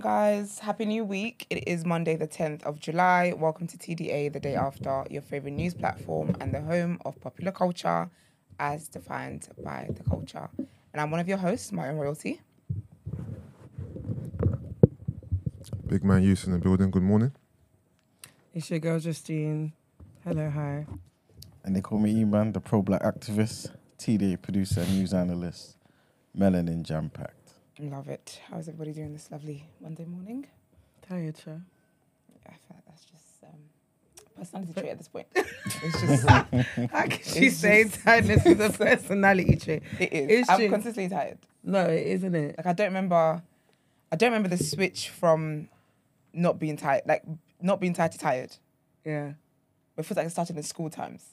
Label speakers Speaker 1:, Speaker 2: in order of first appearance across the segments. Speaker 1: guys. Happy New Week. It is Monday, the 10th of July. Welcome to TDA, the day after, your favorite news platform and the home of popular culture as defined by the culture. And I'm one of your hosts, Martin Royalty.
Speaker 2: Big man use in the building. Good morning.
Speaker 3: It's your girl Justine. Hello, hi.
Speaker 4: And they call me E-Man, the pro-black activist, TD producer, and news analyst, melanin jam-packed.
Speaker 1: Love it. How's everybody doing this lovely Monday morning?
Speaker 3: Tired, sir.
Speaker 1: I feel like that's just um, personality trait at this point. it's just, it
Speaker 3: How can she say tiredness is a personality trait?
Speaker 1: is.
Speaker 3: It's
Speaker 1: I'm
Speaker 3: true.
Speaker 1: consistently tired.
Speaker 3: No, it isn't it.
Speaker 1: Like I don't remember, I don't remember the switch from not being tired, like not being tired to tired.
Speaker 3: Yeah,
Speaker 1: It feels like it started in school times,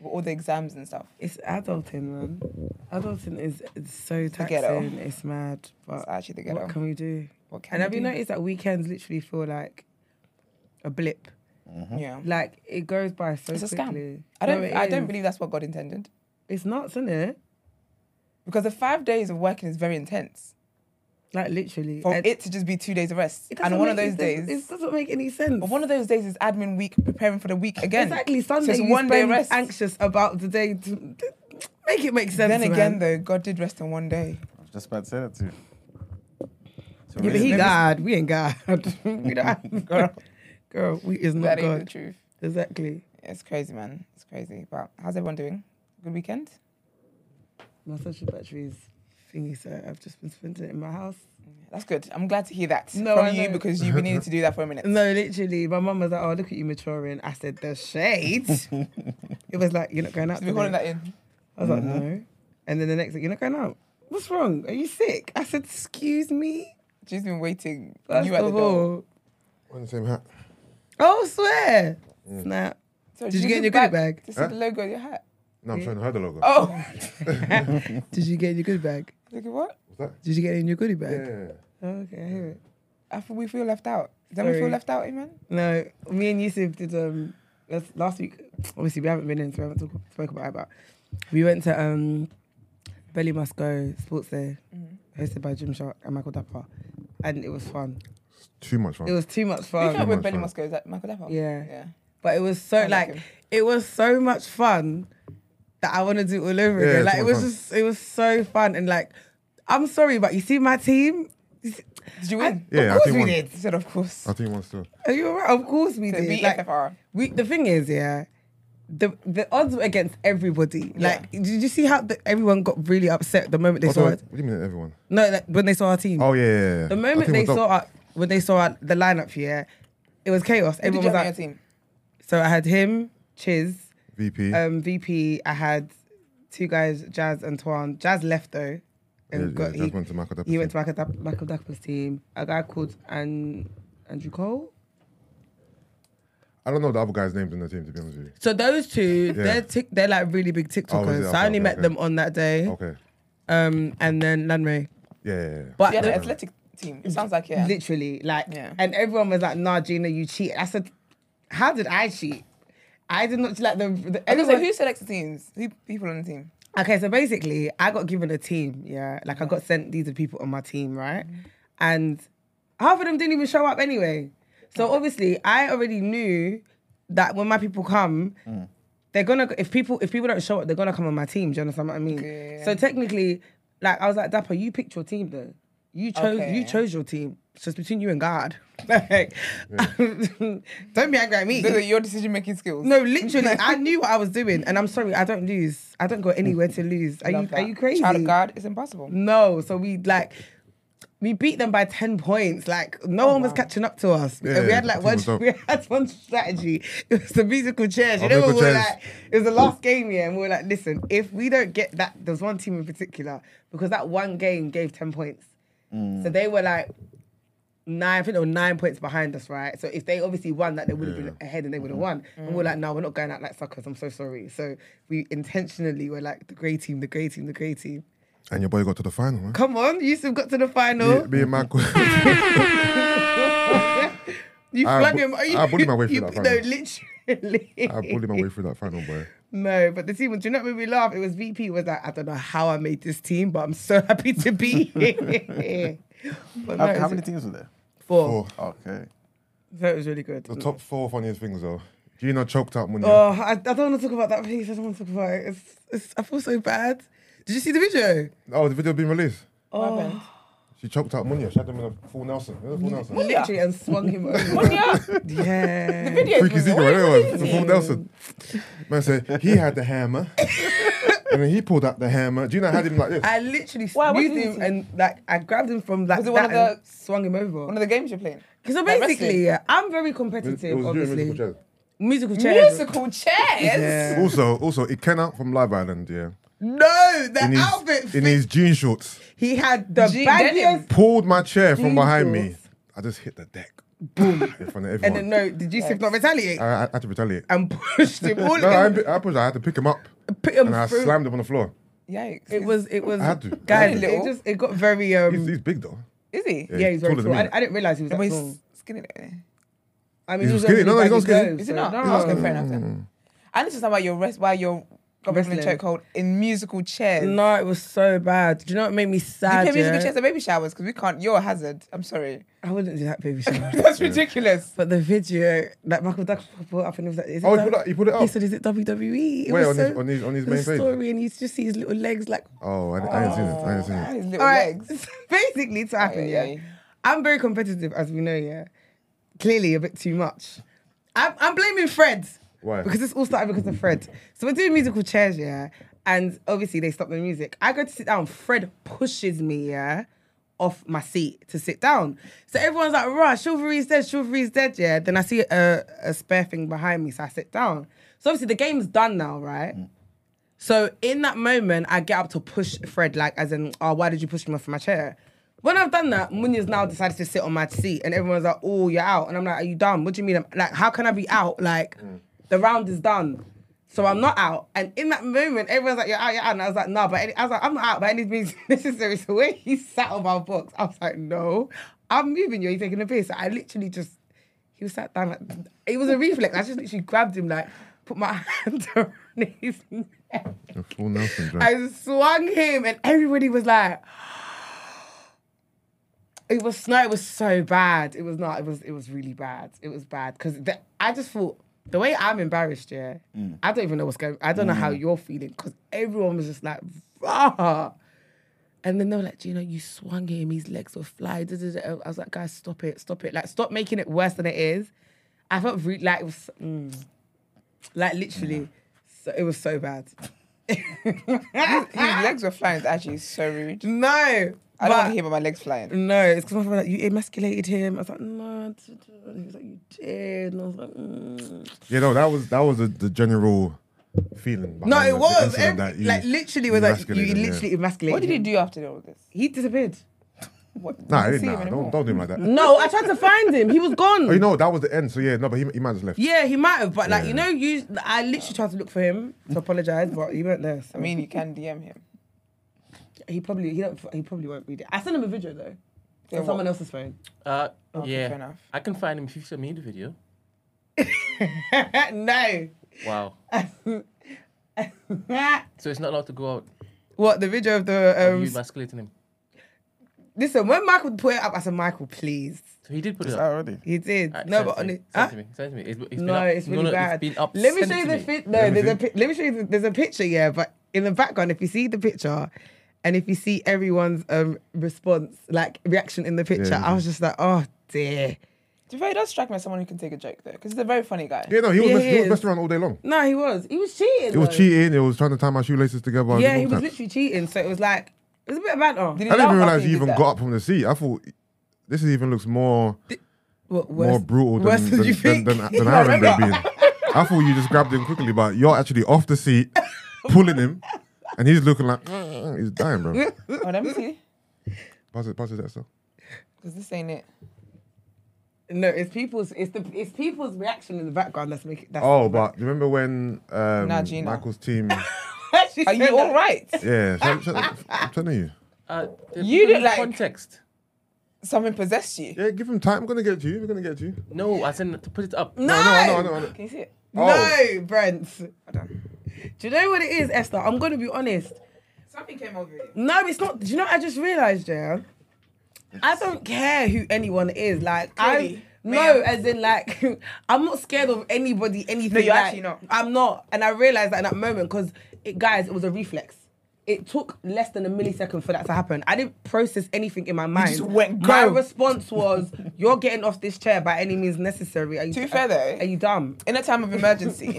Speaker 1: with all the exams and stuff.
Speaker 3: it's adulting, man. Adulting is it's so
Speaker 1: the ghetto.
Speaker 3: taxing. It's mad,
Speaker 1: It's
Speaker 3: but
Speaker 1: actually the ghetto.
Speaker 3: what can we do?
Speaker 1: What can
Speaker 3: And
Speaker 1: we
Speaker 3: have you
Speaker 1: do?
Speaker 3: noticed that weekends literally feel like a blip?
Speaker 4: Mm-hmm.
Speaker 1: Yeah,
Speaker 3: Like it goes by so
Speaker 1: it's a
Speaker 3: quickly.
Speaker 1: scam. I
Speaker 3: No,
Speaker 1: don't,
Speaker 3: it
Speaker 1: I don't
Speaker 3: is.
Speaker 1: believe that's what God intended.
Speaker 3: It's nuts, isn't it?
Speaker 1: Because the five days of working is very intense.
Speaker 3: Like literally.
Speaker 1: For
Speaker 3: And
Speaker 1: it to just be two days of rest,
Speaker 3: it
Speaker 1: and
Speaker 3: doesn't
Speaker 1: one of
Speaker 3: make-
Speaker 1: those
Speaker 3: it doesn't-
Speaker 1: days,
Speaker 3: It doesn't make any sense.
Speaker 1: one of those days is admin week, preparing for the week again.
Speaker 3: Exactly.
Speaker 1: So
Speaker 3: Sunday
Speaker 1: it's
Speaker 3: you
Speaker 1: one day
Speaker 3: spend
Speaker 1: rest.
Speaker 3: anxious about the day. To, make it make sense.
Speaker 1: Then again,
Speaker 3: man.
Speaker 1: though, God did rest on one day.
Speaker 4: I was just about to say that to you. So
Speaker 3: yeah, but he
Speaker 4: really-
Speaker 3: God. We ain't God. we don't have, girl. Girl, we is not
Speaker 1: that ain't the
Speaker 3: God.
Speaker 1: truth.
Speaker 3: Exactly.
Speaker 1: It's crazy, man. It's crazy. But how's everyone doing? Good weekend?
Speaker 3: My social battery is thingy, so I've just been spending it in my house.
Speaker 1: That's good. I'm glad to hear that
Speaker 3: No,
Speaker 1: from
Speaker 3: I
Speaker 1: you
Speaker 3: know.
Speaker 1: because you've been needing to do that for a minute.
Speaker 3: No, literally, my mum was like, "Oh, look at you maturing." I said, "The shade." it was like, "You're not going out."
Speaker 1: We're calling
Speaker 3: today."
Speaker 1: that in.
Speaker 3: I was like, "Mm-hmm." "No," and then the next, thing, "You're not going out." What's wrong? Are you sick? I said, "Excuse me."
Speaker 1: She's been waiting.
Speaker 3: First
Speaker 1: you at the
Speaker 3: of
Speaker 1: door.
Speaker 3: all,
Speaker 2: Wearing the same hat.
Speaker 3: oh swear, snap.
Speaker 1: So
Speaker 3: Did you get in
Speaker 1: look
Speaker 3: your goodie
Speaker 1: back
Speaker 3: bag?
Speaker 1: To see the logo of your hat.
Speaker 2: No, I'm showing her the logo.
Speaker 1: Oh,
Speaker 3: Did you get in your goodie bag?
Speaker 1: look at what?
Speaker 2: What's that?
Speaker 3: Did you get in your goodie bag?
Speaker 2: Yeah.
Speaker 3: Oh, Okay, I hear it.
Speaker 1: I feel we feel left out. Don't we feel
Speaker 3: Sorry.
Speaker 1: left out, Amen?
Speaker 3: No, me and Yusuf did um last, last week. Obviously, we haven't been in, so we haven't talk, spoke about it. But we went to um Belly Must Go Sports Day, hosted by Jim Shark and Michael Dapper, and it was fun.
Speaker 2: Too much fun.
Speaker 3: It was too much
Speaker 1: You know
Speaker 3: fun,
Speaker 1: where
Speaker 2: much
Speaker 1: Belly
Speaker 2: fun.
Speaker 1: Must Go is at Michael Dapper?
Speaker 3: Yeah.
Speaker 1: Yeah.
Speaker 3: but it was so
Speaker 1: like
Speaker 3: like
Speaker 1: him.
Speaker 3: it was so much fun that I want to do it all over
Speaker 2: Yeah,
Speaker 3: again.
Speaker 2: it's
Speaker 3: Like
Speaker 2: more
Speaker 3: it was
Speaker 2: fun.
Speaker 3: just it was so fun and like I'm sorry, but you see my team. You see-
Speaker 1: Did you
Speaker 3: I-
Speaker 1: win?
Speaker 2: Yeah, I
Speaker 3: of course
Speaker 2: think
Speaker 3: we
Speaker 2: one-
Speaker 3: did.
Speaker 1: He said, of course.
Speaker 2: I think one still.
Speaker 3: Are you alright? Of course we
Speaker 1: To
Speaker 3: did.
Speaker 1: beat
Speaker 3: Like,
Speaker 1: FFR.
Speaker 3: we the thing is, yeah, the the odds were against everybody.
Speaker 1: Yeah.
Speaker 3: Like, did you see how the, everyone got really upset the moment they
Speaker 2: What,
Speaker 3: saw
Speaker 2: do I-
Speaker 3: it?
Speaker 2: Oh, what do you mean, everyone?
Speaker 3: No, like, when they saw our team.
Speaker 2: Oh yeah. yeah, yeah.
Speaker 3: the
Speaker 2: I
Speaker 3: moment
Speaker 2: think
Speaker 3: they
Speaker 2: we're
Speaker 3: saw
Speaker 2: done.
Speaker 3: our, when they saw our, the lineup, yeah, it was chaos.
Speaker 1: Who did
Speaker 3: everyone
Speaker 1: you
Speaker 3: was
Speaker 1: have on
Speaker 3: like,
Speaker 1: your team?
Speaker 3: so I had him, Chiz,
Speaker 2: VP.
Speaker 3: um, VP. I had two guys, Jazz and Tuan. Jazz left though,
Speaker 2: yeah,
Speaker 3: and
Speaker 2: yeah,
Speaker 3: got
Speaker 2: just
Speaker 3: he,
Speaker 2: went to Michael
Speaker 3: he
Speaker 2: Dapper's
Speaker 3: went to Michael, Dap- Michael Dapper's team. A guy called and Andrew Cole.
Speaker 2: team. I don't know the other guys' names in the team to be honest with you.
Speaker 3: So those two,
Speaker 2: Yeah.
Speaker 3: they're tick, they're like really big TikTokers.
Speaker 2: Oh, is it?
Speaker 3: so
Speaker 2: Okay,
Speaker 3: I only
Speaker 2: okay,
Speaker 3: met
Speaker 2: okay.
Speaker 3: them on that day.
Speaker 2: Okay.
Speaker 3: Um, and then Lanray.
Speaker 2: Yeah. yeah, yeah.
Speaker 3: But
Speaker 1: Yeah, the
Speaker 3: the-
Speaker 1: athletic team. It sounds like, yeah.
Speaker 3: literally, like,
Speaker 1: Yeah.
Speaker 3: and everyone was like, "Nah, Gina, you cheat." I said, "How did I cheat? I did not like the." the
Speaker 1: Okay, so
Speaker 3: everyone-
Speaker 1: who selects the teams? Who people on the team?
Speaker 3: Okay, so basically, I got given a team. Yeah, like I got sent these are people on my team, right? And half of them didn't even show up anyway. So obviously, I already knew that when my people come, they're gonna. If people if people don't show up, they're gonna come on my team. Do you understand what I mean?
Speaker 1: Okay.
Speaker 3: So technically, like I was like Dapper, you picked your team though. You chose
Speaker 1: Okay.
Speaker 3: you chose your team. So it's between you and God. like, don't be angry at me.
Speaker 1: Those are your decision making skills.
Speaker 3: No, literally, I knew what I was doing, and I'm sorry, I don't lose. I don't go anywhere to lose. Are
Speaker 1: Love
Speaker 3: you
Speaker 1: that.
Speaker 3: are you crazy?
Speaker 1: Child of God, it's impossible.
Speaker 3: No, so we like we beat them by ten points. Like no one was catching up to us.
Speaker 2: Oh, Yeah,
Speaker 3: we had like
Speaker 2: the
Speaker 3: one
Speaker 2: team was up.
Speaker 3: we had one strategy. It was the musical chairs. You
Speaker 2: Oh,
Speaker 3: know when we
Speaker 2: musical
Speaker 3: were
Speaker 2: chairs.
Speaker 3: like it was the last game yeah, and we were like, listen, if we don't get that, there's one team in particular because that one game gave ten points.
Speaker 2: Mm.
Speaker 3: So they were like nine, I think they were nine points behind us, right? So if they obviously won that, they would have been ahead and they
Speaker 2: Mm.
Speaker 3: would have won. And we're like, no, we're not going out like suckers. I'm so sorry. So we intentionally were like the grey team, the grey team, the grey team.
Speaker 2: And your boy got to the final, man.
Speaker 3: Come on, Yusuf got to the final.
Speaker 2: Me, me and Michael.
Speaker 3: You
Speaker 2: I
Speaker 3: flung
Speaker 2: bu-
Speaker 3: him. You,
Speaker 2: I bullied my way through
Speaker 3: you,
Speaker 2: that
Speaker 3: No,
Speaker 2: final.
Speaker 3: literally.
Speaker 2: I bullied my way through that final, boy.
Speaker 3: No, but the team, do you know what made me laugh? It was VP was like, I don't know how I made this team, but I'm so happy to be here. But no,
Speaker 4: How, how
Speaker 3: it's-
Speaker 4: many teams were there?
Speaker 3: Four.
Speaker 2: Four.
Speaker 4: Okay.
Speaker 3: So it was really good.
Speaker 2: The top four funniest things though. Gina choked up Munya.
Speaker 3: Oh, I, I don't want to talk about that, please. I don't want to talk about it. It's, it's, I feel so bad. Did you see the video?
Speaker 2: Oh, the video been released.
Speaker 3: Oh.
Speaker 1: What happened?
Speaker 2: She choked up Munya. She had him in a full Nelson. You know the full Nelson.
Speaker 1: Yeah.
Speaker 3: Literally, and swung him over.
Speaker 1: Munya,
Speaker 3: yeah.
Speaker 1: video's
Speaker 2: Freaky
Speaker 1: been-
Speaker 2: Zeke,
Speaker 1: what
Speaker 2: right
Speaker 1: is
Speaker 2: there.
Speaker 1: it?
Speaker 2: The full Nelson. Man said he had the hammer, and then he pulled out the hammer. Gina had him like this.
Speaker 3: I literally
Speaker 1: Why, what
Speaker 3: squeezed
Speaker 1: did you
Speaker 3: him
Speaker 1: do?
Speaker 3: and like I grabbed him from like
Speaker 1: Was it
Speaker 3: that
Speaker 1: one of
Speaker 3: and
Speaker 1: the-
Speaker 3: swung him
Speaker 1: One
Speaker 3: over.
Speaker 1: of the games you're playing.
Speaker 3: So
Speaker 1: Like
Speaker 3: basically,
Speaker 1: wrestling?
Speaker 3: yeah, I'm very
Speaker 2: It-
Speaker 3: competitive.
Speaker 2: it was during
Speaker 3: obviously,
Speaker 2: musical chairs.
Speaker 3: musical chairs.
Speaker 1: Musical chairs.
Speaker 3: Yeah.
Speaker 2: Also, also, Ikenna from Live Island, yeah,
Speaker 3: No, the
Speaker 2: in his
Speaker 3: outfit.
Speaker 2: in
Speaker 3: fit-
Speaker 2: his jean shorts,
Speaker 3: he had the
Speaker 1: Jean denim.
Speaker 3: baggiest.
Speaker 2: pulled my chair from behind me.
Speaker 3: Jesus.
Speaker 2: I just hit the deck, boom, in front of
Speaker 3: And
Speaker 2: everyone.
Speaker 3: then no, did you see if not retaliate
Speaker 2: I, I had to retaliate.
Speaker 3: and pushed him all
Speaker 2: Uh, No, I,
Speaker 3: in,
Speaker 2: didn't pick- I pushed. I had to pick him up,
Speaker 3: put him
Speaker 2: and I
Speaker 3: through.
Speaker 2: slammed him on the floor.
Speaker 1: Yikes.
Speaker 3: It was it was
Speaker 2: I had to.
Speaker 3: guys.
Speaker 1: I had to.
Speaker 3: It just it got very um.
Speaker 2: He's, he's big though.
Speaker 1: Is he?
Speaker 3: yeah, he's
Speaker 2: taller
Speaker 3: very
Speaker 2: than
Speaker 3: tall.
Speaker 2: me.
Speaker 3: I, I didn't realize he was
Speaker 1: But
Speaker 3: that
Speaker 1: he's
Speaker 3: tall.
Speaker 1: sskinny. though.
Speaker 3: I mean,
Speaker 2: He's
Speaker 3: he was
Speaker 2: skinny.
Speaker 3: obviously
Speaker 2: No, no, he's not
Speaker 3: baggy
Speaker 2: skinny.
Speaker 3: clothes,
Speaker 1: Is it
Speaker 3: so-
Speaker 1: not?
Speaker 3: No.
Speaker 1: Okay, fair enough
Speaker 2: Mm-hmm.
Speaker 1: then. And this is about your rest, why you're got people in
Speaker 3: Wrestling.
Speaker 1: chokehold in musical chairs.
Speaker 3: No, it was so bad. Do you know what made me
Speaker 1: you
Speaker 3: sad?
Speaker 1: play musical
Speaker 3: yeah?
Speaker 1: chairs at baby showers because we can't. You're a hazard. I'm sorry.
Speaker 3: I wouldn't do that, baby. shower.
Speaker 1: That's ridiculous.
Speaker 3: But the video that Michael Douglas put up and it was like, is it
Speaker 2: Oh, he
Speaker 3: W-
Speaker 2: put it- he put it
Speaker 3: He
Speaker 2: up?
Speaker 3: said, is it WWE? It
Speaker 2: Where,
Speaker 3: was
Speaker 2: on his-
Speaker 3: so-
Speaker 2: on his- on his
Speaker 3: the
Speaker 2: main page?
Speaker 3: story, and you just see his little legs like.
Speaker 2: Oh, I, I ain't seen it. I ain't seen it.
Speaker 1: Oh, His little
Speaker 3: All right,
Speaker 1: legs.
Speaker 3: basically, it's what happened.
Speaker 1: Aye,
Speaker 3: Yeah,
Speaker 1: aye.
Speaker 3: I'm very competitive, as we know. Yeah, clearly a bit too much. I'm, I'm blaming Fred.
Speaker 2: Why?
Speaker 3: Because this all started because of Fred. So we're doing musical chairs, yeah, and obviously they stop the music. I go to sit down. Fred pushes me, yeah, off my seat to sit down. So everyone's like, "Right, chivalry's dead, chivalry's dead." Yeah. Then I see a, a spare thing behind me, so I sit down. So obviously the game's done now, right? So in that moment, I get up to push Fred, like, as in, oh, why did you push me off my chair? When I've done that, Munya's now decided to sit on my seat, and everyone's like, oh, you're out. And I'm like, are you done? What do you mean? I'm, like, how can I be out? Like, the round is done. So I'm not out. And in that moment, everyone's like, you're out, you're out. And I was like, no, but any, I was like, I'm not out by any means necessary. So when he sat on my box, I was like, no, I'm moving you. Are you taking a piss? I literally just he was sat down like it was a reflex. I just literally grabbed him like put my hand around his neck.
Speaker 2: The full Nelson joke.
Speaker 3: I swung him and everybody was like it was no, it was so bad. It was not. It was. It was really bad. It was bad because I just thought the way I'm embarrassed. Yeah, I don't even know what's going. I don't know how you're feeling because everyone was just like, rah. And then they were like, you know, you swung him. His legs were fly. da, da, da." I was like, guys, stop it, stop it. Like, stop making it worse than it is. I felt re- like it was, mm, like literally, so, it was so bad.
Speaker 1: His legs were flying. It's actually so rude.
Speaker 3: No,
Speaker 1: I don't want
Speaker 3: but-
Speaker 1: to hear about my legs flying.
Speaker 3: No, it's because my friend was like you emasculated him. I was like, no, I didn't." and he was like, you did, and I was like, mm.
Speaker 2: Yeah, no, that was that was the, the general feeling.
Speaker 3: no,
Speaker 2: behind the-
Speaker 3: it
Speaker 2: the
Speaker 3: was
Speaker 2: incident
Speaker 3: every-
Speaker 2: that you
Speaker 3: like literally was like you
Speaker 2: emasculated him, yeah.
Speaker 3: literally emasculated.
Speaker 1: What did he
Speaker 3: him.
Speaker 1: do after all this?
Speaker 3: He disappeared.
Speaker 1: What,
Speaker 2: Nah, I
Speaker 1: you
Speaker 2: didn't,
Speaker 1: see him
Speaker 2: nah,
Speaker 1: anymore?
Speaker 2: don't don't do him like that.
Speaker 3: No, I tried to find him. He was gone.
Speaker 2: Oh, you know that was the end. So yeah, no, but he he might just left.
Speaker 3: yeah, he might have, but like you know, you I literally tried to look for him to apologize, but he weren't there. So.
Speaker 1: I mean, you can DM him.
Speaker 3: he probably he don't he probably won't read it. I sent him a video though.
Speaker 1: Yeah,
Speaker 3: on
Speaker 1: what-
Speaker 3: someone else's phone.
Speaker 5: Uh,
Speaker 1: Okay,
Speaker 5: yeah.
Speaker 1: fair enough.
Speaker 5: I can find him if you send me the video.
Speaker 3: no.
Speaker 5: Wow. so it's not allowed to go out.
Speaker 3: what the video of the
Speaker 5: you
Speaker 3: um,
Speaker 5: emasculating him.
Speaker 3: listen when Michael put it up, I said Michael, please.
Speaker 5: So he did put
Speaker 4: Is
Speaker 5: it
Speaker 4: that
Speaker 5: up.
Speaker 4: already?
Speaker 3: He did.
Speaker 5: Alright,
Speaker 3: no,
Speaker 5: send
Speaker 3: but
Speaker 5: it to
Speaker 3: on
Speaker 5: me.
Speaker 3: it.
Speaker 5: Send it to me. Send it to me. It's, it's been
Speaker 3: No,
Speaker 5: up.
Speaker 3: it's
Speaker 5: No,
Speaker 3: really
Speaker 5: no,
Speaker 3: bad.
Speaker 5: It's been up.
Speaker 3: Let me
Speaker 5: Send
Speaker 3: show
Speaker 5: it
Speaker 3: you
Speaker 5: to
Speaker 3: the
Speaker 5: me.
Speaker 3: fit. No,
Speaker 2: Let me
Speaker 3: there's a
Speaker 2: see.
Speaker 3: pi- let me show you. The, there's a picture, yeah, but in the background, if you see the picture, and if you see everyone's um response, like reaction in the picture,
Speaker 2: Yeah.
Speaker 3: I was just like, oh dear.
Speaker 1: To be fair, he does strike me as someone who can take a joke though, because he's a very funny guy.
Speaker 2: Yeah, no, he was
Speaker 3: Yeah,
Speaker 2: mess,
Speaker 3: he
Speaker 2: he was
Speaker 3: is.
Speaker 2: messing around all day long.
Speaker 3: No, he was. He was cheating.
Speaker 2: It was
Speaker 3: though.
Speaker 2: cheating. It was trying to tie my shoelaces together. all
Speaker 3: Yeah, he was
Speaker 2: types.
Speaker 3: literally cheating. So it was like it was a bit of banter.
Speaker 1: Did he
Speaker 2: I didn't
Speaker 1: laugh
Speaker 2: even
Speaker 1: after
Speaker 2: realize he
Speaker 1: did
Speaker 2: even
Speaker 1: that?
Speaker 2: got up from the seat. I thought this even looks more
Speaker 3: What,
Speaker 2: more brutal
Speaker 3: worse
Speaker 2: than
Speaker 3: than you
Speaker 2: than, than,
Speaker 3: think.
Speaker 2: than, than I remember it being. I thought you just grabbed him quickly, but you're actually off the seat, pulling him, and he's looking like "Mm, he's dying, bro.
Speaker 1: Oh, let me see.
Speaker 2: Pass it, pass it, that stuff.
Speaker 1: Because this ain't it.
Speaker 3: no, it's people's. It's the it's people's reaction in the background that's making. That's
Speaker 2: Oh, but you remember when um,
Speaker 1: Nah, Gina.
Speaker 2: Michael's team?
Speaker 3: She
Speaker 1: Are
Speaker 3: said
Speaker 1: you all oh. right?
Speaker 2: Yeah, so- so- I'm telling you.
Speaker 5: Uh, the
Speaker 1: You
Speaker 5: people
Speaker 1: look
Speaker 5: need
Speaker 1: like-
Speaker 5: context.
Speaker 1: Someone possessed you.
Speaker 2: Yeah, give him time. I'm gonna get to you. We're gonna get to you.
Speaker 5: No, I said to put it up.
Speaker 3: No,
Speaker 2: I know, I know, I know.
Speaker 1: Can you see it?
Speaker 2: Oh.
Speaker 3: No, Brent. Do you know what it is, Esther? I'm gonna be honest.
Speaker 1: Something came over you.
Speaker 3: No, it's not. Do you know what I just realised, yeah? I don't care who anyone is. Like
Speaker 1: Clearly.
Speaker 3: I no, as in like I'm not scared of anybody, anything.
Speaker 1: No, you're
Speaker 3: like,
Speaker 1: actually not.
Speaker 3: I'm not, and I realized that in that moment because it, guys, it was a reflex. It took less than a millisecond for that to happen. I didn't process anything in my mind.
Speaker 1: just went
Speaker 3: My
Speaker 1: go.
Speaker 3: response was, "You're getting off this chair by any means necessary." Are you,
Speaker 1: To be fair though,
Speaker 3: are you dumb?
Speaker 1: in a time of emergency,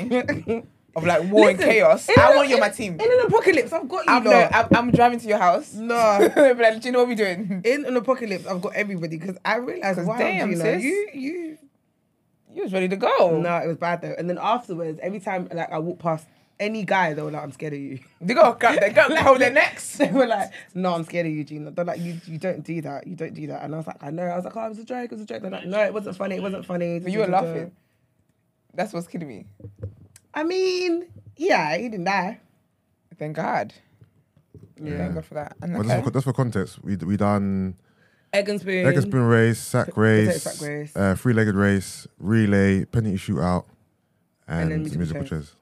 Speaker 1: of like war and
Speaker 3: Listen,
Speaker 1: chaos,
Speaker 3: in
Speaker 1: I
Speaker 3: an-
Speaker 1: want you on my
Speaker 3: in-
Speaker 1: team.
Speaker 3: In an apocalypse, I've got you.
Speaker 1: I'm, no,
Speaker 3: lot.
Speaker 1: I'm, I'm driving to your house.
Speaker 3: No.
Speaker 1: Be like, do you know what we're doing?
Speaker 3: in an apocalypse, I've got everybody because I realized,
Speaker 1: 'Cause
Speaker 3: wow,
Speaker 1: damn,
Speaker 3: you know,
Speaker 1: sis.
Speaker 3: you you
Speaker 1: You was ready to go.
Speaker 3: No, it was bad though. And then afterwards, every time like I walk past any guy, they were like, "I'm scared of you."
Speaker 1: They go, cut, they go, hold their necks.
Speaker 3: They were like, "No, I'm scared of you, Gina." They're like, "You, you don't do that. You don't do that." And I was like, "I know." I was like, "Oh, it was a joke. It was a joke." They're like, "No, it wasn't funny. It wasn't funny."
Speaker 1: But you were laughing. That's what's killing me.
Speaker 3: I mean, yeah, he didn't die.
Speaker 1: Thank God. Thank God for that. And
Speaker 2: But
Speaker 1: okay.
Speaker 2: just, for, just for context, we we done
Speaker 3: Egg and spoon.
Speaker 2: egg and spoon race, sack race,
Speaker 3: sack race.
Speaker 2: Uh, three-legged race, relay, penalty shootout, and,
Speaker 3: then musical
Speaker 2: musical
Speaker 3: chairs.
Speaker 2: chairs.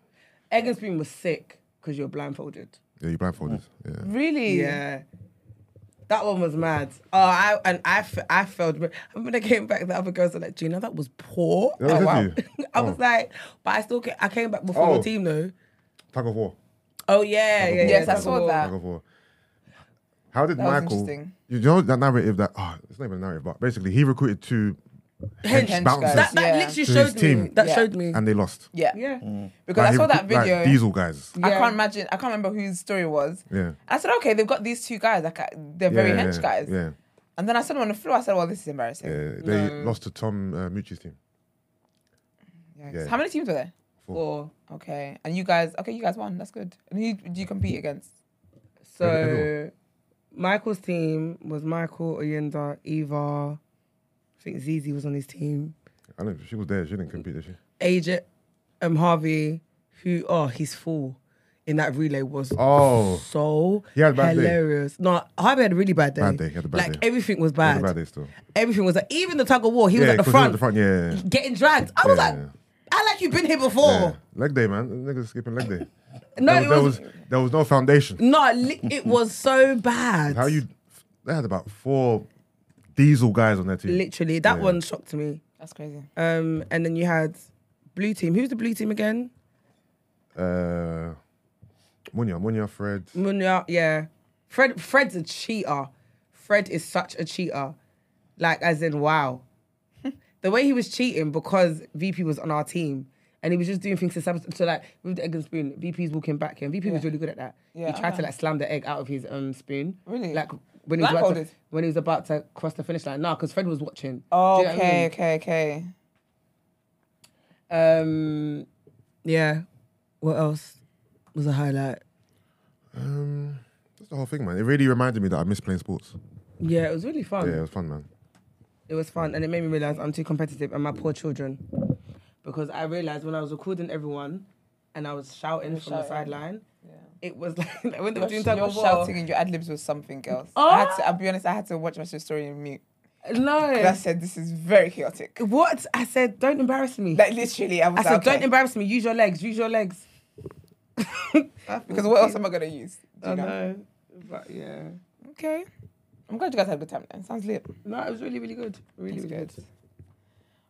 Speaker 3: Egg and spoon was sick because you were blindfolded.
Speaker 2: Yeah, you blindfolded. Yeah.
Speaker 1: really?
Speaker 3: Yeah. That one was mad. Oh, I and I, f- I failed. I remember I came back. The other girls were like, "Gina, that was poor."
Speaker 2: That was
Speaker 1: Oh,
Speaker 2: it,
Speaker 1: wow.
Speaker 2: you?
Speaker 3: I was
Speaker 2: Oh.
Speaker 3: like, but I still came, I came back before
Speaker 2: Oh.
Speaker 3: the team though.
Speaker 2: Tug of war.
Speaker 3: Oh yeah, yeah, yeah.
Speaker 1: Yes, I
Speaker 3: that's
Speaker 1: saw
Speaker 3: all.
Speaker 1: that.
Speaker 2: Tug of war. How did
Speaker 1: That was
Speaker 2: Michael?
Speaker 1: interesting.
Speaker 2: You know that narrative that oh, it's not even a narrative, but basically he recruited two hench,
Speaker 1: Hench
Speaker 2: bouncers,
Speaker 1: guys.
Speaker 3: That, that
Speaker 1: Yeah.
Speaker 3: literally
Speaker 2: To
Speaker 3: showed
Speaker 2: his
Speaker 3: me.
Speaker 2: team.
Speaker 3: That
Speaker 1: Yeah. Mm.
Speaker 3: showed me.
Speaker 2: and Mm. they lost.
Speaker 1: Yeah.
Speaker 3: yeah.
Speaker 1: Because
Speaker 2: Like,
Speaker 1: I
Speaker 2: he
Speaker 1: saw that
Speaker 2: recruited, like,
Speaker 1: video.
Speaker 2: diesel guys.
Speaker 1: I
Speaker 3: Yeah.
Speaker 1: can't imagine. I can't remember whose story it was.
Speaker 2: Yeah.
Speaker 1: I said, okay, they've got these two guys. Like I- they're very
Speaker 2: yeah,
Speaker 1: hench
Speaker 2: yeah,
Speaker 1: guys.
Speaker 2: Yeah.
Speaker 1: And then I saw them on the floor. I said, well, this is embarrassing.
Speaker 2: yeah. They lost to Tom uh, Mucci's team.
Speaker 1: Yikes.
Speaker 2: Yeah.
Speaker 1: How many teams were there?
Speaker 3: Or
Speaker 1: Okay. And you guys, okay, you guys won. That's good. And who do you compete against?
Speaker 3: so
Speaker 2: Everyone.
Speaker 3: Michael's team was Michael Oyenda, Eva. I think Zizi was on his team.
Speaker 2: I don't know. She was there. She didn't compete, did she?
Speaker 3: Agent um Harvey, who oh he's full in that relay was
Speaker 2: Oh.
Speaker 3: so
Speaker 2: He had a bad day.
Speaker 3: hilarious. No, Harvey had a really bad day.
Speaker 2: Bad day, he had a bad
Speaker 3: like
Speaker 2: day.
Speaker 3: everything was
Speaker 2: It
Speaker 3: bad.
Speaker 2: was a bad day still.
Speaker 3: Everything was like even the tug of war. He was
Speaker 2: yeah,
Speaker 3: at the
Speaker 2: 'cause he was
Speaker 3: front,
Speaker 2: at the front. Yeah. yeah,
Speaker 3: getting dragged. I was
Speaker 2: Yeah,
Speaker 3: like,
Speaker 2: yeah.
Speaker 3: I like you've been here before.
Speaker 2: yeah. Leg day, man. Niggas skipping leg day.
Speaker 3: No,
Speaker 2: there,
Speaker 3: it
Speaker 2: there
Speaker 3: was-
Speaker 2: there was no foundation.
Speaker 3: No, li- it was so bad.
Speaker 2: How you? They had about four diesel guys on their team.
Speaker 3: literally that one shocked me.
Speaker 1: That's crazy.
Speaker 3: Um, and then you had blue team. Who's the blue team again?
Speaker 2: Uh, Munya, Munya, Fred.
Speaker 3: Munya, yeah. Fred. Fred's a cheater. Fred is such a cheater. Like as in wow, the way he was cheating because VP was on our team. And he was just doing things to sabotage. So like with the egg and spoon, VP's walking back here. VP was really good at that.
Speaker 1: Yeah,
Speaker 3: he tried to
Speaker 1: okay.
Speaker 3: like slam the egg out of his um spoon.
Speaker 1: Really?
Speaker 3: Like when he was about to,
Speaker 1: Blindfolded?
Speaker 3: when he was about to cross the finish line. Nah, because Fred was watching. Do you know what I mean?
Speaker 1: okay, okay, okay.
Speaker 3: Um, yeah. What else was a highlight?
Speaker 2: Um, that's the whole thing, man. It really reminded me that I miss playing sports.
Speaker 3: Yeah, it was really fun.
Speaker 2: Yeah, it was fun, man.
Speaker 3: It was fun, and it made me realize I'm too competitive and my poor children, because I realized when I was recording everyone, and I was shouting from the
Speaker 1: shouting.
Speaker 3: sideline,
Speaker 1: Yeah.
Speaker 3: it was like when they
Speaker 1: Your,
Speaker 3: were doing
Speaker 1: sh-
Speaker 3: tug
Speaker 1: your
Speaker 3: of war.
Speaker 1: shouting and your ad libs was something else. I had
Speaker 3: Oh.
Speaker 1: to, I'll be honest, I had to watch my story in mute.
Speaker 3: No,
Speaker 1: And I said, this is very chaotic.
Speaker 3: what I said. Don't embarrass me.
Speaker 1: Like, literally, I was
Speaker 3: I said,
Speaker 1: like, okay.
Speaker 3: don't embarrass me. Use your legs. Use your legs.
Speaker 1: because what else am I going to use? Do
Speaker 3: I
Speaker 1: you know?
Speaker 3: know, but yeah.
Speaker 1: Okay. I'm glad you guys had a good time then. Sounds lit.
Speaker 3: No, it was really, really good. Really,
Speaker 1: That's
Speaker 3: really good.
Speaker 1: good.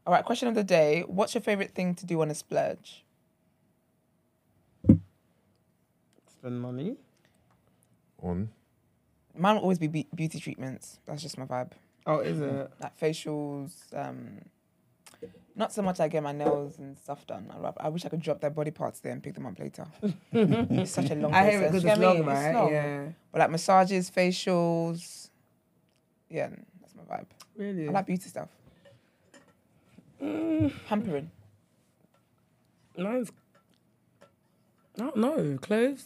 Speaker 1: All right, question of the day. What's your favorite thing to do on a splurge?
Speaker 3: Spend money.
Speaker 2: On
Speaker 1: Mine will always be be- beauty treatments. That's just my vibe.
Speaker 3: Oh, is it?
Speaker 1: Like facials, um, not so much I get my nails and stuff done. I, rather- I wish I could drop their body parts there and pick them up later. it's such a long
Speaker 3: I hear it
Speaker 1: process.
Speaker 3: because
Speaker 1: You
Speaker 3: it's
Speaker 1: know what I
Speaker 3: long,
Speaker 1: mean? It's
Speaker 3: right?
Speaker 1: long.
Speaker 3: Yeah.
Speaker 1: But like massages, facials. Yeah, that's my vibe.
Speaker 3: Really?
Speaker 1: I like beauty stuff.
Speaker 3: Mm.
Speaker 1: Pampering.
Speaker 3: Mine's. I don't know. Clothes?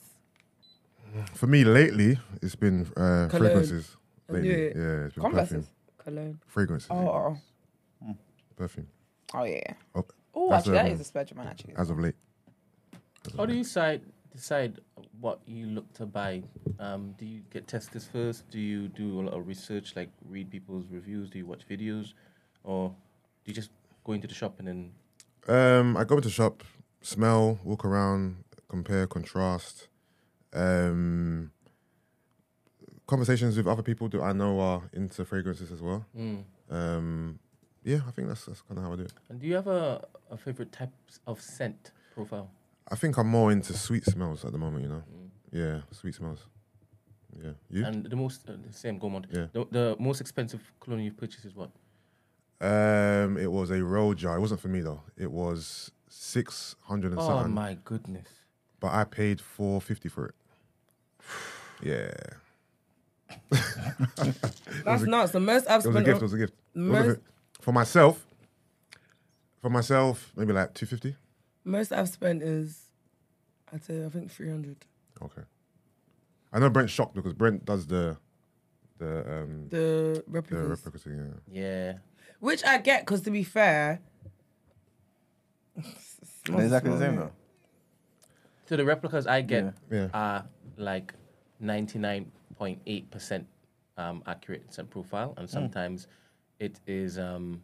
Speaker 2: for me lately, it's been uh, fragrances.
Speaker 3: I knew
Speaker 2: Lately,
Speaker 3: it.
Speaker 2: yeah, it's been perfume.
Speaker 1: Converses.
Speaker 3: Cologne.
Speaker 2: Fragrances,
Speaker 1: Oh,
Speaker 2: yeah.
Speaker 1: oh,
Speaker 2: perfume.
Speaker 1: oh, yeah.
Speaker 2: Oh,
Speaker 1: Oh,
Speaker 2: that's
Speaker 1: actually, that
Speaker 2: um,
Speaker 1: is a splurge of mine, actually.
Speaker 2: as of late.
Speaker 5: How do you decide decide what you look to buy? Um, do you get testers first? Do you do a lot of research, like read people's reviews? Do you watch videos, or do you just go into the shop and then?
Speaker 2: Um, I go into shop, smell, walk around, compare, contrast, um, conversations with other people that I know are into fragrances as well.
Speaker 5: hmm.
Speaker 2: Um, yeah, I think that's that's kind of how I do it.
Speaker 5: And do you have a, a favorite type of scent profile?
Speaker 2: I think I'm more into sweet smells at the moment. You know, yeah, sweet smells. Yeah, you.
Speaker 5: And the most, uh, the same, Gourmand.
Speaker 2: Yeah.
Speaker 5: The, the most expensive cologne you've purchased is what?
Speaker 2: Um, it was a roll jar. It wasn't for me though. It was six hundred and
Speaker 5: Oh
Speaker 2: something,
Speaker 5: my goodness.
Speaker 2: but I paid four fifty for it. Yeah,
Speaker 3: That's nuts. The most I've
Speaker 2: it was a
Speaker 3: spent.
Speaker 2: gift. It
Speaker 3: on-
Speaker 2: was a gift. It was a
Speaker 3: Most-
Speaker 2: gift. For myself, for myself, maybe like two fifty.
Speaker 3: Most I've spent is, I'd say I think three hundred.
Speaker 2: Okay. I know Brent's shocked because Brent does the the um
Speaker 3: The
Speaker 2: the
Speaker 3: replicas,
Speaker 2: replica thing. Yeah.
Speaker 5: Yeah.
Speaker 3: which I get because to be fair,
Speaker 4: They're exactly the same though.
Speaker 5: So the replicas I get
Speaker 2: Yeah. Yeah.
Speaker 5: are like 99.8% um, accurate scent profile, and sometimes it is um,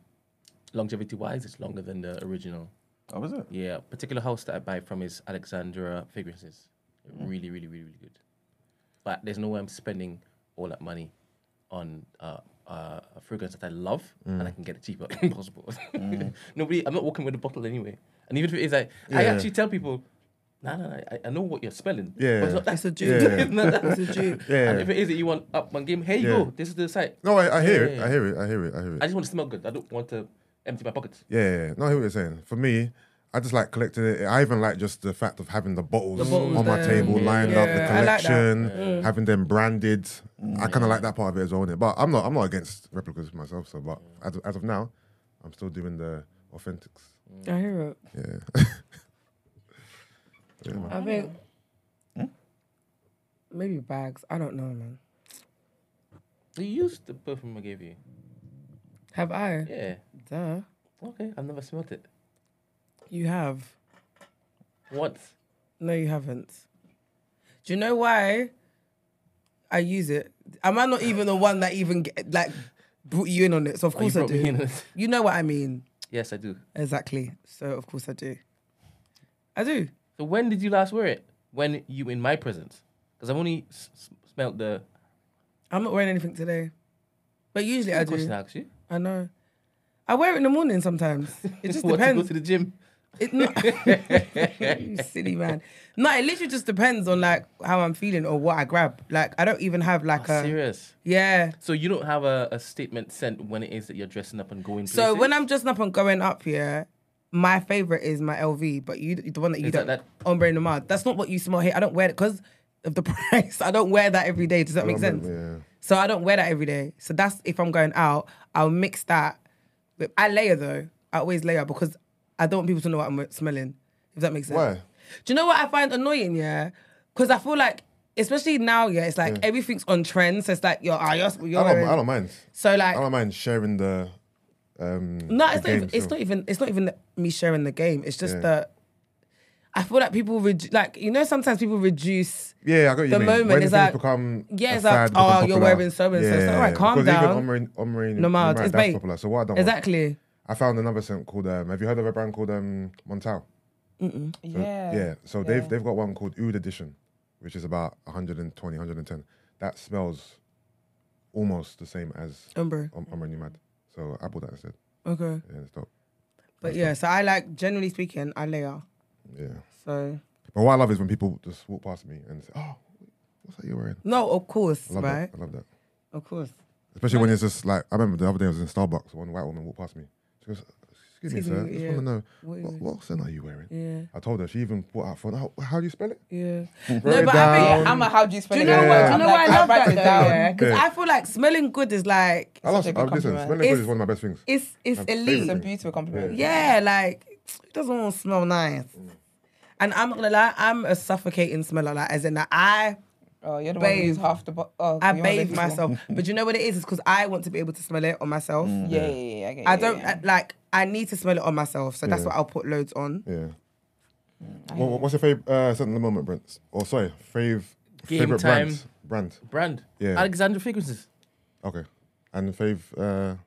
Speaker 5: longevity wise, it's longer than the original.
Speaker 4: Oh, was it?
Speaker 5: Yeah, particular house that I buy from is Alexandra Fragrances. Really, really, really, really good. But there's no way I'm spending all that money on uh, uh, a fragrance that I love
Speaker 2: Mm.
Speaker 5: and I can get it cheaper possible. Nobody, I'm not walking with a bottle anyway. And even if it is, like, I
Speaker 2: Yeah.
Speaker 5: actually tell people, no, no, no, I, I know what you're spelling.
Speaker 2: Yeah.
Speaker 5: But it's not that.
Speaker 3: It's a
Speaker 2: Yeah.
Speaker 3: dupe.
Speaker 5: It's not that.
Speaker 3: It's a dupe.
Speaker 2: Yeah.
Speaker 5: And if it is that you want up my game, here you
Speaker 2: Yeah.
Speaker 5: go. This is the site.
Speaker 2: No, I, I hear
Speaker 5: Yeah,
Speaker 2: it.
Speaker 5: yeah,
Speaker 2: I hear it. I hear it. I hear it.
Speaker 5: I just want to smell good. I don't want to empty my pockets.
Speaker 2: Yeah, yeah, yeah. No, I hear what you're saying. For me, I just like collecting it. I even like just the fact of having the bottles,
Speaker 5: bottles
Speaker 2: on my
Speaker 3: there.
Speaker 2: table, lined up, the
Speaker 3: Yeah, Mm. I like that.
Speaker 2: collection, having them branded. I kind of like that part of it as well, innit? But I'm not, I'm not against replicas myself. So, but as, of- as of now, I'm still doing the authentics.
Speaker 3: I hear it.
Speaker 2: Yeah.
Speaker 3: I think
Speaker 4: Hmm?
Speaker 3: maybe bags. I don't know, man.
Speaker 5: You used the perfume I gave you.
Speaker 3: Have I?
Speaker 5: Yeah.
Speaker 3: Duh.
Speaker 5: Okay. I've never smelled it.
Speaker 3: You have.
Speaker 5: What?
Speaker 3: No, you haven't. Do you know why I use it? Am I not even the one that even get, like brought you in on it? So of
Speaker 5: Oh, you
Speaker 3: course I
Speaker 5: brought me in
Speaker 3: do.
Speaker 5: on it.
Speaker 3: You know what I mean
Speaker 5: Yes, I do.
Speaker 3: exactly. So of course I do. I do.
Speaker 5: So when did you last wear it? When you in my presence? Because I've only s- s- smelled the.
Speaker 3: I'm not wearing anything today, but usually I
Speaker 5: Good question,
Speaker 3: do.
Speaker 5: actually.
Speaker 3: I know. I wear it in the morning sometimes. It just
Speaker 5: what, to go
Speaker 3: depends.
Speaker 5: to the gym.
Speaker 3: It no, you silly man. No, it literally just depends on like how I'm feeling or what I grab. Like I don't even have like uh, a
Speaker 5: Oh, Serious.
Speaker 3: yeah.
Speaker 5: So you don't have a, a statement sent when it is that you're dressing up and going.
Speaker 3: So
Speaker 5: places?
Speaker 3: when I'm dressing up and going up here, my favorite is my LV, but you the one that you
Speaker 5: Is that
Speaker 3: don't
Speaker 5: that-
Speaker 3: ombre nomad. That's not what you smell here. I don't wear it because of the price. I don't wear that every day. Does that make sense?
Speaker 2: yeah.
Speaker 3: So I don't wear that every day. So that's if I'm going out, I'll mix that. With, I layer though. I always layer because I don't want people to know what I'm smelling. If that makes sense.
Speaker 2: Why?
Speaker 3: Do you know what I find annoying? Yeah, because I feel like, especially now, yeah, it's like everything's on trend. So it's like you're, ah, you're, you're
Speaker 2: I don't,
Speaker 3: wearing-
Speaker 2: I don't mind.
Speaker 3: so
Speaker 2: I
Speaker 3: like,
Speaker 2: don't mind sharing the. Um,
Speaker 3: no, it's
Speaker 2: the
Speaker 3: not. Even,
Speaker 2: game,
Speaker 3: it's
Speaker 2: so-
Speaker 3: not even. It's not even that me sharing the game. It's just that I feel like people redu- like you know sometimes people reduce.
Speaker 2: Yeah, I got you.
Speaker 3: the
Speaker 2: mean.
Speaker 3: moment
Speaker 2: when
Speaker 3: is
Speaker 2: things
Speaker 3: like-
Speaker 2: become
Speaker 3: Yeah,
Speaker 2: a
Speaker 3: it's like,
Speaker 2: fad, become
Speaker 3: oh, you're
Speaker 2: popular.
Speaker 3: wearing so and so. It's like, alright, calm
Speaker 2: because
Speaker 3: down.
Speaker 2: Even Omri, Omri,
Speaker 3: Nomad,
Speaker 2: Nomad,
Speaker 3: it's
Speaker 2: that's
Speaker 3: bait.
Speaker 2: popular. So what I don't want-
Speaker 3: Exactly.
Speaker 2: I found another scent called. Um, have you heard of a brand called um, Montal? So-
Speaker 1: Yeah.
Speaker 2: Yeah. So they've
Speaker 1: Yeah.
Speaker 2: they've got one called Oud Edition, which is about 120, 110. That smells almost the same as
Speaker 3: Umbro.
Speaker 2: Om- Omri Nomad. So I bought that instead.
Speaker 3: Okay.
Speaker 2: Yeah, it's dope.
Speaker 3: But yeah, so I like generally speaking, I layer.
Speaker 2: Yeah.
Speaker 3: So
Speaker 2: But what I love is when people just walk past me and say, "Oh, what's that you're wearing?"
Speaker 3: no, of course,
Speaker 2: I love
Speaker 3: right?
Speaker 2: that. I love that.
Speaker 3: Of course.
Speaker 2: Especially when it's just like I remember the other day I was in Starbucks. One white woman walked past me. She goes, "Excuse me,
Speaker 3: Excuse
Speaker 2: sir.
Speaker 3: me,
Speaker 2: I just
Speaker 3: yeah.
Speaker 2: want to know
Speaker 3: What is
Speaker 2: what,
Speaker 3: it?"
Speaker 2: what scent are you wearing?"
Speaker 3: Yeah,
Speaker 2: I told her. She even brought out phone. How, how do you spell it?
Speaker 3: yeah.
Speaker 2: Wrote it
Speaker 3: but I think-
Speaker 2: down.
Speaker 1: I'm a how do you
Speaker 3: Do
Speaker 1: spell
Speaker 3: you
Speaker 1: it?
Speaker 3: know
Speaker 2: Yeah.
Speaker 3: what? Do
Speaker 2: I'm
Speaker 3: you know why I love
Speaker 1: write
Speaker 3: that
Speaker 1: it
Speaker 3: though?
Speaker 1: down.
Speaker 3: Because
Speaker 2: Yeah.
Speaker 3: I feel like smelling good is like
Speaker 2: I love
Speaker 1: such a
Speaker 2: I-
Speaker 1: good
Speaker 2: listen,
Speaker 1: compliment.
Speaker 2: smelling good is
Speaker 3: It's-
Speaker 2: one of my best things.
Speaker 3: it's it's
Speaker 1: It's a
Speaker 3: elite.
Speaker 1: beautiful compliment.
Speaker 3: Yeah, like it doesn't want to smell nice.
Speaker 2: Mm.
Speaker 3: And I'm not gonna lie, I'm a suffocating smeller. Like as in, like, I
Speaker 1: Oh, you're the one who
Speaker 3: Bathe.
Speaker 1: used half the bo- oh,
Speaker 3: I
Speaker 1: you're one of those
Speaker 3: bathe
Speaker 1: people.
Speaker 3: myself. but you know what it is? It's because I want to be able to smell it on myself.
Speaker 2: Mm.
Speaker 1: Yeah, yeah, yeah. yeah, I, get
Speaker 3: I
Speaker 1: you,
Speaker 3: don't
Speaker 1: yeah.
Speaker 3: I- like. I need to smell it on myself, so that's
Speaker 2: Yeah.
Speaker 3: what I'll put loads on.
Speaker 2: Yeah. Wha- wha- what's your favorite uh, scent at the moment, Brent? Or sorry, fave,
Speaker 5: Game
Speaker 2: favorite
Speaker 5: time.
Speaker 2: brand? Brand.
Speaker 5: brand.
Speaker 2: Yeah.
Speaker 5: Alexandra Fragrances.
Speaker 2: Okay. And fave. Uh,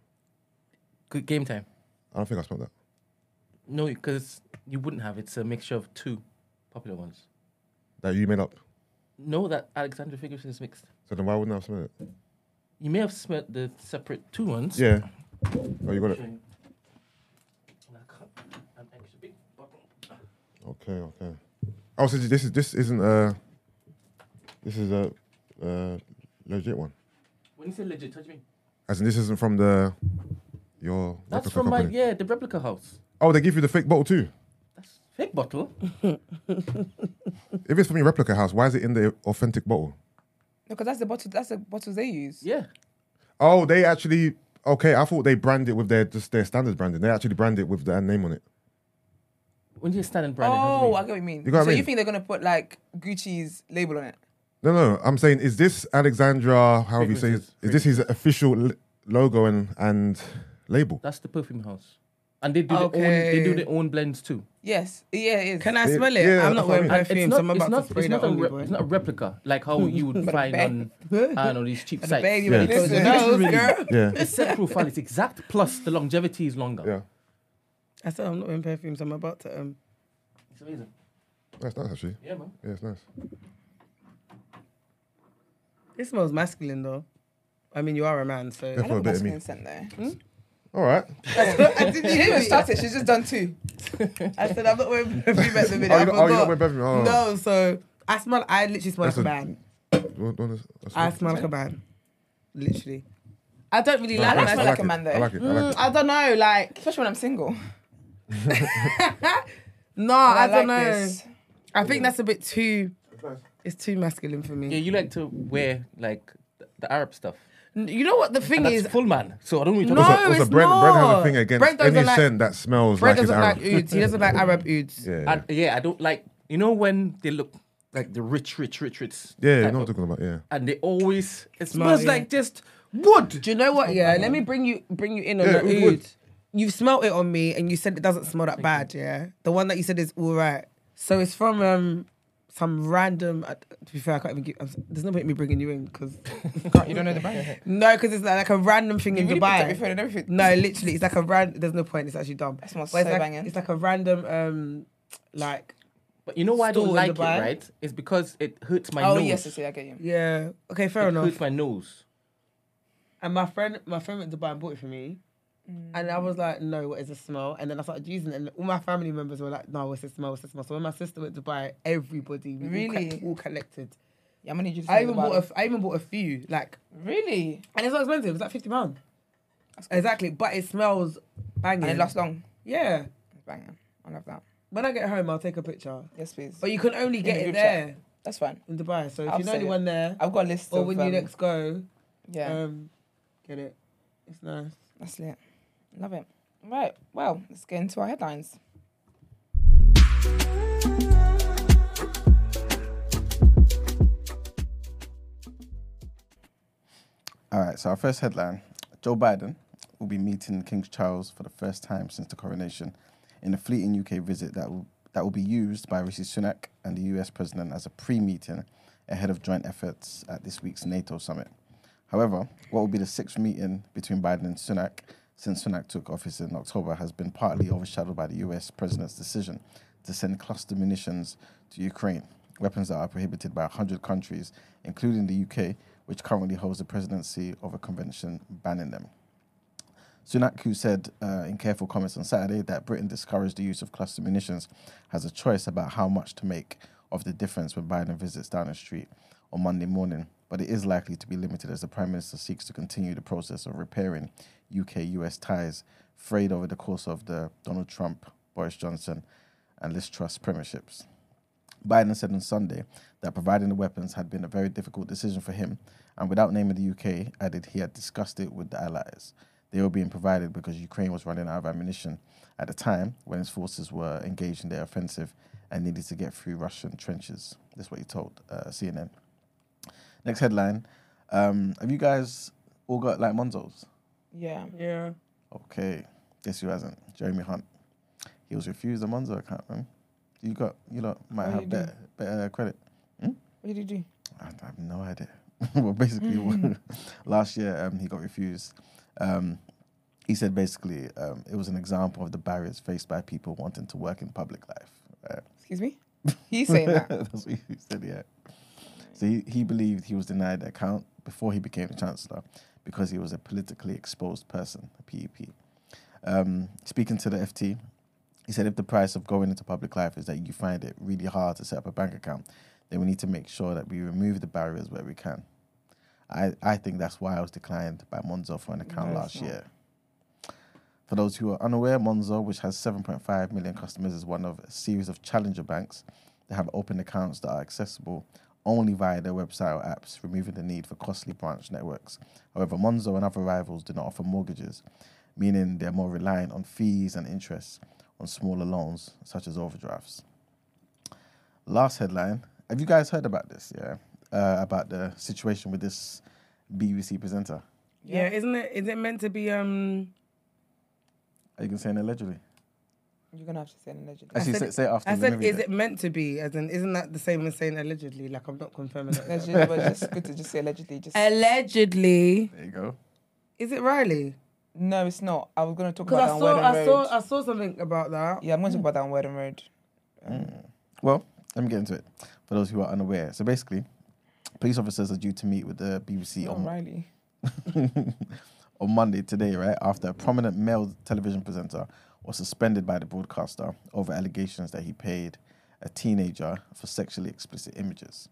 Speaker 5: Good game time.
Speaker 2: I don't think I smelled that.
Speaker 5: No, because you wouldn't have. It's a mixture of two popular ones.
Speaker 2: That you made up.
Speaker 5: know that Alexander Ferguson is mixed.
Speaker 2: So then why wouldn't I have smelled it?
Speaker 5: You may have smelled the separate two ones.
Speaker 2: Yeah. Oh, you got it.
Speaker 5: An extra big bottle.
Speaker 2: Okay, okay. Oh, so this is this isn't uh this is a uh legit one.
Speaker 5: When you say legit, touch me.
Speaker 2: As in this isn't from the your
Speaker 5: That's
Speaker 2: replica
Speaker 5: from my
Speaker 2: company.
Speaker 5: yeah, the replica house.
Speaker 2: Oh, they give you the fake bottle too.
Speaker 5: That's fake bottle.
Speaker 2: If it's from your replica house, why is it in the authentic bottle?
Speaker 1: because that's the bottle. That's the bottles they use.
Speaker 5: Yeah.
Speaker 2: Oh, they actually okay. I thought they brand it with their just their standard branding. They actually brand it with their name on it.
Speaker 5: When you stand in brand,
Speaker 1: Oh, I get what you mean.
Speaker 2: You got what I
Speaker 1: so you
Speaker 2: mean?
Speaker 1: think they're gonna put like Gucci's label on it?
Speaker 2: No, no. I'm saying, is this Alexandra? However you say, it,
Speaker 5: Fragrances,
Speaker 2: is this his official l- logo and and label?
Speaker 5: that's the perfume house, and they do their own. They
Speaker 3: Okay.
Speaker 5: do their own blends too.
Speaker 1: Yes. Yeah, it is.
Speaker 3: Can I
Speaker 2: Yeah,
Speaker 3: smell it?
Speaker 2: yeah,
Speaker 3: I'm not
Speaker 2: that's what I
Speaker 3: wearing
Speaker 2: mean.
Speaker 5: And
Speaker 3: perfume,
Speaker 5: it's not,
Speaker 3: so I'm
Speaker 5: it's
Speaker 3: about
Speaker 5: not,
Speaker 3: to spray that
Speaker 5: it's, not a
Speaker 3: on you,
Speaker 5: re-
Speaker 3: boy.
Speaker 5: it's not a replica like how you would find on I don't know these cheap sites.
Speaker 3: Baby,
Speaker 2: Yeah.
Speaker 3: when it goes
Speaker 1: Listen,
Speaker 3: to
Speaker 1: no,
Speaker 3: nose,
Speaker 1: girl.
Speaker 3: girl.
Speaker 2: Yeah,
Speaker 5: The set profile is exact, plus the longevity is longer.
Speaker 2: yeah.
Speaker 3: I said I'm not wearing perfume, so I'm about to. Um,
Speaker 5: It's amazing.
Speaker 2: That's nice actually.
Speaker 5: Yeah, man.
Speaker 2: Yeah, it's nice.
Speaker 3: it smells masculine though. I mean, you are a man, so.
Speaker 2: Yeah,
Speaker 1: I
Speaker 2: for a
Speaker 1: love
Speaker 2: bit of
Speaker 1: masculine
Speaker 2: me.
Speaker 1: scent there.
Speaker 2: All right.
Speaker 3: Did
Speaker 1: She
Speaker 3: you
Speaker 1: didn't
Speaker 3: hear
Speaker 1: even
Speaker 3: me?
Speaker 1: start it. She's just done two.
Speaker 3: I said I'm not wearing perfume at the minute.
Speaker 2: Oh,
Speaker 3: I
Speaker 2: you got, oh, you got
Speaker 3: forgot.
Speaker 2: my perfume. Oh,
Speaker 3: No, so I smell. I literally smell
Speaker 2: That's
Speaker 3: like a
Speaker 2: a-
Speaker 3: man.
Speaker 2: Do you want this? That's
Speaker 3: I
Speaker 2: it.
Speaker 3: smell like a man. Literally. I don't really
Speaker 1: I
Speaker 3: like. Mm, when
Speaker 1: smell
Speaker 3: I,
Speaker 1: like a
Speaker 2: it.
Speaker 1: man, though.
Speaker 2: I like it. I like it.
Speaker 3: I don't know. Like
Speaker 1: Especially when I'm single.
Speaker 3: no,
Speaker 1: Oh, I
Speaker 3: I,
Speaker 1: like
Speaker 3: don't know.
Speaker 1: this.
Speaker 3: I think that's a bit too. It's too masculine for
Speaker 5: Yeah,
Speaker 3: me.
Speaker 5: you like to wear like th- the Arab stuff.
Speaker 3: N- You know what the thing
Speaker 5: And that's
Speaker 3: is?
Speaker 5: full man. So I don't really talk
Speaker 3: No,
Speaker 5: about.
Speaker 2: Also,
Speaker 3: it's
Speaker 2: Brent, Brent has a
Speaker 3: not.
Speaker 2: thing against
Speaker 3: Brent doesn't
Speaker 2: any
Speaker 3: like-
Speaker 2: scent that smells
Speaker 3: Brent
Speaker 2: like it's
Speaker 3: doesn't like
Speaker 2: Arab.
Speaker 3: ouds. He doesn't like Arab ouds.
Speaker 2: yeah, yeah.
Speaker 5: I, yeah, I don't like. You know when they look like the rich, rich, rich, rich.
Speaker 2: yeah, you
Speaker 5: type
Speaker 2: know what
Speaker 5: of-
Speaker 2: I'm talking about. Yeah.
Speaker 5: and they always it
Speaker 3: Smell,
Speaker 5: smells
Speaker 3: yeah.
Speaker 5: like just wood.
Speaker 3: Do you know
Speaker 1: Oh,
Speaker 3: what? Yeah, let me bring you bring you in on
Speaker 2: Yeah,
Speaker 3: the
Speaker 2: it would.
Speaker 3: oud. You've smelt it on me, and you said it doesn't smell that bad. Yeah, the one that you said is all right. So it's from um some random. uh, To be fair, I can't even. Give, I'm, s- there's no point in me bringing you in because
Speaker 1: You don't know the brand.
Speaker 3: no, because it's like, like a random thing in
Speaker 1: You really picked up your
Speaker 3: Dubai.
Speaker 1: phone and everything.
Speaker 3: No, literally, it's like a random. There's no point. It's actually dumb.
Speaker 1: That smells
Speaker 3: But it's
Speaker 1: so
Speaker 3: like,
Speaker 1: banging.
Speaker 3: It's like a random um like
Speaker 5: But you know why I don't
Speaker 3: Store in
Speaker 5: like it,
Speaker 3: Dubai.
Speaker 5: right? It's because it hurts my
Speaker 1: oh
Speaker 5: nose.
Speaker 1: yes, I see. I get you.
Speaker 3: yeah. Okay, fair
Speaker 5: it
Speaker 3: enough.
Speaker 5: hurts my nose.
Speaker 3: And my friend, my friend went to buy and bought it for me. And I was like, no, what is the smell? And then I started using it, and all my family members were like, no, what's the smell? What's the smell? So when my sister went to buy it, everybody, we all,
Speaker 1: Really?
Speaker 3: collect- all collected.
Speaker 1: Yeah, I'm gonna need you to
Speaker 3: I
Speaker 1: tell me
Speaker 3: even bought a,
Speaker 1: about
Speaker 3: f- I even bought a few, like,
Speaker 1: it. really.
Speaker 3: and it's not expensive. It's like fifty pound. Exactly, but it smells banging.
Speaker 1: And it lasts long.
Speaker 3: yeah.
Speaker 1: Banging. I love that.
Speaker 3: When I get home, I'll take a picture.
Speaker 1: Yes, please.
Speaker 3: But you can only
Speaker 1: the
Speaker 3: get it
Speaker 1: group
Speaker 3: there
Speaker 1: chat. That's fine.
Speaker 3: in Dubai. So if
Speaker 1: I'll
Speaker 3: you know
Speaker 1: say
Speaker 3: anyone there,
Speaker 1: I've got a list
Speaker 3: or
Speaker 1: of.
Speaker 3: when
Speaker 1: um,
Speaker 3: you next go,
Speaker 1: Yeah,
Speaker 3: um, get it. It's nice.
Speaker 1: that's lit. Love it. Right. Well, let's get into our headlines.
Speaker 4: All right, so our first headline Joe Biden will be meeting King Charles for the first time since the coronation in a fleeting UK visit that will, that will be used by Rishi Sunak and the US president as a pre meeting ahead of joint efforts at this week's NATO summit. However, what will be the sixth meeting between Biden and Sunak since Sunak took office in October has been partly overshadowed by the US president's decision to send cluster munitions to Ukraine, weapons that are prohibited by 100 countries, including the UK, which currently holds the presidency of a convention banning them. Sunak, who said uh, in careful comments on Saturday that Britain discouraged the use of cluster munitions, has a choice about how much to make of the difference when Biden visits Downing Street on Monday morning, but it is likely to be limited as the Prime Minister seeks to continue the process of repairing UK US ties frayed over the course of the Donald Trump, Boris Johnson, and Liz Truss premierships. Biden said on Sunday that providing the weapons had been a very difficult decision for him, and without naming the UK, added he had discussed it with the Allies. They were being provided because Ukraine was running out of ammunition at the time when its forces were engaged in their offensive and needed to get through Russian trenches. That's what he told uh, CNN. Next headline: um, Have you guys all got like Monzos?
Speaker 1: Yeah.
Speaker 3: Yeah.
Speaker 4: Okay, guess who hasn't? Jeremy Hunt. He was refused a Monzo account, man. You got you lot might
Speaker 1: What
Speaker 4: have
Speaker 1: did he do?
Speaker 4: better, better credit.
Speaker 1: What did you do?
Speaker 4: I d- I have no idea. well, basically, last year um, he got refused. Um, he said basically um, it was an example of the barriers faced by people wanting to work in public life. Right?
Speaker 1: Excuse me. He's saying that.
Speaker 4: That's what he said, yeah. So he, he believed he was denied the account before he became the chancellor because he was a politically exposed person, a PEP. Um, speaking to the FT, he said if the price of going into public life is that you find it really hard to set up a bank account, then we need to make sure that we remove the barriers where we can. I, I think that's why I was declined by Monzo for an account last year. For those who are unaware, Monzo, which has 7.5 million customers, is one of a series of challenger banks that have open accounts that are accessible only via their website or apps, removing the need for costly branch networks. However, Monzo and other rivals do not offer mortgages, meaning they're more reliant on fees and interest on smaller loans, such as overdrafts. Last headline. Have you guys heard about this? Yeah, uh, about the situation with this BBC presenter.
Speaker 3: Yeah. isn't it? Is it meant to be? Um,
Speaker 4: Are you gonna say an allegedly?
Speaker 1: You're gonna have to say an allegedly.
Speaker 4: Actually,
Speaker 3: said-
Speaker 4: say, say it after.
Speaker 3: I
Speaker 4: let me
Speaker 3: said,
Speaker 4: read
Speaker 3: is it meant to be? As in, isn't that the same as saying allegedly? Like I'm not confirming that.
Speaker 1: Allegedly, but it's just good to just say allegedly. Just
Speaker 3: allegedly,
Speaker 4: There you go.
Speaker 3: is it Riley?
Speaker 1: no, it's not. I was gonna talk about
Speaker 3: Because
Speaker 1: that
Speaker 3: I
Speaker 1: on
Speaker 3: saw,
Speaker 1: Word and
Speaker 3: I
Speaker 1: Road.
Speaker 3: saw, I saw something about that.
Speaker 1: Yeah, I'm gonna talk about that on Word and Road.
Speaker 4: Well, let me get into it. For those who are unaware, so basically, police officers are due to meet with the BBC
Speaker 1: Oh,
Speaker 4: on
Speaker 1: Riley.
Speaker 4: on Monday today, right after a prominent male television presenter was suspended by the broadcaster over allegations that he paid a teenager for sexually explicit images.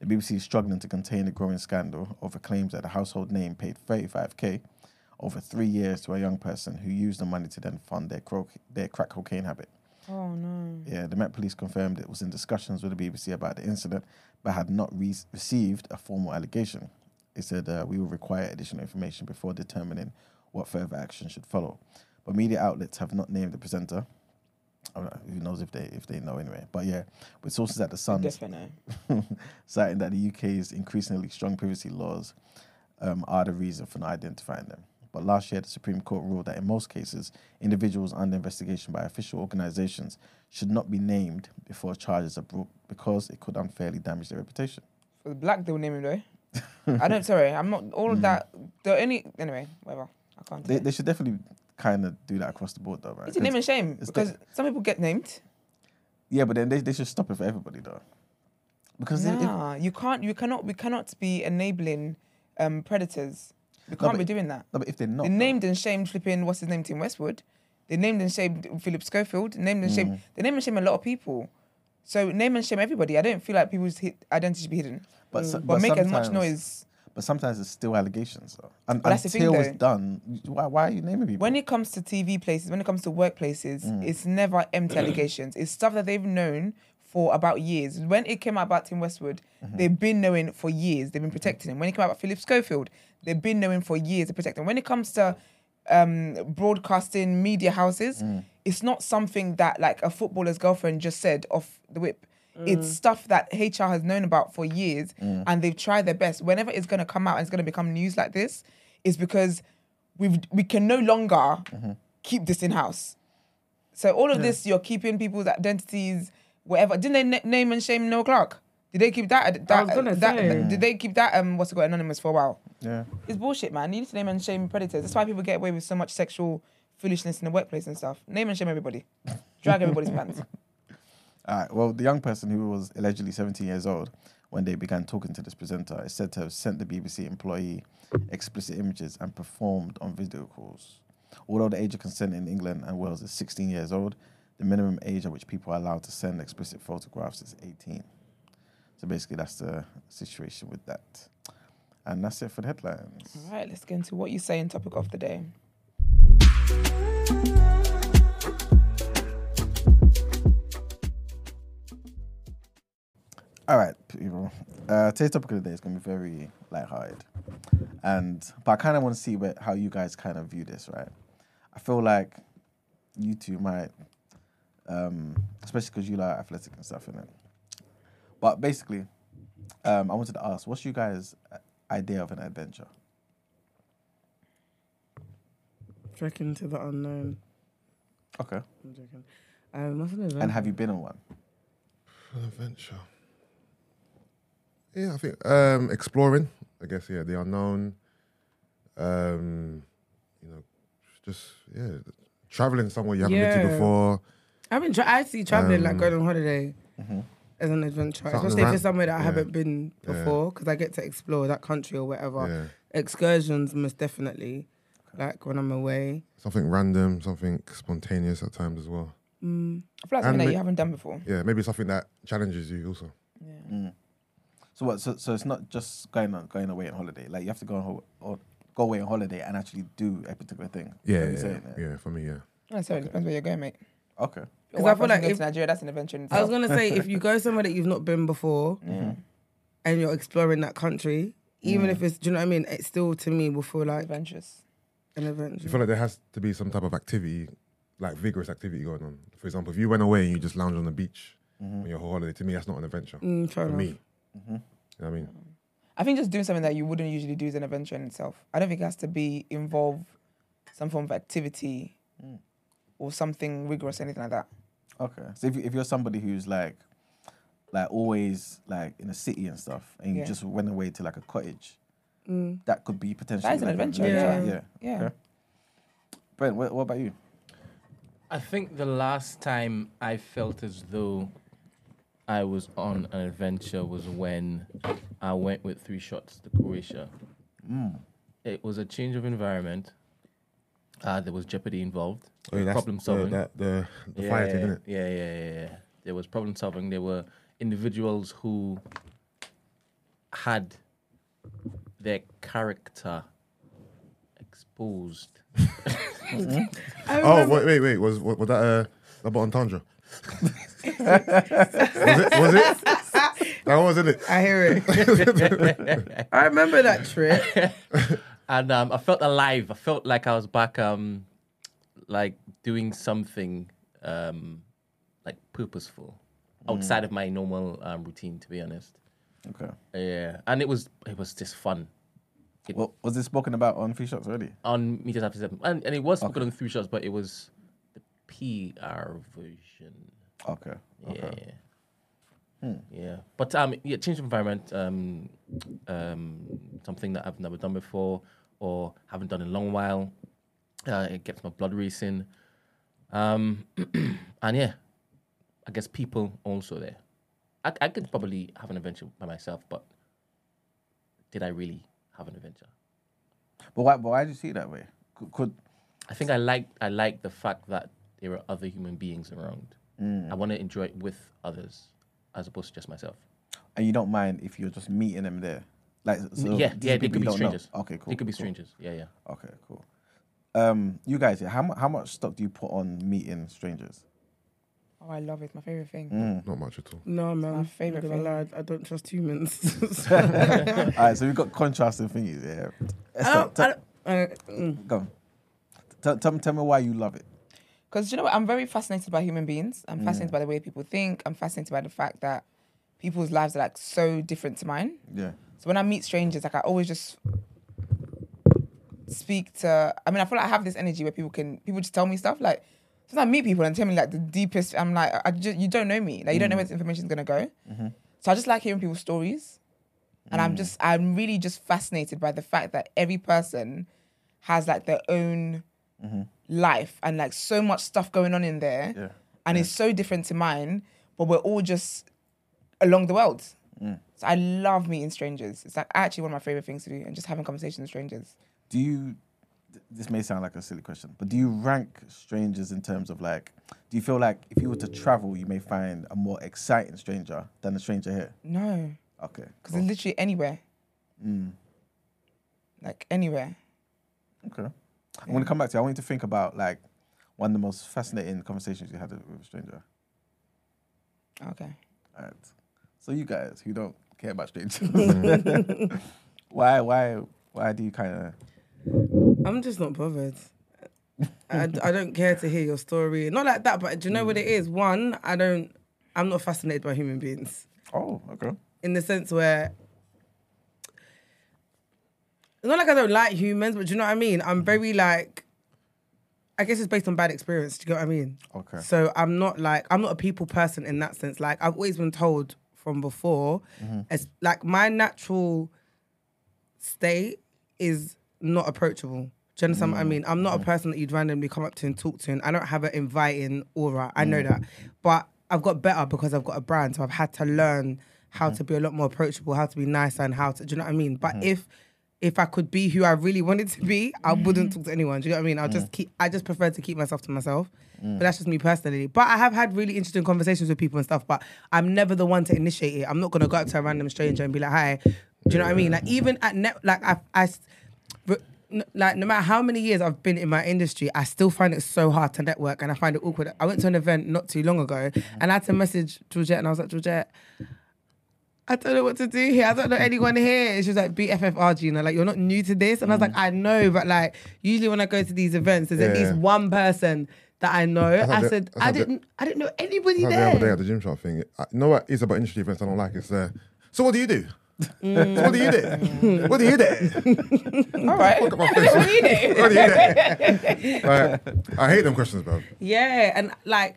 Speaker 4: The BBC is struggling to contain a growing scandal over claims that the household name paid 35k over three years to a young person who used the money to then fund their, cro- their crack cocaine habit.
Speaker 1: Oh no.
Speaker 4: Yeah, the Met Police confirmed it was in discussions with the BBC about the incident, but had not re- received a formal allegation. It said uh, we will require additional information before determining what further action should follow. But media outlets have not named the presenter. I don't know, Who knows if they if they know anyway? But yeah, with sources at the Sun
Speaker 1: Definitely.
Speaker 4: citing that the UK's increasingly strong privacy laws um, are the reason for not identifying them. But last year, the Supreme Court ruled that in most cases, individuals under investigation by official organisations should not be named before charges are brought because it could unfairly damage their reputation.
Speaker 1: For the black they will name him though. I don't sorry, I'm not all of that the only anyway, whatever. I can't
Speaker 4: Hmm. They,
Speaker 1: say.
Speaker 4: they should definitely kind of do that across the board, though, right?
Speaker 1: It's a name and shame
Speaker 4: it's
Speaker 1: because some people get named.
Speaker 4: yeah, but then they, they should stop it for everybody, though. Because if- if-
Speaker 1: Nah, you can't. You cannot. We cannot be enabling um, predators. We
Speaker 4: No,
Speaker 1: can't
Speaker 4: but-
Speaker 1: be doing that.
Speaker 4: no, but if they're not,
Speaker 1: They named and shamed flipping. What's his name? Tim Westwood. They named and shamed Philip Schofield. Named and
Speaker 4: Mm.
Speaker 1: shamed. They named and shamed a lot of people. So name and shame everybody. I don't feel like people's hid, identity should be hidden.
Speaker 4: But so-
Speaker 1: but,
Speaker 4: but
Speaker 1: make as much
Speaker 4: sometimes-
Speaker 1: noise.
Speaker 4: but sometimes it's still allegations, though. And,
Speaker 1: But that's the thing,
Speaker 4: until it's
Speaker 1: though.
Speaker 4: done, why, why are you naming people?
Speaker 1: When it comes to TV places, when it comes to workplaces, it's never empty allegations. It's stuff that they've known for about years. When it came out about Tim Westwood, they've been knowing for years. They've been protecting him. When it came out about Philip Schofield, they've been knowing for years to protect him. When it comes to um, broadcasting media houses, it's not something that like a footballer's girlfriend just said off the whip. It's
Speaker 3: Mm.
Speaker 1: stuff that HR has known about for years, and they've tried their best. Whenever it's going to come out and it's going to become news like this, is because we've we can no longer keep this in house. So all of this, you're keeping people's identities, whatever. Didn't they na- name and shame Noah Clark? Did they keep that? that,
Speaker 3: was gonna
Speaker 1: that-
Speaker 3: say.
Speaker 1: Did they keep that? Um, what's it called? Anonymous for a while.
Speaker 4: yeah.
Speaker 1: It's bullshit, man. You need to name and shame predators. That's why people get away with so much sexual foolishness in the workplace and stuff. Name and shame everybody. Drag everybody's pants.
Speaker 4: All right. Well, the young person who was allegedly 17 years old when they began talking to this presenter is said to have sent the BBC employee explicit images and performed on video calls. Although the age of consent in England and Wales is 16 years old, the minimum age at which people are allowed to send explicit photographs is 18. So basically, that's the situation with that. And that's it for the headlines.
Speaker 1: All right, let's get into what you say in topic of the day.
Speaker 4: All right, people. Uh, today's topic of the day is going to be very lighthearted, and but I kind of want to see where, how you guys kind of view this, right? I feel like you two might, um, especially because you like athletic and stuff in it. But basically, um, I wanted to ask, what's you guys' idea of an adventure?
Speaker 3: Trek into the unknown.
Speaker 4: Okay.
Speaker 3: I'm joking. Um, what's an event?
Speaker 4: And have you been on one?
Speaker 2: An adventure. Yeah, I think um, exploring. I guess yeah, the unknown. Um, you know, just yeah, traveling somewhere you haven't been
Speaker 3: Yeah.
Speaker 2: to before.
Speaker 3: I've been. Tra- I see traveling like
Speaker 2: Um,
Speaker 3: going on holiday. as an adventure,
Speaker 2: Something
Speaker 3: especially if
Speaker 2: ra-
Speaker 3: it's somewhere that I
Speaker 2: yeah.
Speaker 3: haven't been
Speaker 2: Yeah.
Speaker 3: before, because I get to explore that country or whatever.
Speaker 2: Yeah.
Speaker 3: Excursions, most definitely. Like when I'm away.
Speaker 2: Something random, something spontaneous at times as well.
Speaker 1: I feel like something
Speaker 2: And
Speaker 1: that
Speaker 2: ma-
Speaker 1: you haven't done before.
Speaker 2: Yeah, maybe something that challenges you also.
Speaker 4: So what? So, so it's not just going on going away on holiday. Like you have to go on ho- or go away on holiday and actually do a particular thing.
Speaker 2: Yeah,
Speaker 4: You're
Speaker 2: yeah, yeah,
Speaker 4: saying that.
Speaker 2: for me, yeah.
Speaker 1: Yeah, so Oh, it depends where you're going, mate.
Speaker 4: Okay.
Speaker 1: Because
Speaker 3: I
Speaker 1: I
Speaker 3: feel
Speaker 1: feel
Speaker 3: like
Speaker 1: going
Speaker 3: if-
Speaker 1: to Nigeria, that's an adventure. In
Speaker 3: I was
Speaker 1: itself.
Speaker 3: gonna say if you go somewhere that you've not been before, and you're exploring that country, even if it's, do you know what I mean? It still to me will feel like
Speaker 1: adventurous.
Speaker 3: an
Speaker 2: You
Speaker 3: adventure.
Speaker 2: feel like there has to be some type of activity, like vigorous activity going on. For example, if you went away and you just lounged on the beach on your whole holiday, to me, that's not an adventure.
Speaker 3: Mm, fair
Speaker 2: For
Speaker 3: enough.
Speaker 2: me. You know what I mean?
Speaker 1: I think just doing something that you wouldn't usually do is an adventure in itself. I don't think it has to be involve some form of activity or something rigorous, anything like that.
Speaker 4: Okay. So if, you- if you're somebody who's like, like always like in a city and stuff, and you
Speaker 1: Yeah.
Speaker 4: just went away to like a cottage, that could be potentially
Speaker 1: an
Speaker 4: like,
Speaker 1: adventure,
Speaker 4: Yeah.
Speaker 1: yeah.
Speaker 4: Okay. Brent, what, what about you?
Speaker 5: I think the last time I felt as though I was on an adventure was when I went with three shots to Croatia. Mm. It was a change of environment. Uh, there was jeopardy involved.
Speaker 2: Yeah, that's
Speaker 5: problem
Speaker 2: the-
Speaker 5: solving.
Speaker 2: that- the, the fire thing, innit?
Speaker 5: Yeah, yeah, yeah, yeah. There was problem solving. There were individuals who had their character exposed.
Speaker 2: Oh, wait, wait, wait. Was, was, was that uh, about entendre? was it? Was it? That one was, in it?
Speaker 3: I hear it. I remember that trip.
Speaker 5: and um, I felt alive. I felt like I was back, um, like doing something um, like purposeful
Speaker 2: Mm.
Speaker 5: outside of my normal um, routine. To be honest,
Speaker 4: Okay.
Speaker 5: yeah, and it was it was just fun
Speaker 4: What was this spoken about on Free Shots already?
Speaker 5: on meters after seven, and, and it was spoken on three shots, but it was the PR version.
Speaker 4: Okay. Okay.
Speaker 5: Yeah, yeah. Yeah, but um, yeah, change of environment, um, um, something that I've never done before or haven't done in a long while. Uh, it gets my blood racing, um, and yeah, I guess people also there. I, I could probably have an adventure by myself, but did I really have an adventure?
Speaker 4: But why? But why do you see it that way? Could, could
Speaker 5: I think I like I like the fact that there are other human beings around.
Speaker 4: Mm.
Speaker 5: I want to enjoy it with others, as opposed to just myself.
Speaker 4: and you don't mind if you're just meeting them there, like so
Speaker 5: yeah,
Speaker 4: these
Speaker 5: yeah,
Speaker 4: are
Speaker 5: they
Speaker 4: people
Speaker 5: could
Speaker 4: you don't
Speaker 5: be
Speaker 4: know.
Speaker 5: strangers.
Speaker 4: Okay, cool.
Speaker 5: They could be
Speaker 4: cool.
Speaker 5: strangers. Yeah, yeah.
Speaker 4: Okay, cool. Um, you guys, yeah, how mu- how much stock do you put on meeting strangers? Mm.
Speaker 1: Oh, I love it. It's my favorite thing.
Speaker 2: Not much at all.
Speaker 3: No man,
Speaker 1: my favourite
Speaker 3: I'm
Speaker 1: thing.
Speaker 3: gonna lie, I don't trust humans.
Speaker 4: All right, so we've got contrasting things. Yeah,
Speaker 3: I
Speaker 4: Esther,
Speaker 3: don't,
Speaker 4: t-
Speaker 3: I don't, uh, mm.
Speaker 4: go. on. T- tell, me- tell me why you love it.
Speaker 1: Because you know what? I'm very fascinated by human beings. I'm fascinated by the way people think. I'm fascinated by the fact that people's lives are like so different to mine.
Speaker 4: Yeah,
Speaker 1: So when I meet strangers, like I always just speak to. I mean, I feel like I have this energy where people can people just tell me stuff. Like sometimes I meet people and tell me like the deepest. I'm like, I just, you don't know me. Like you don't know where this information's gonna go. So I just like hearing people's stories, and I'm just I'm really just fascinated by the fact that every person has like their own life and like so much stuff going on in there,
Speaker 4: Yeah.
Speaker 1: and it's so different to mine. But we're all just along the world. So I love meeting strangers. It's like actually one of my favorite things to do, and just having conversations with strangers.
Speaker 4: do you? th- This may sound like a silly question, but do you rank strangers in terms of like? Do you feel like if you were to travel, you may find a more exciting stranger than a stranger here?
Speaker 1: No,
Speaker 4: Okay, Mm,
Speaker 1: because it's literally anywhere. Like anywhere.
Speaker 4: Okay. I'm going to come back to you. I want you to think about like one of the most fascinating conversations you had with a stranger.
Speaker 1: Okay.
Speaker 4: All right. So you guys who don't care about strangers, why, why, why do you kind of?
Speaker 3: I'm just not bothered. I, d- I don't care to hear your story. Not like that, but do you know what it is? One, I don't. I'm not fascinated by human beings
Speaker 4: Oh, okay.
Speaker 3: in the sense where it's not like I don't like humans, but do you know what I mean? I'm very like. I guess it's based on bad experience. Do you get what I mean?
Speaker 4: Okay.
Speaker 3: So I'm not like I'm not a people person in that sense. Like I've always been told from before, it's like my natural state is not approachable. Do you understand what I mean? I'm not a person that you'd randomly come up to and talk to, and I don't have an inviting aura. I know that, but I've got better because I've got a brand, so I've had to learn how to be a lot more approachable, how to be nicer, and how to. Do you know what I mean? But if if I could be who I really wanted to be, I wouldn't talk to anyone. Do you know what I mean? I'll just keep. I just prefer to keep myself to myself. But that's just me personally. But I have had really interesting conversations with people and stuff. But I'm never the one to initiate it. I'm not gonna go up to a random stranger and be like, "Hi." Do you know what I mean? Like even at net, like I, I s- re- n- like no matter how many years I've been in my industry, I still find it so hard to network and I find it awkward. I went to an event not too long ago
Speaker 2: Mm-hmm.
Speaker 3: and I had to message Georgette and I was like, Georgette, I don't know what to do here. I don't know anyone here. And she was like, BFFRG, you know, like you're not new to this. And I was like, I know, but like usually when I go to these events, there's at
Speaker 2: Mm. Yeah.
Speaker 3: least one person that I know.
Speaker 2: how
Speaker 3: I
Speaker 2: the-
Speaker 3: said,
Speaker 2: that's
Speaker 3: I
Speaker 2: how the-
Speaker 3: didn't, I didn't know anybody
Speaker 2: Like the other day
Speaker 3: there.
Speaker 2: at the gym shop thing. I, you know what it is about industry events I don't like? It's uh, so what do you do? So what do you do? what do you do?
Speaker 1: All right.
Speaker 2: Look at my face.
Speaker 1: Mm. What do you do?
Speaker 2: what do you do? Like, I hate them questions, bro.
Speaker 3: Yeah, and like,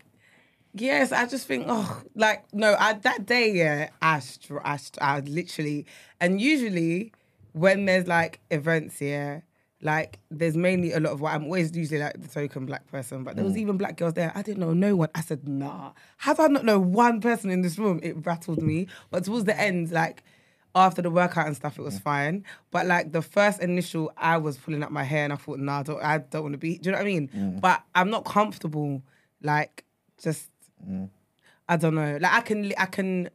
Speaker 3: yes, I just think, oh, like no, I that day, yeah, I, str- I, str- I literally, and usually when there's like events, yeah. Like there's mainly a lot of what I'm always usually like the token black person, but there was even black girls there. I didn't know no one. I said, nah. How do I not know one person in this room? It rattled me. But towards the end, like after the workout and stuff, it was fine. But like the first initial, I was pulling up my hair and I thought, nah, I don't, I don't want to be. Do you know what I mean? But I'm not comfortable. Like just, I don't know. Like I can, I can.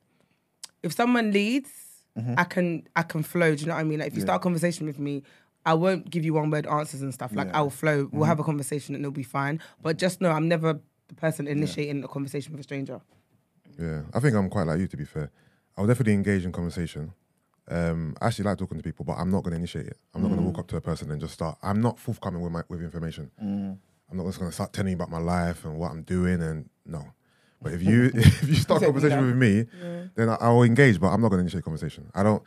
Speaker 3: If someone leads, I can, I can flow. Do you know what I mean? Like if you start a conversation with me. I won't give you one word answers and stuff. Like
Speaker 4: Yeah.
Speaker 3: I'll flow. We'll have a conversation and it'll be fine. But just know I'm never the person initiating a conversation with a stranger.
Speaker 2: Yeah, I think I'm quite like you to be fair. I'll definitely engage in conversation. Um, I actually like talking to people, but I'm not going to initiate it. I'm not going to walk up to a person and just start. I'm not forthcoming with my with information. I'm not just going to start telling you about my life and what I'm doing and no. But if you if you start a conversation with me, then I, I'll engage. But I'm not going to initiate conversation. I don't.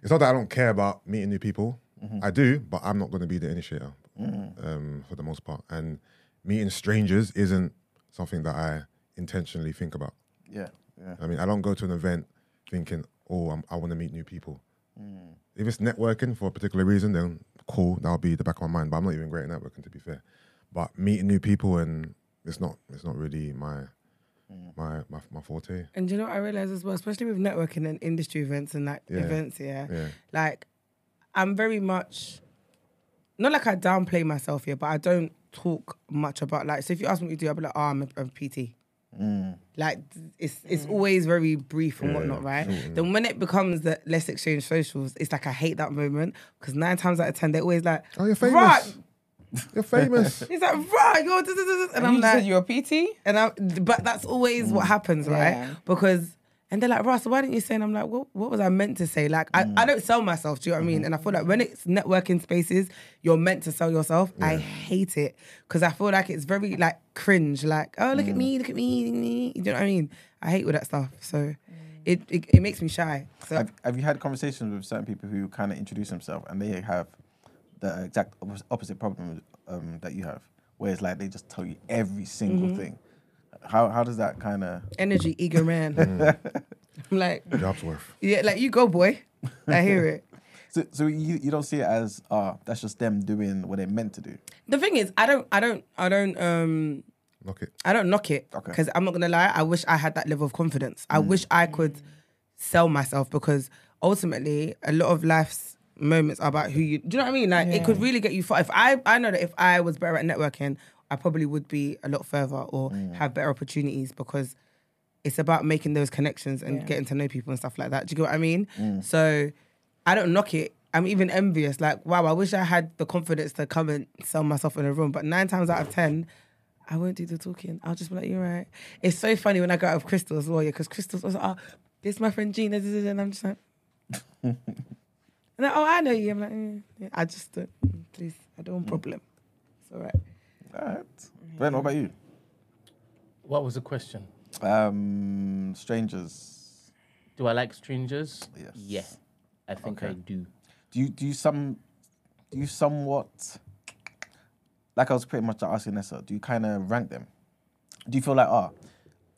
Speaker 2: It's not that I don't care about meeting new people. I do, but I'm not going to be the initiator um, for the most part. And meeting strangers isn't something that I intentionally think about.
Speaker 4: Yeah, yeah.
Speaker 2: I mean, I don't go to an event thinking, oh, I'm, I want to meet new people. If it's networking for a particular reason, then cool, that'll be the back of my mind. But I'm not even great at networking, to be fair. But meeting new people and it's not it's not really my my my, my forte.
Speaker 3: And do you know what I realize as well, especially with networking and industry events and like
Speaker 2: Yeah.
Speaker 3: events, yeah,
Speaker 2: Yeah,
Speaker 3: Like, I'm very much not like I downplay myself here, but I don't talk much about like. So if you ask me what you do, I'll be like, oh, I'm a, I'm PT. Like it's it's always very brief and whatnot, right? Then when it becomes the let's exchange socials, it's like I hate that moment because nine times out of ten they're always like,
Speaker 2: Oh, you're famous.
Speaker 3: Right.
Speaker 2: You're famous.
Speaker 3: It's like, right, you're, da- da- da- da," and I'm
Speaker 1: You
Speaker 3: like,
Speaker 1: said you're a PT?
Speaker 3: and I, but that's always what happens, right?
Speaker 1: Yeah.
Speaker 3: Because and they're like, Russ, why didn't you say? And I'm like, well, what was I meant to say? Like, I, I don't sell myself. Do you know what I mean? And I feel like when it's networking spaces, you're meant to sell yourself. I hate it because I feel like it's very like cringe. Like, oh, look at me, look at me. look at me. You know what I mean? I hate all that stuff. So it, it it makes me shy. So
Speaker 4: Have, have you had conversations with certain people who kind of introduce themselves and they have the exact oppos- opposite problem um, that you have, where it's like they just tell you every single thing? How how does that kind of
Speaker 3: energy, ego man. I'm like,
Speaker 2: Job's worth.
Speaker 3: yeah, like you go, boy. I hear it.
Speaker 4: so, so you, you don't see it as uh that's just them doing what they're meant to do.
Speaker 3: The thing is, I don't, I don't, I don't. um
Speaker 2: Knock it.
Speaker 3: I don't knock it
Speaker 4: Okay.
Speaker 3: because I'm not gonna lie. I wish I had that level of confidence. I wish I could sell myself because ultimately, a lot of life's moments are about who you. Do you know what I mean? Like it could really get you far. If I, I know that if I was better at networking, I probably would be a lot further or have better opportunities because it's about making those connections and getting to know people and stuff like that. Do you get what I mean?
Speaker 2: Mm.
Speaker 3: So I don't knock it. I'm even envious. Like, wow, I wish I had the confidence to come and sell myself in a room. But nine times out of ten, I won't do the talking. I'll just be like, you're right. It's so funny when I go out with Crystal as well, yeah, because Crystal's also, oh, this my friend Gina, da, da, da," and I'm just like, and like, oh, I know you. I'm like, "Mm, yeah." I just don't, mm, please, I don't want problem. It's all right.
Speaker 4: All right, Ben, what about you?
Speaker 5: What was the question?
Speaker 4: Um, strangers.
Speaker 5: Do I like strangers?
Speaker 4: Yes.
Speaker 5: Yeah, I think I do.
Speaker 4: Do you do you some do you somewhat like I was pretty much asking Nessa, do you kind of rank them? Do you feel like ah,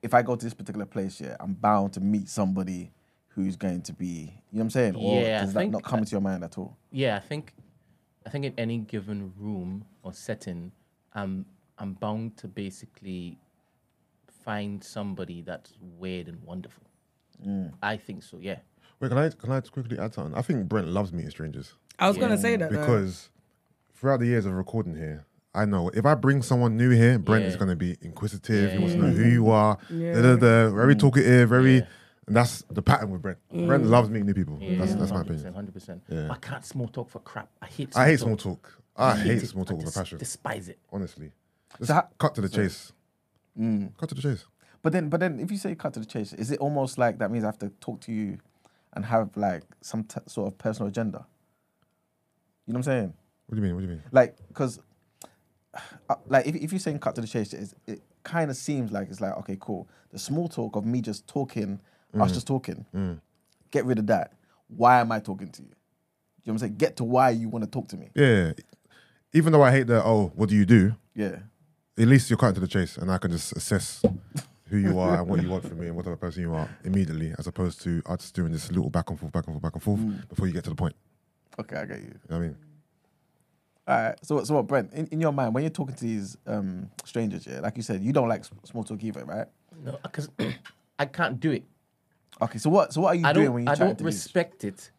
Speaker 4: if I go to this particular place, yeah, I'm bound to meet somebody who's going to be, you know what I'm saying? Or
Speaker 5: Yeah, I
Speaker 4: does that
Speaker 5: think
Speaker 4: not come into your mind at all?
Speaker 5: Yeah, I think, I think in any given room or setting, I'm I'm bound to basically find somebody that's weird and wonderful.
Speaker 2: Mm.
Speaker 5: I think so. Yeah.
Speaker 2: Wait, can I can I quickly add something? I think Brent loves meeting strangers
Speaker 3: I was gonna say that uh, though.
Speaker 2: because throughout the years of recording here, I know if I bring someone new here, Brent is
Speaker 5: Yeah.
Speaker 2: going to be inquisitive. He wants to know who you are. Da, da, da, very talkative. Very. And that's the pattern with Brent. Brent loves meeting new people. That's that's my opinion.
Speaker 5: Hundred percent. I can't small talk for crap. I hate. Small
Speaker 2: I hate
Speaker 5: talk.
Speaker 2: small talk. I hate
Speaker 5: it.
Speaker 2: small talk
Speaker 5: I
Speaker 2: with a
Speaker 5: des-
Speaker 2: passion.
Speaker 5: Despise it.
Speaker 2: Honestly, just
Speaker 4: So ha-
Speaker 2: cut to the chase. Cut to the chase.
Speaker 4: But then, but then, if you say cut to the chase, is it almost like that means I have to talk to you and have like some t- sort of personal agenda? You know what I'm saying?
Speaker 2: What do you mean? What do you mean?
Speaker 4: Like, because, like, if, if you're saying cut to the chase, it's, it kind of seems like it's like okay, cool. The small talk of me just talking, us just talking, get rid of that. Why am I talking to you? You know what I'm saying? Get to why you want to talk to me.
Speaker 2: Yeah. Even though I hate the oh, what do you do?
Speaker 4: Yeah.
Speaker 2: At least you're cutting to the chase, and I can just assess who you are and what you want from me and what type of person you are immediately, as opposed to us just doing this little back and forth, back and forth, back and forth
Speaker 3: Mm.
Speaker 2: before you get to the point.
Speaker 4: Okay, I get you.
Speaker 2: You know what I mean,
Speaker 4: All right. So, what- so what, Brent? In, in your mind, when you're talking to these um, strangers, yeah, like you said, you don't like s- small talk either, right?
Speaker 5: No, because I can't do it.
Speaker 4: Okay, so what so what are you
Speaker 5: I
Speaker 4: doing when
Speaker 5: don't.
Speaker 4: you're
Speaker 5: I
Speaker 4: trying
Speaker 5: don't
Speaker 4: to
Speaker 5: respect it.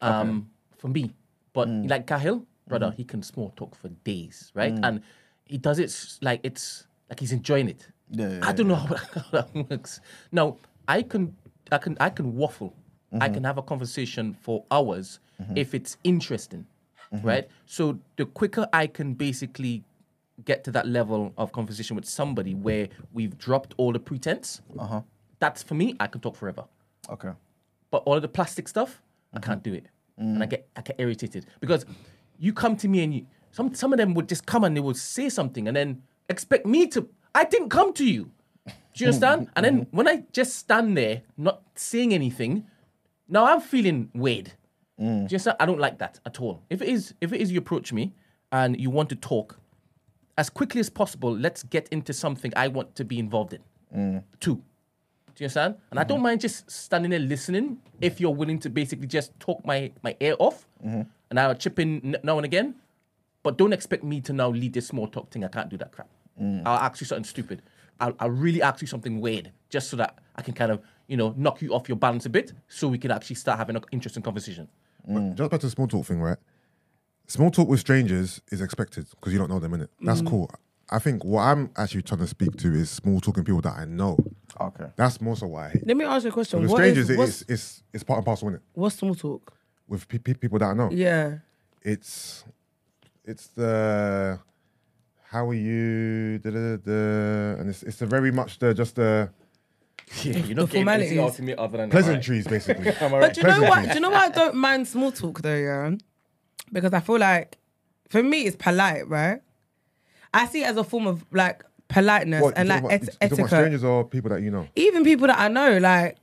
Speaker 5: Um, for me, but
Speaker 2: Mm.
Speaker 5: like Cahill, brother, he can small talk for days, right? And he does it s- like it's like he's enjoying it.
Speaker 4: Yeah, yeah,
Speaker 5: I don't know how, that works. Now I can, I can, I can waffle. I can have a conversation for hours if it's interesting, right? So the quicker I can basically get to that level of conversation with somebody where we've dropped all the pretense, uh-huh. that's for me. I can talk forever
Speaker 4: Okay.
Speaker 5: but all of the plastic stuff, I can't do it, and I get I get irritated because you come to me and you some some of them would just come and they would say something and then expect me to. I didn't come to you. Do you understand? and then when I just stand there not saying anything, now I'm feeling weird. Do you understand? I don't like that at all. If it is if it is you approach me and you want to talk, as quickly as possible, let's get into something I want to be involved in. Two. Do you understand? And I
Speaker 2: Mm-hmm.
Speaker 5: don't mind just standing there listening if you're willing to basically just talk my, my ear off
Speaker 2: Mm-hmm.
Speaker 5: and I'll chip in n- now and again. But don't expect me to now lead this small talk thing. I can't do that crap.
Speaker 2: Mm.
Speaker 5: I'll ask you something stupid. I'll, I'll really ask you something weird just so that I can kind of, you know, knock you off your balance a bit so we can actually start having an interesting conversation.
Speaker 2: But
Speaker 3: Mm.
Speaker 2: just back to the small talk thing, right? Small talk with strangers is expected because you don't know them, innit? That's
Speaker 3: Mm.
Speaker 2: cool. I think what I'm actually trying to speak to is small talking people that I know.
Speaker 4: Okay.
Speaker 2: That's more so why I hate.
Speaker 3: Let me ask you a question.
Speaker 2: With
Speaker 3: What
Speaker 2: strangers,
Speaker 3: is,
Speaker 2: it
Speaker 3: what's,
Speaker 2: is, it's, it's part and parcel, innit?
Speaker 3: what's small talk?
Speaker 2: With pe- pe- people that I know.
Speaker 3: Yeah.
Speaker 2: it's it's the how are you da, da, da, da, and it's it's the very much the just the
Speaker 5: Yeah, you're not
Speaker 3: getting anything formalities. out
Speaker 5: me other than
Speaker 2: pleasantries basically.
Speaker 3: But do you know what? Do you know why I don't mind small talk though, yeah? Because I feel like, for me, it's polite, right? I see it as a form of like politeness
Speaker 2: What, you
Speaker 3: and
Speaker 2: talking about-
Speaker 3: like et-
Speaker 2: you talking about
Speaker 3: etiquette.
Speaker 2: strangers or people that you know.
Speaker 3: Even people that I know, like,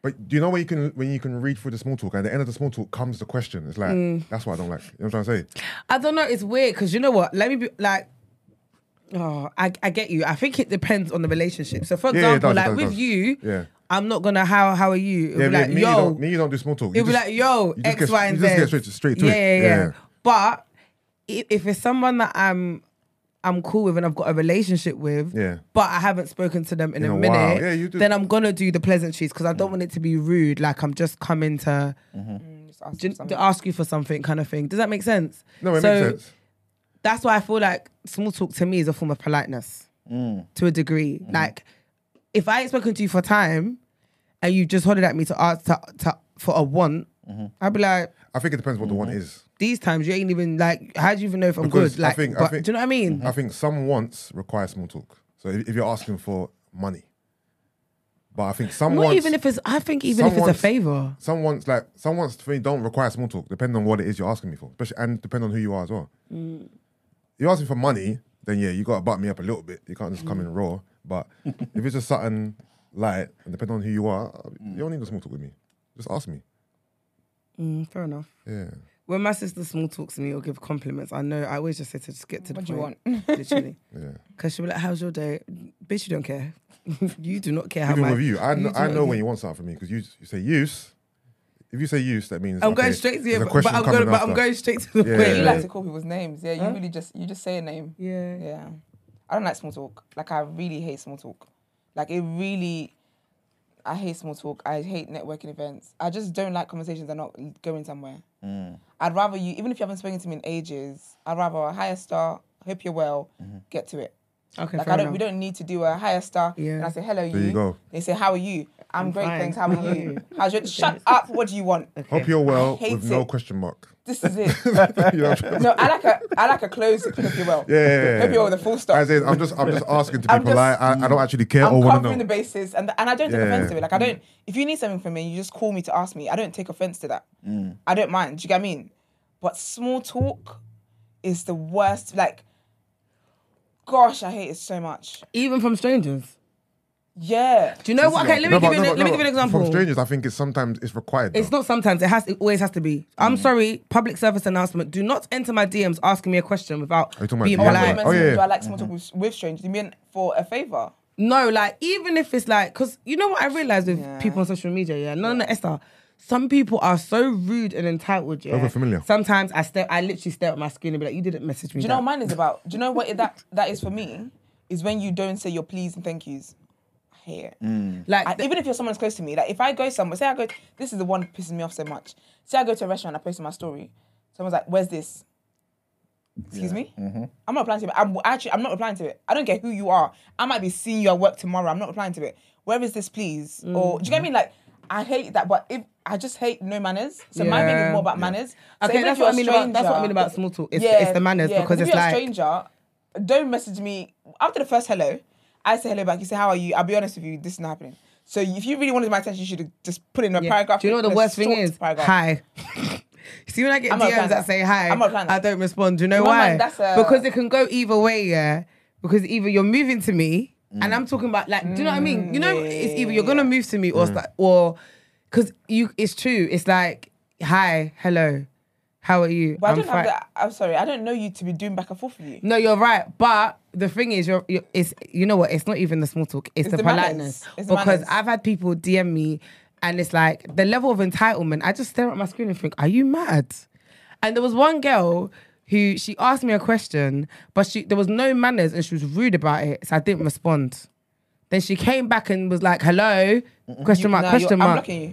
Speaker 2: But do you know when you can when you can read through the small talk and at the end of the small talk comes the question. It's like
Speaker 3: Mm.
Speaker 2: that's what I don't like. You know what I'm trying to say?
Speaker 3: I don't know. It's weird because you know what? Let me be like. Oh, I, I get you. I think it depends on the relationship. So, for
Speaker 2: Yeah, yeah, it does,
Speaker 3: example,
Speaker 2: it
Speaker 3: like
Speaker 2: does, it
Speaker 3: with
Speaker 2: does.
Speaker 3: you,
Speaker 2: Yeah.
Speaker 3: I'm not gonna how how are you? It'll
Speaker 2: Yeah,
Speaker 3: be
Speaker 2: me-
Speaker 3: like,
Speaker 2: me, you
Speaker 3: yo,
Speaker 2: don't, me you don't do small talk. You
Speaker 3: it'll be
Speaker 2: just-
Speaker 3: like, yo,
Speaker 2: you just
Speaker 3: X,
Speaker 2: get-
Speaker 3: Y, and
Speaker 2: you
Speaker 3: Z.
Speaker 2: just get straight to, straight to
Speaker 3: yeah,
Speaker 2: it.
Speaker 3: Yeah, yeah, But i- if it's someone that I'm I'm cool with and I've got a relationship with,
Speaker 2: Yeah.
Speaker 3: but I haven't spoken to them in,
Speaker 2: In
Speaker 3: a,
Speaker 2: a
Speaker 3: minute,
Speaker 2: while. Yeah, you do.
Speaker 3: then I'm gonna do the pleasantries because I don't want it to be rude. Like I'm just coming to,
Speaker 2: Mm-hmm.
Speaker 1: Mm, Just ask
Speaker 3: to-
Speaker 1: them something.
Speaker 3: to ask you for something, kind of thing. Does that make sense?
Speaker 2: No, it
Speaker 3: So,
Speaker 2: makes sense.
Speaker 3: that's why I feel like small talk to me is a form of politeness to a degree. Like, if I ain't spoken to you for time and you just hollered at me to ask to, to, for a want, I'd be like,
Speaker 2: I think it depends what the one is.
Speaker 3: these times you ain't even like, how do you even know if I'm
Speaker 2: Because
Speaker 3: good?
Speaker 2: I
Speaker 3: Like,
Speaker 2: think- I
Speaker 3: but,
Speaker 2: think- Mm-hmm.
Speaker 3: do you know what I mean?
Speaker 2: I think some wants require small talk. So if, if you're asking for money, but I think some
Speaker 3: Not
Speaker 2: wants,
Speaker 3: even if it's, I think even if it's a
Speaker 2: someone's-
Speaker 3: favor.
Speaker 2: Some wants like some wants for me don't require small talk, depending on what it is you're asking me for, especially and depending on who you are as well.
Speaker 3: Mm.
Speaker 2: If you're asking for money, then yeah, you gotta butt me up a little bit. You can't just come
Speaker 3: Mm.
Speaker 2: in raw. But if it's just something light, and depending on who you are, you don't need a small talk with me. Just ask me.
Speaker 3: Mm, fair enough.
Speaker 2: Yeah.
Speaker 3: When my sister small talks to me or give compliments, I know I always just say to just get to the
Speaker 1: What do you
Speaker 3: point. you want? Literally.
Speaker 2: Yeah.
Speaker 3: Because she'll be like, how's your day? Bitch, you don't care. you do not care how
Speaker 2: Even
Speaker 3: my-
Speaker 2: with you, I, kn-
Speaker 3: do
Speaker 2: I
Speaker 3: not
Speaker 2: know
Speaker 3: care.
Speaker 2: when you want something from me because you, you say use. If you say use, that means
Speaker 3: I'm
Speaker 2: okay,
Speaker 3: going straight to
Speaker 2: there's
Speaker 3: you,
Speaker 2: a
Speaker 3: but,
Speaker 2: question
Speaker 3: but I'm
Speaker 2: coming
Speaker 3: going, but I'm
Speaker 2: after.
Speaker 3: going straight to the
Speaker 2: Yeah.
Speaker 3: point.
Speaker 1: You
Speaker 3: Like,
Speaker 1: like to call people's names. Yeah, you really just you just say a name.
Speaker 3: yeah.
Speaker 1: Yeah. I don't like small talk. Like I really hate small talk. Like it really, I hate small talk. I hate networking events. I just don't like conversations that are not going somewhere.
Speaker 2: Mm.
Speaker 1: I'd rather you, even if you haven't spoken to me in ages, I'd rather higher star. Hope you're well.
Speaker 2: Mm-hmm.
Speaker 1: Get to it.
Speaker 3: Okay,
Speaker 1: Like
Speaker 3: fair
Speaker 1: I don't,
Speaker 3: enough.
Speaker 1: we don't need to do a higher star.
Speaker 3: Yeah.
Speaker 1: And I say hello.
Speaker 2: There you go.
Speaker 1: They say how are you? I'm, great,
Speaker 3: fine.
Speaker 1: thanks. How
Speaker 3: How
Speaker 1: are
Speaker 3: are
Speaker 1: you?
Speaker 3: you?
Speaker 1: How's your? Shut up. What do you want?
Speaker 2: Hope you're well
Speaker 1: I hate
Speaker 2: with no
Speaker 1: it.
Speaker 2: question mark.
Speaker 1: This is it.
Speaker 2: You know what I'm trying to-
Speaker 1: No, I like a I like a close hope you're well.
Speaker 2: Yeah, yeah, yeah,
Speaker 1: Hope
Speaker 2: yeah.
Speaker 1: you're well with a full stop.
Speaker 2: As in, I'm just, I'm just asking to be
Speaker 1: I'm just-
Speaker 2: polite. I, I
Speaker 3: Mm.
Speaker 2: don't actually care
Speaker 1: I'm
Speaker 2: or want to
Speaker 1: covering
Speaker 2: know.
Speaker 1: the bases, and and I don't take
Speaker 2: Yeah.
Speaker 1: offense to it. Like I don't. If you need something from me, you just call me to ask me. I don't take offense to that. I don't mind. Do you get what I mean? But small talk is the worst. Like, gosh, I hate it so much.
Speaker 3: Even from strangers.
Speaker 1: Yeah.
Speaker 3: Do you know what? Okay, let me
Speaker 2: but-
Speaker 3: give you an,
Speaker 2: but-
Speaker 3: let me
Speaker 2: but
Speaker 3: give you an
Speaker 2: From
Speaker 3: example.
Speaker 2: strangers, I think it's sometimes it's required.
Speaker 3: It's
Speaker 2: though.
Speaker 3: not sometimes. It has. It always has to be.
Speaker 2: Mm.
Speaker 3: I'm sorry. Public service announcement. Do not enter my DMs asking me a question without
Speaker 2: you talking about
Speaker 3: being
Speaker 2: DMs?
Speaker 3: polite.
Speaker 2: Oh, yeah, yeah.
Speaker 1: Do I like small talk with, with strangers? You mean for a favor?
Speaker 3: No, like even if it's like, cause you know what I realized with
Speaker 1: Yeah.
Speaker 3: people on social media, yeah, no, no, no, Esther. Some people are so rude and entitled. Yeah,
Speaker 2: Overfamiliar.
Speaker 3: Sometimes I stare, I literally stare at my screen and be like, "You didn't message me."
Speaker 1: Do you know what mine is about? Do you know what it- that that is for me? Is when you don't say your please and thank yous. I hate it.
Speaker 3: Like,
Speaker 1: And
Speaker 3: the-
Speaker 1: even if you're someone's close to me, like if I go somewhere, say I go, this is the one pissing me off so much. Say I go to a restaurant, I post my story. Someone's like, "Where's this?" Excuse me.
Speaker 3: mm-hmm.
Speaker 1: I'm not replying to it. I'm actually, I'm not replying to it. I don't care who you are. I might be seeing you at work tomorrow. I'm not replying to it. Where is this, please? Or do you get what I
Speaker 3: Mm-hmm.
Speaker 1: mean? Like, I hate that, but if I just hate no manners. So my thing is
Speaker 3: Yeah.
Speaker 1: more about manners. So
Speaker 3: okay,
Speaker 1: even if
Speaker 3: that's
Speaker 1: you're
Speaker 3: what I
Speaker 1: a
Speaker 3: mean about that's what I
Speaker 1: stranger-
Speaker 3: mean about small talk. It's, it's the manners
Speaker 1: yeah,
Speaker 3: because
Speaker 1: if
Speaker 3: it's
Speaker 1: you're
Speaker 3: like
Speaker 1: a stranger, don't message me after the first hello. I say hello back. You say how are you? I'll be honest with you. This is not happening. So if you really wanted my attention, you should have just put in a
Speaker 3: Yeah.
Speaker 1: paragraph.
Speaker 3: Do you know what the
Speaker 1: in a
Speaker 3: worst thing
Speaker 1: short
Speaker 3: is?
Speaker 1: Paragraph.
Speaker 3: Hi. See when I get
Speaker 1: I'm not
Speaker 3: DMs
Speaker 1: replying
Speaker 3: that
Speaker 1: that.
Speaker 3: say hi,
Speaker 1: I'm not replying
Speaker 3: I
Speaker 1: that.
Speaker 3: don't respond. Do you know
Speaker 1: my
Speaker 3: why?
Speaker 1: mind, that's a-
Speaker 3: Because it can go either way, yeah. Because either you're moving to me, and I'm talking about like, do you know what I mean? You know, it's either you're gonna move to me or sta- or because you, it's true. It's like hi, hello, how are you?
Speaker 1: But I don't
Speaker 3: fine."
Speaker 1: have that. I'm sorry. I don't know you to be doing back and forth with you.
Speaker 3: No, you're right. But the thing is, you're, you're it's you know what? It's not even the small talk. It's, the,
Speaker 1: the manners.
Speaker 3: politeness.
Speaker 1: It's the
Speaker 3: because
Speaker 1: manners.
Speaker 3: I've had people DM me, and it's like the level of entitlement. I just stare at my screen and think, "Are you mad?" And there was one girl who she asked me a question, but she there was no manners and she was rude about it, so I didn't respond. Then she came back and was like, "Hello?" Question mark?
Speaker 1: No, you're-
Speaker 3: question
Speaker 1: I'm
Speaker 3: mark?
Speaker 1: blocking you.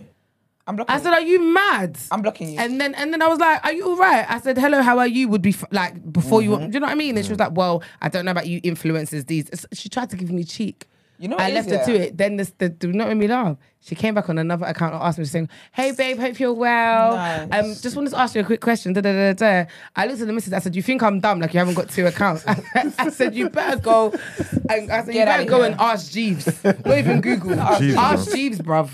Speaker 1: I'm blocking.
Speaker 3: I said, "Are you mad?"
Speaker 1: I'm blocking you.
Speaker 3: And then and then I was like, "Are you all right?" I said, "Hello, how are you?" Would be f- like before you.
Speaker 1: Mm-hmm.
Speaker 3: Do you know what I mean? And she was like, "Well, I don't know about you influences these." It's- she tried to give me cheek.
Speaker 1: You know what
Speaker 3: I
Speaker 1: it
Speaker 3: left
Speaker 1: is,
Speaker 3: her to
Speaker 1: yeah?
Speaker 3: it. Then this, the do not make me laugh. She came back on another account and asked me, saying, "Hey babe, hope you're well.
Speaker 1: Nice.
Speaker 3: Um, just wanted to ask you a quick question." Da, da, da, da. I looked at the missus. I said, "You think I'm dumb? Like you haven't got two accounts?" I said, "You better go." And I said, "You
Speaker 1: Get
Speaker 3: better
Speaker 1: outta
Speaker 3: go
Speaker 1: here.
Speaker 3: and ask Jeeves. Not even Google. ask
Speaker 2: Jeeves,
Speaker 3: ask
Speaker 2: bruv.
Speaker 3: Jeeves, bruv.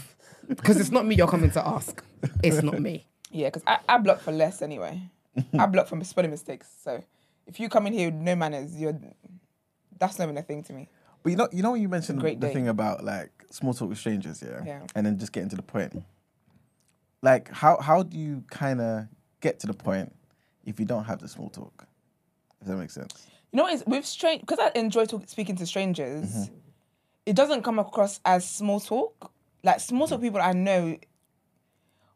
Speaker 3: Because it's not me you're coming to ask. It's not me.
Speaker 1: Yeah, because I, I block for less anyway. I block for spelling mistakes. So if you come in here with no manners, you're that's not even a thing to me.
Speaker 4: But you know, you know when you mentioned
Speaker 1: great
Speaker 4: the
Speaker 1: day.
Speaker 4: thing about like small talk with strangers, yeah,
Speaker 1: Yeah.
Speaker 4: and then just getting to the point. Like, how how do you kind of get to the point if you don't have the small talk? If that makes sense.
Speaker 1: You know, what is with strange because I enjoy talk, speaking to strangers. It doesn't come across as small talk. Like small talk people I know,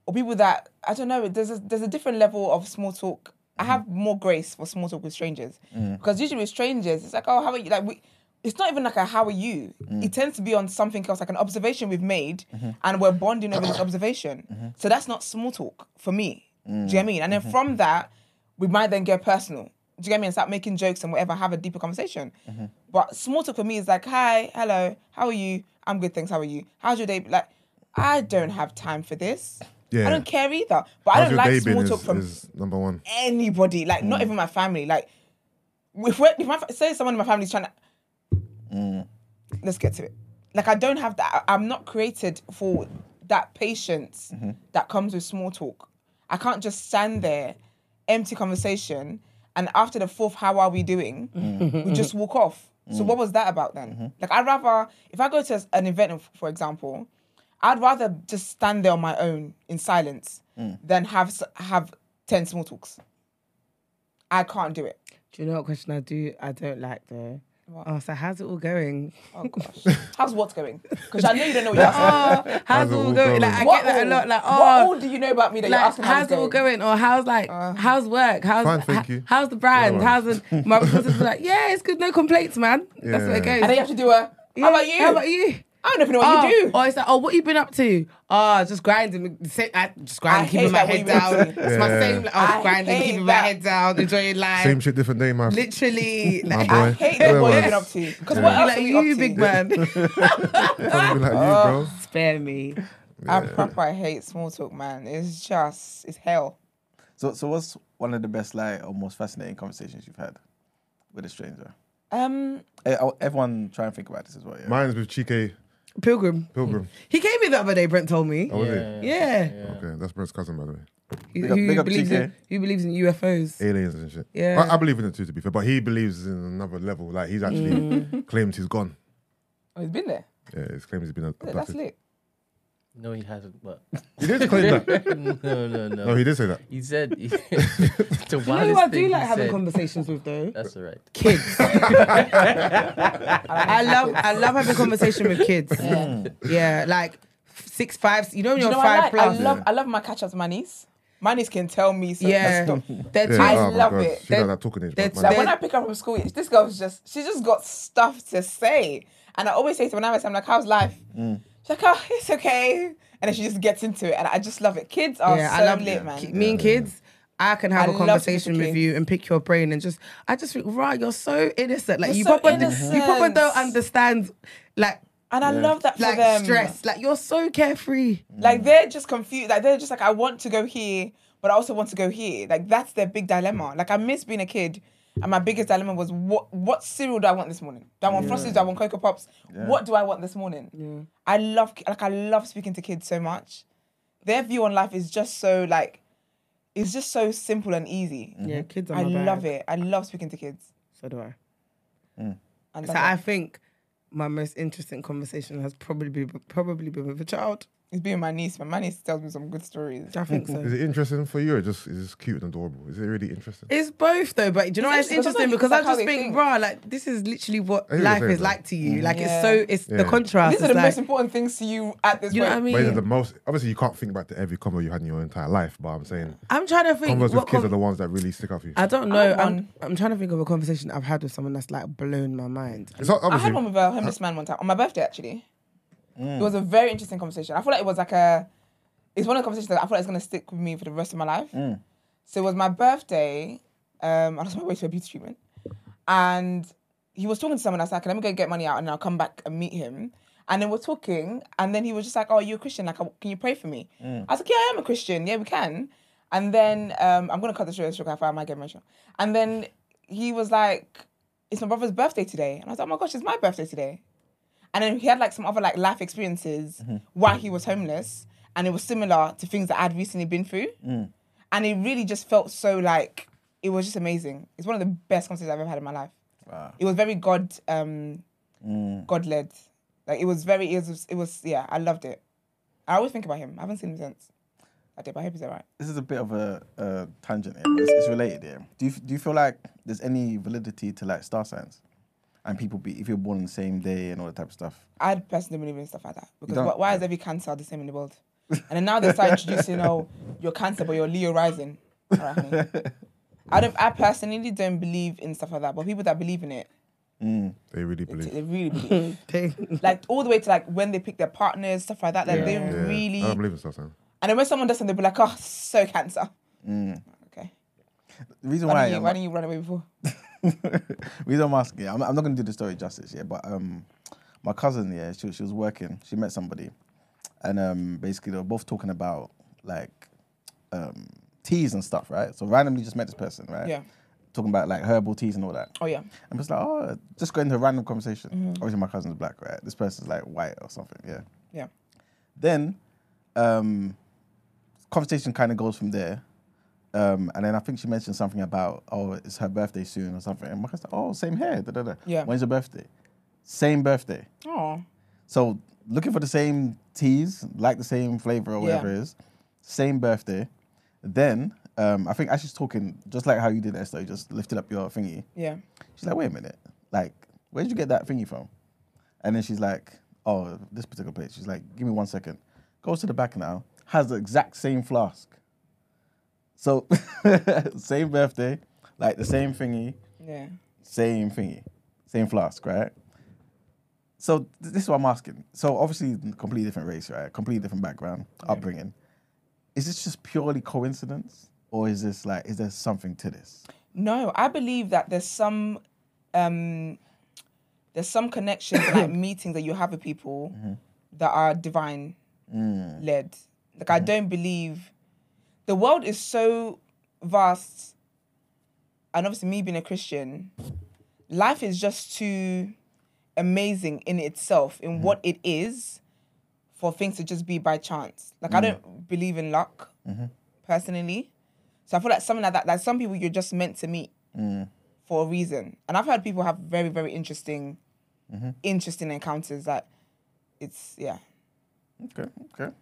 Speaker 1: or people that I don't know. There's a, there's a different level of small talk. I have more grace for small talk with strangers because usually with strangers, it's like, oh, how are you? Like we. It's not even like a how are you. It tends to be on something else, like an observation we've made, and we're bonding over this observation. So that's not small talk for me. Do you know what I mean? And then from that, we might then get personal. Do you get me? And start making jokes and whatever, have a deeper conversation. But small talk for me is like, hi, hello, how are you? I'm good, thanks. How are you? How's your day? Like, I don't have time for this.
Speaker 2: Yeah.
Speaker 1: I don't care either. But I
Speaker 2: How's
Speaker 1: don't
Speaker 2: your
Speaker 1: like
Speaker 2: day been
Speaker 1: small
Speaker 2: is-
Speaker 1: talk from
Speaker 2: is Mm. number one.
Speaker 1: anybody, like not even my family. Like, if, we're, if my, fa- say someone in my family's trying to, let's get to it. Like, I don't have that. I- I'm not created for that patience that comes with small talk. I can't just stand there, empty conversation, and after the fourth, how are we doing? We just walk off. So what was that about then? Like, I'd rather if I go to an event, for example, I'd rather just stand there on my own in silence than have s- have ten small talks. I can't do it.
Speaker 3: Do you know what question I do? I don't like though. Oh, so how's it all going?
Speaker 1: Oh gosh, how's what's going? Because I know you don't know what you're asking.
Speaker 3: Oh, how's, it all going? Like I
Speaker 1: what
Speaker 3: get that a
Speaker 1: all?
Speaker 3: lot. Like
Speaker 1: what
Speaker 3: oh,
Speaker 1: all do you know about me that you're
Speaker 3: like
Speaker 1: asking? how
Speaker 3: how's
Speaker 1: it's Uh,
Speaker 3: it all going? Or how's like how's work? How's
Speaker 2: Fine, thank you.
Speaker 3: how's the brand?
Speaker 2: one.
Speaker 3: How's the, my sisters like yeah, it's good. No complaints, man. That's what it
Speaker 2: Yeah.
Speaker 3: goes.
Speaker 1: And then you have to do a. How about you?
Speaker 3: How about you?
Speaker 1: I don't even know what
Speaker 3: oh,
Speaker 1: you do.
Speaker 3: Or it's like, oh, what you been up to? Oh, just grinding, say- I- just grinding,
Speaker 1: I
Speaker 3: keeping
Speaker 1: hate
Speaker 3: my
Speaker 1: that what
Speaker 3: head
Speaker 1: you
Speaker 3: down.
Speaker 1: been up to.
Speaker 3: It's my
Speaker 2: Yeah.
Speaker 3: same, like, I was
Speaker 1: I
Speaker 3: grinding,
Speaker 1: hate
Speaker 3: keeping
Speaker 1: that.
Speaker 3: my head down, enjoying life.
Speaker 2: Same shit, different day, man.
Speaker 3: Literally,
Speaker 2: My
Speaker 3: like,
Speaker 2: boy.
Speaker 1: I hate that
Speaker 2: Yeah,
Speaker 1: what
Speaker 2: man.
Speaker 1: you've been up to. Because what
Speaker 3: I'll be
Speaker 1: else are
Speaker 3: like
Speaker 1: you up
Speaker 3: you,
Speaker 1: to?
Speaker 3: big man.
Speaker 2: Trying to be like you, bro.
Speaker 3: Spare me.
Speaker 1: I proper hate small talk, man. It's just, it's hell.
Speaker 4: So, so what's one of the best, like, or most fascinating conversations you've had with a stranger?
Speaker 1: Um,
Speaker 4: Eh, I- Everyone try and think about this as well. Yeah.
Speaker 2: Mine's with Chike
Speaker 3: Pilgrim.
Speaker 2: Pilgrim.
Speaker 3: He came here the other day, Brent told me.
Speaker 2: Oh, was it?
Speaker 3: Yeah.
Speaker 2: Okay, that's Brent's cousin, by the way.
Speaker 3: Who-
Speaker 4: Big up-
Speaker 3: who
Speaker 4: big up
Speaker 3: believes
Speaker 4: TK.
Speaker 3: in Who believes in UFOs?
Speaker 2: Aliens and shit.
Speaker 3: Yeah.
Speaker 2: I, I believe in it too, to be fair. But he believes in another level. Like he's actually claims he's gone.
Speaker 1: oh, he's been there.
Speaker 2: Yeah, he's claims he's been
Speaker 1: Look, that's
Speaker 2: abducted.
Speaker 1: lit.
Speaker 5: No, he hasn't. But
Speaker 2: He did claim that.
Speaker 5: no, no, no.
Speaker 2: No, he did say that.
Speaker 5: He said he, the
Speaker 3: You know who
Speaker 5: wildest
Speaker 3: I
Speaker 5: thing
Speaker 3: do like
Speaker 5: he
Speaker 3: having
Speaker 5: said.
Speaker 3: conversations with though?
Speaker 5: That's all right.
Speaker 3: Kids. I love I love having conversation with kids.
Speaker 1: Yeah.
Speaker 3: Yeah, like six, five. You know, when
Speaker 1: You
Speaker 3: you're
Speaker 1: know what I
Speaker 3: five
Speaker 1: like?
Speaker 3: plus.
Speaker 1: I love, I love my catch ups with my niece. My niece can tell me some
Speaker 3: Yeah,
Speaker 1: stuff.
Speaker 3: they're
Speaker 2: Yeah,
Speaker 1: I
Speaker 3: too.
Speaker 2: oh my
Speaker 1: love
Speaker 2: God.
Speaker 1: it.
Speaker 2: She's like
Speaker 3: They're-
Speaker 2: that talking age.
Speaker 3: they're-
Speaker 2: man.
Speaker 1: Like
Speaker 3: they're-
Speaker 1: when I pick her up from school, this girl's just she just got stuff to say. And I always say to her, when I'm, I'm like, how's life?
Speaker 2: Mm.
Speaker 1: She's like, oh, it's okay. And then she just gets into it, and I just love it. Kids are
Speaker 3: yeah,
Speaker 1: so
Speaker 3: I love
Speaker 1: lit,
Speaker 3: it.
Speaker 1: man.
Speaker 3: Ki- Me and kids, I can have
Speaker 1: I
Speaker 3: a
Speaker 1: love
Speaker 3: conversation
Speaker 1: talking to
Speaker 3: with
Speaker 1: kids.
Speaker 3: you and pick your brain and just. I just think, right, you're so innocent. Like
Speaker 1: You're
Speaker 3: you
Speaker 1: so
Speaker 3: probably, you probably
Speaker 1: innocent.
Speaker 3: don't understand, like
Speaker 1: And I love that for
Speaker 3: like
Speaker 1: them.
Speaker 3: stress. Like you're so carefree.
Speaker 1: Like they're just confused. Like they're just like, I want to go here, but I also want to go here. Like that's their big dilemma. Like I miss being a kid. And my biggest dilemma was what what cereal do I want this morning? Do I want Frosties? Do I want Cocoa Pops? What do I want this morning? I love like I love speaking to kids so much. Their view on life is just so like it's just so simple and easy.
Speaker 3: Yeah, kids. Are
Speaker 1: I
Speaker 3: my bag.
Speaker 1: love it. I love speaking to kids.
Speaker 3: So do I.
Speaker 2: Mm.
Speaker 1: I love
Speaker 3: So I think my most interesting conversation has probably been, probably been with a child.
Speaker 1: it. It's being my niece, but my niece tells me some good stories.
Speaker 3: I think so.
Speaker 2: Is it interesting for you or just is it cute and adorable? Is it really interesting?
Speaker 3: It's both though, but do you know what? It's
Speaker 1: It's interesting,
Speaker 3: interesting because
Speaker 1: because
Speaker 3: I
Speaker 1: that's how
Speaker 3: just
Speaker 1: they think.
Speaker 3: think, bruh, like this is literally what
Speaker 2: I hear what
Speaker 3: life
Speaker 2: you're
Speaker 3: is
Speaker 2: saying,
Speaker 3: like to you. Like it's
Speaker 1: Yeah.
Speaker 3: so, it's the
Speaker 2: Yeah.
Speaker 3: contrast.
Speaker 1: These are the
Speaker 3: is like,
Speaker 1: most important things to you at this
Speaker 3: you know what I
Speaker 1: moment.
Speaker 2: But is it the
Speaker 3: mean?
Speaker 2: most obviously you can't think back to every combo you had in your entire life, but I'm saying
Speaker 3: I'm trying to think.
Speaker 2: combos with
Speaker 3: What
Speaker 2: kids
Speaker 3: con-
Speaker 2: are the ones that really stick out for you.
Speaker 3: I don't know.
Speaker 1: had
Speaker 3: I'm,
Speaker 1: one.
Speaker 3: I'm trying to think of a conversation I've had with someone that's like blown my mind.
Speaker 2: It's not
Speaker 1: I had one
Speaker 2: obviously
Speaker 1: with a homeless man one time on my birthday actually. It was a very interesting conversation. I feel like it was like a, it's one of the conversations that I feel like it's gonna stick with me for the rest of my life. So it was my birthday. Um, I was on my way to a beauty treatment, and he was talking to someone. I was like, "Let me go get money out, and I'll come back and meet him." And then we're talking, and then he was just like, "Oh, are you a Christian? Like, I- can you pray for me?" I was like, "Yeah, I am a Christian. Yeah, we can." And then um, I'm gonna cut the show short. 'cause I find I might get emotional. And then he was like, "It's my brother's birthday today," and I was like, "Oh my gosh, it's my birthday today." and then he had like some other like life experiences why he was homeless and it was similar to things that i'd recently been through and it really just felt so like it was just amazing it's one of the best concerts i've ever had in my life
Speaker 4: Wow.
Speaker 1: it was very god um god led like it was very it was, it was yeah i loved it i always think about him i haven't seen him since i did but i hope he's all right
Speaker 4: This is a bit of a, a tangent here, but it's, it's related here. Do you, f- do you feel like there's any validity to like star signs? And people be, if you're born on the same day and all that type of stuff.
Speaker 1: I personally believe in stuff like that because
Speaker 4: don't-
Speaker 1: wh- why is every cancer the same in the world? And then now they start introducing, oh, you're cancer, but you're Leo rising. All right, honey. I don't. I personally don't believe in stuff like that, but people that believe in it,
Speaker 2: they really believe.
Speaker 1: they really believe.
Speaker 3: They-
Speaker 1: like all the way to like when they pick their partners, stuff like that. Like they
Speaker 2: Yeah. Um,
Speaker 1: really.
Speaker 2: I don't believe in stuff, man.
Speaker 1: and then when someone does something, they'll be like, oh, so cancer. Okay.
Speaker 4: The reason
Speaker 1: Why,
Speaker 4: why, um,
Speaker 1: didn't you,
Speaker 4: I'm-
Speaker 1: why didn't you run away before?
Speaker 4: reason I'm asking, yeah, I'm, I'm not gonna do the story justice, yeah, but um, my cousin, yeah, she, she was working, she met somebody, and um, basically they were both talking about like um teas and stuff, right? So randomly just met this person, right?
Speaker 1: Yeah.
Speaker 4: Talking about like herbal teas and all that.
Speaker 1: Oh Mm-hmm. yeah.
Speaker 4: I'm just like, oh, just go into a random conversation. Obviously, my cousin's black, right? This person's like white or something, yeah.
Speaker 1: Yeah.
Speaker 4: Then, um, conversation kind of goes from there. Um, and then I think she mentioned something about, oh, it's her birthday soon or something. And my cousin's like, oh, same hair. Da, da, da.
Speaker 1: Yeah.
Speaker 4: When's your birthday? Same birthday.
Speaker 1: Oh.
Speaker 4: So looking for the same teas, like the same flavor or whatever
Speaker 1: Yeah.
Speaker 4: it is, same birthday. Then um, I think Ashley's talking just like how you did Esther, you just lifted up your thingy.
Speaker 1: Yeah.
Speaker 4: She's like, wait a minute, like, where did you get that thingy from? And then she's like, oh, this particular place. She's like, give me one second. Goes to the back now, has the exact same flask. So, same birthday, like the same thingy,
Speaker 1: Yeah.
Speaker 4: same thingy, same flask, right? So th- this is what I'm asking. So obviously, completely different race, right? Completely different background, upbringing. Is this just purely coincidence, or is this like, is there something to this?
Speaker 1: No, I believe that there's some um there's some connections like meetings that you have with people that are divine led. Like I don't believe the world is so vast and obviously me being a Christian, life is just too amazing in itself in what it is for things to just be by chance. Like I don't believe in luck personally. So I feel like something like that, like some people you're just meant to meet
Speaker 2: Mm.
Speaker 1: for a reason. And I've heard people have very, very interesting,
Speaker 2: Mm-hmm.
Speaker 1: interesting encounters that it's, yeah.
Speaker 4: Okay, okay.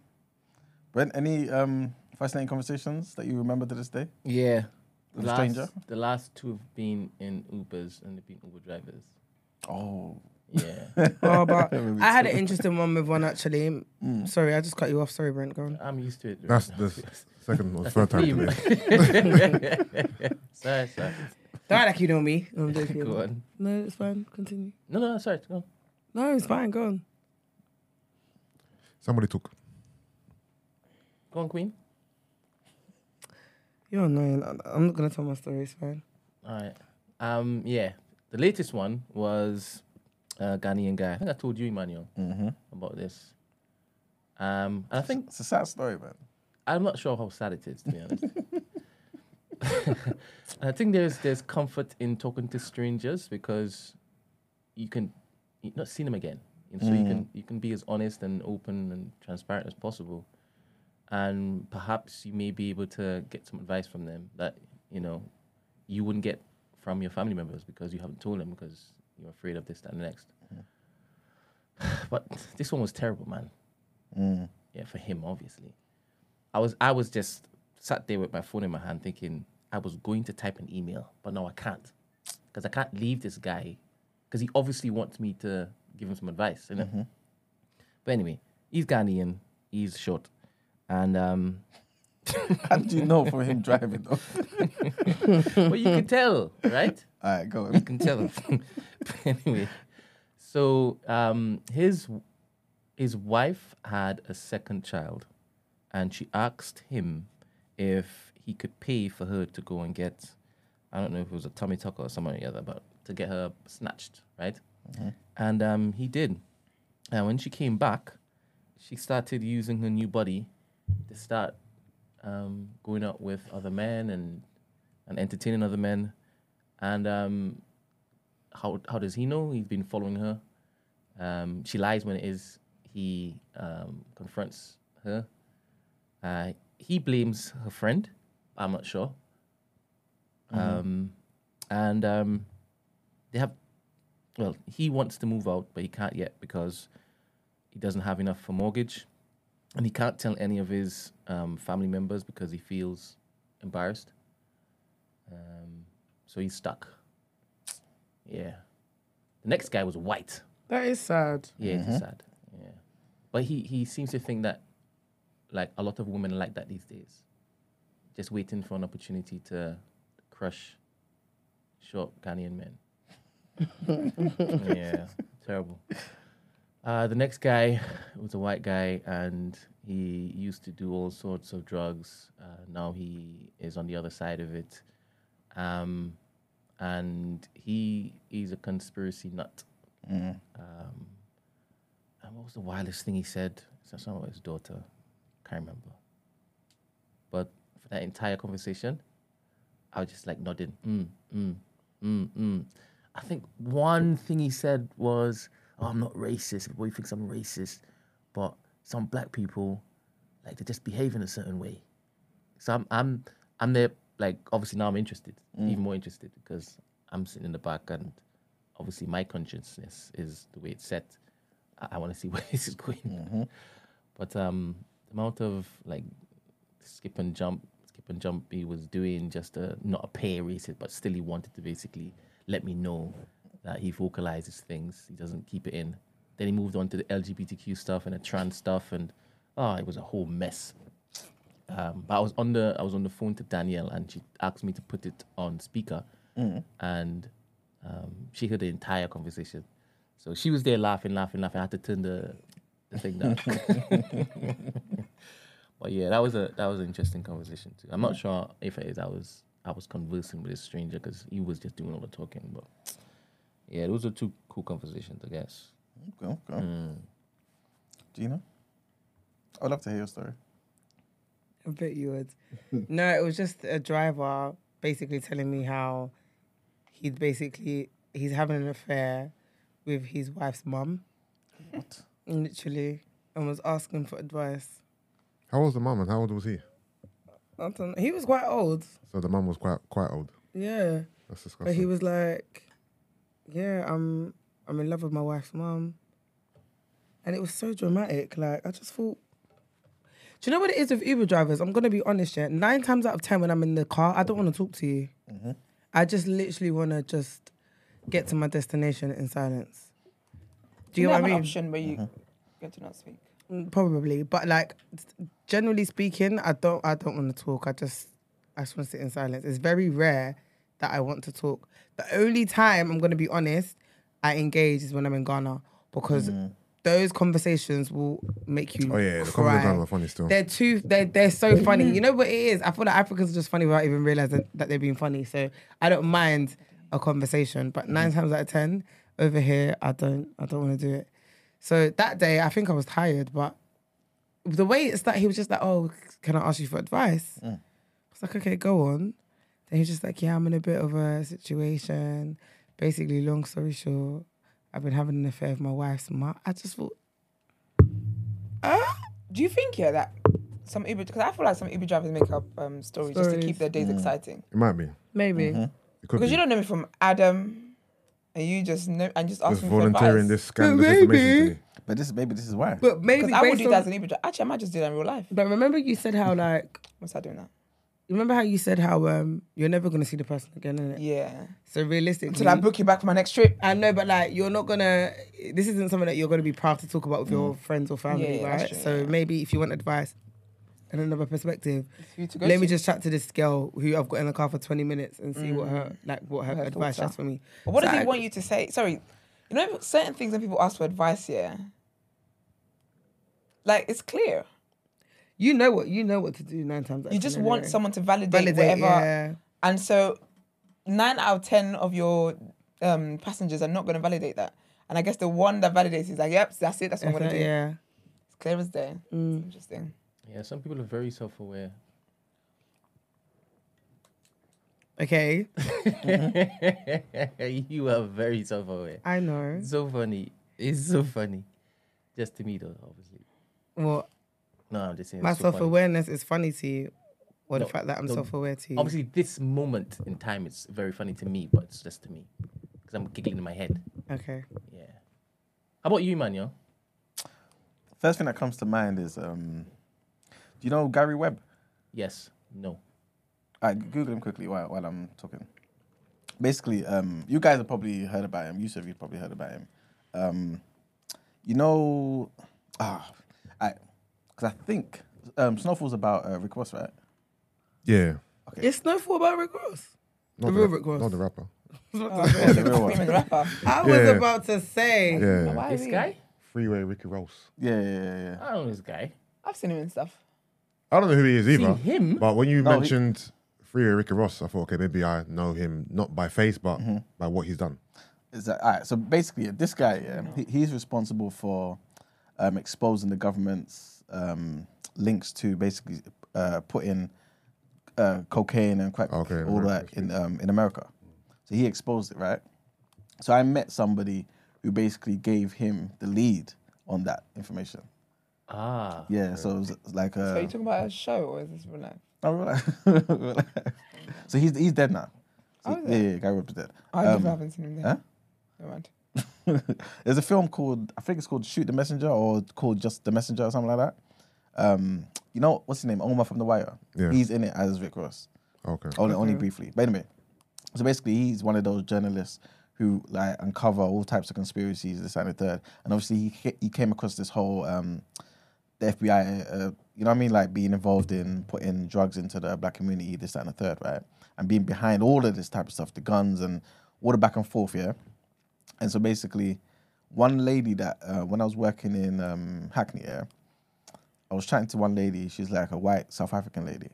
Speaker 4: Brent, any um, fascinating conversations that you remember to this day?
Speaker 5: Yeah. The
Speaker 4: With a
Speaker 5: last,
Speaker 4: stranger?
Speaker 5: the last two have been in Ubers and they've been Uber drivers.
Speaker 4: Oh,
Speaker 5: Yeah.
Speaker 3: Oh, but I had an interesting one with one actually.
Speaker 4: Mm,
Speaker 3: Sorry, I just cut you off. Sorry, Brent. Go on.
Speaker 5: I'm used to it.
Speaker 2: That's the s- second or third time today.
Speaker 5: sorry, sorry.
Speaker 3: Don't act like you know me. I'm joking.
Speaker 5: Go on.
Speaker 3: No, it's fine. Continue.
Speaker 5: No, no, sorry. Go on.
Speaker 3: No, it's fine. Go on.
Speaker 2: Somebody took.
Speaker 5: Go on, Queen.
Speaker 3: You're annoying. I- I'm not gonna tell my story. It's fine.
Speaker 5: All right. Um, yeah. The latest one was uh, Ghanaian guy. I think I told you, Emmanuel, about this. Um, and I think
Speaker 4: it's a sad story, man.
Speaker 5: I'm not sure how sad it is, to be honest. I think there's there's comfort in talking to strangers because you can you not see them again, and so you can you can be as honest and open and transparent as possible, and perhaps you may be able to get some advice from them that you know you wouldn't get from your family members because you haven't told them because you're afraid of this that, and the next. But this one was terrible, man. Yeah, for him, obviously. I was I was just sat there with my phone in my hand thinking I was going to type an email, but no, I can't because I can't leave this guy because he obviously wants me to give him some advice, you know. But anyway, he's Ghanaian, he's short, and um,
Speaker 4: How did you know from him driving? Though?
Speaker 5: but you can tell, right?
Speaker 4: All right, go.
Speaker 5: You can tell. But anyway, so um, his his wife had a second child, and she asked him if he could pay for her to go and get, I don't know if it was a tummy tucker or someone or the other, but to get her snatched, right? And um, he did. And when she came back, she started using her new body to start um, going out with other men and and entertaining other men. And um, how how does he know? He's been following her. Um, she lies when it is he um, confronts her. Uh, he blames her friend. I'm not sure. Um, and um, they have. Well, he wants to move out, but he can't yet because he doesn't have enough for mortgage, and he can't tell any of his um, family members because he feels embarrassed. Um, so he's stuck. Yeah. The next guy was white.
Speaker 3: That is sad.
Speaker 5: Yeah, it's sad. Yeah. But he, he seems to think that like a lot of women are like that these days. Just waiting for an opportunity to crush short Ghanaian men. yeah. Terrible. Uh, the next guy was a white guy and he used to do all sorts of drugs. Uh, now he is on the other side of it. Um, and he is a conspiracy nut. Um, and what was the wildest thing he said? Said something about his daughter. Can't remember. But for that entire conversation, I was just like nodding. Mm, mm, mm, mm. I think one thing he said was, oh, I'm not racist. Everybody thinks I'm racist. But some black people, like, they just behave in a certain way. So I'm, I'm, I'm there. Like, obviously now I'm interested, even more interested, because I'm sitting in the back, and obviously my consciousness is the way it's set. I, I want to see where this is going. But um, the amount of like skip and jump, skip and jump he was doing just to not appear racist, but still he wanted to basically let me know that he vocalizes things. He doesn't keep it in. Then he moved on to the LGBTQ stuff and the trans stuff, and oh, it was a whole mess. Um, but I was on the I was on the phone to Danielle, and she asked me to put it on speaker, and um, she heard the entire conversation. So she was there laughing, laughing, laughing. I had to turn the, the thing down. but yeah, that was a that was an interesting conversation too. I'm not sure if it is I was I was conversing with a stranger because he was just doing all the talking. But yeah, those are two cool conversations, I guess.
Speaker 4: Okay, okay. Gina? I would love to hear your story.
Speaker 3: I bet you would. no, it was just a driver basically telling me how he'd basically he's having an affair with his wife's mum,
Speaker 4: What?
Speaker 3: literally, and was asking for advice.
Speaker 2: How old was the mum and how old was he?
Speaker 3: I don't know. He was quite old.
Speaker 2: So the mum was quite quite old.
Speaker 3: Yeah.
Speaker 2: That's disgusting.
Speaker 3: But he was like, Yeah, I'm I'm in love with my wife's mum. And it was so dramatic. Like I just thought Do you know what it is with Uber drivers? I'm gonna be honest, yeah. Nine times out of ten when I'm in the car, I don't wanna talk to you. I just literally wanna just get to my destination in silence. Do you
Speaker 1: have
Speaker 3: know what I
Speaker 1: an
Speaker 3: mean?
Speaker 1: option where you
Speaker 2: Mm-hmm.
Speaker 1: get to not speak?
Speaker 3: Mm, Probably, but like generally speaking, I don't I don't want to talk. I just I just want to sit in silence. It's very rare that I want to talk. The only time I'm going to be honest, I engage is when I'm in Ghana because those conversations will make you.
Speaker 2: Mm. Oh yeah, the
Speaker 3: cry.
Speaker 2: comments are funny still.
Speaker 3: They're too. They're they're so funny. You know what it is? I feel like Africans are just funny without even realizing that they're being funny. So I don't mind a conversation, but nine times out of ten, over here, I don't. I don't want to do it. So that day, I think I was tired, but the way it's that he was just like, "Oh, can I ask you for advice?"
Speaker 1: Mm.
Speaker 3: I was like, "Okay, go on." Then he was just like, "Yeah, I'm in a bit of a situation. Basically, long story short, I've been having an affair with my wife's mum." I just thought,
Speaker 1: Uh, do you think yeah that some Uber because I feel like some Uber drivers make up um, stories, just to keep
Speaker 3: Stories.
Speaker 1: their days exciting
Speaker 2: It might be.
Speaker 1: Mm-hmm.
Speaker 3: maybe.
Speaker 2: It could
Speaker 1: because
Speaker 2: Mm. be.
Speaker 1: you don't know me from Adam, and you just know and just
Speaker 2: just
Speaker 1: asking for
Speaker 2: volunteering
Speaker 1: advice.
Speaker 2: this scandalous
Speaker 3: But
Speaker 2: information to
Speaker 3: maybe-
Speaker 2: me.
Speaker 4: But this maybe this is why.
Speaker 3: But maybe
Speaker 1: Because I would
Speaker 3: based
Speaker 1: do that
Speaker 3: on-
Speaker 1: as an Uber driver. Actually, I might just do that in real life.
Speaker 3: But remember, you said how like
Speaker 1: What's that doing that?
Speaker 3: remember how you said how um you're never gonna see the person again, innit?
Speaker 1: Yeah.
Speaker 3: So realistically,
Speaker 1: Until I book you back for my next trip.
Speaker 3: I know, but like you're not gonna. This isn't something that you're gonna be proud to talk about with your friends or family,
Speaker 1: Mm. Yeah, yeah,
Speaker 3: right?
Speaker 1: that's true,
Speaker 3: so
Speaker 1: yeah.
Speaker 3: maybe if you want advice and another perspective,
Speaker 1: For you to go
Speaker 3: let
Speaker 1: to.
Speaker 3: me just chat to this girl who I've got in the car for 20 minutes and see what her like what her,
Speaker 1: Mm. Her
Speaker 3: advice
Speaker 1: thoughts
Speaker 3: has for me.
Speaker 1: But what
Speaker 3: So
Speaker 1: does he
Speaker 3: I-
Speaker 1: want you to say? Sorry, you know certain things when people ask for advice, yeah. Like it's clear.
Speaker 3: You know what you know what to do nine times. out of
Speaker 1: You
Speaker 3: ten
Speaker 1: just
Speaker 3: anyway.
Speaker 1: want someone to validate,
Speaker 3: validate
Speaker 1: whatever.
Speaker 3: yeah.
Speaker 1: And so, nine out of ten of your um, passengers are not going to validate that. And I guess the one that validates is like, yep, that's it. That's what I'm going
Speaker 3: That's
Speaker 1: to
Speaker 3: it,
Speaker 1: do.
Speaker 3: yeah. Mm.
Speaker 1: It's clear as day. It's interesting.
Speaker 5: Yeah, some people are very self aware.
Speaker 3: Okay.
Speaker 5: you are very self aware.
Speaker 3: I know.
Speaker 5: It's so funny. It's so funny. Just to me though, obviously.
Speaker 3: Well,
Speaker 5: No, I'm just saying.
Speaker 3: my
Speaker 5: it's so
Speaker 3: self
Speaker 5: funny.
Speaker 3: awareness is funny to you. Or
Speaker 5: No,
Speaker 3: the fact that I'm
Speaker 5: no,
Speaker 3: self aware to you.
Speaker 5: Obviously, this moment in time is very funny to me, but it's just to me because I'm giggling in my head.
Speaker 3: Okay.
Speaker 5: Yeah. How about you, Manuel?
Speaker 4: First thing that comes to mind is um, do you know Gary Webb?
Speaker 5: Yes. No.
Speaker 4: I Google him quickly while, while I'm talking. Basically, um, you guys have probably heard about him. Yusuf, you've probably heard about him. Um, you know, ah, I, because I think um, Snowfall's about uh, Rick Ross, right?
Speaker 2: Yeah.
Speaker 3: It's Snowfall about Rick Ross.
Speaker 2: Not
Speaker 3: real
Speaker 2: ra-
Speaker 3: Rick Ross.
Speaker 2: Not the rapper.
Speaker 4: Yeah, the real
Speaker 1: Women
Speaker 4: one.
Speaker 1: rapper.
Speaker 3: I was
Speaker 2: Yeah.
Speaker 3: about to say.
Speaker 2: Yeah.
Speaker 1: Why
Speaker 5: This
Speaker 1: we-
Speaker 5: guy?
Speaker 2: Freeway Ricky Ross.
Speaker 4: Yeah, yeah, yeah, yeah.
Speaker 5: I don't know this guy.
Speaker 1: I've seen him in stuff.
Speaker 2: I don't know who he is either.
Speaker 5: him?
Speaker 2: But when you
Speaker 1: Oh,
Speaker 4: he-
Speaker 2: mentioned Freeway Ricky Ross, I thought, okay, maybe I know him not by face, but
Speaker 1: Mm-hmm.
Speaker 2: by what he's done.
Speaker 4: Is that all right? So basically, yeah, this guy, yeah, he, he's responsible for um, exposing the government's um, links to basically uh, putting uh, cocaine and crack,
Speaker 2: Okay, in
Speaker 4: all
Speaker 2: America,
Speaker 4: that in um, in America. So he exposed it, right? So I met somebody who basically gave him the lead on that information.
Speaker 5: Ah.
Speaker 4: Yeah, so it was like
Speaker 1: So are you
Speaker 4: a.
Speaker 1: talking about a show or is this real life?
Speaker 4: Oh, really? so he's he's dead now. So,
Speaker 1: Oh, is
Speaker 4: yeah, yeah, Guy Rupp is dead.
Speaker 1: I
Speaker 4: Um,
Speaker 1: never haven't seen him there.
Speaker 4: huh?
Speaker 1: Never mind.
Speaker 4: There's a film called I think it's called Shoot the Messenger or called just the Messenger or something like that. Um, you know what's his name? Omar from The Wire.
Speaker 2: Yeah.
Speaker 4: He's in it as Rick Ross.
Speaker 2: Okay.
Speaker 4: Only, only briefly. But anyway, so basically he's one of those journalists who like uncover all types of conspiracies, this that, and the third. And obviously he ca- he came across this whole um, the FBI, uh, you know what I mean, like being involved in putting drugs into the black community, this that, and the third, right? And being behind all of this type of stuff, the guns and all the back and forth, yeah. And so basically, one lady that uh, when I was working in um, Hackney, yeah, I was chatting to one lady. She's like a white South African lady,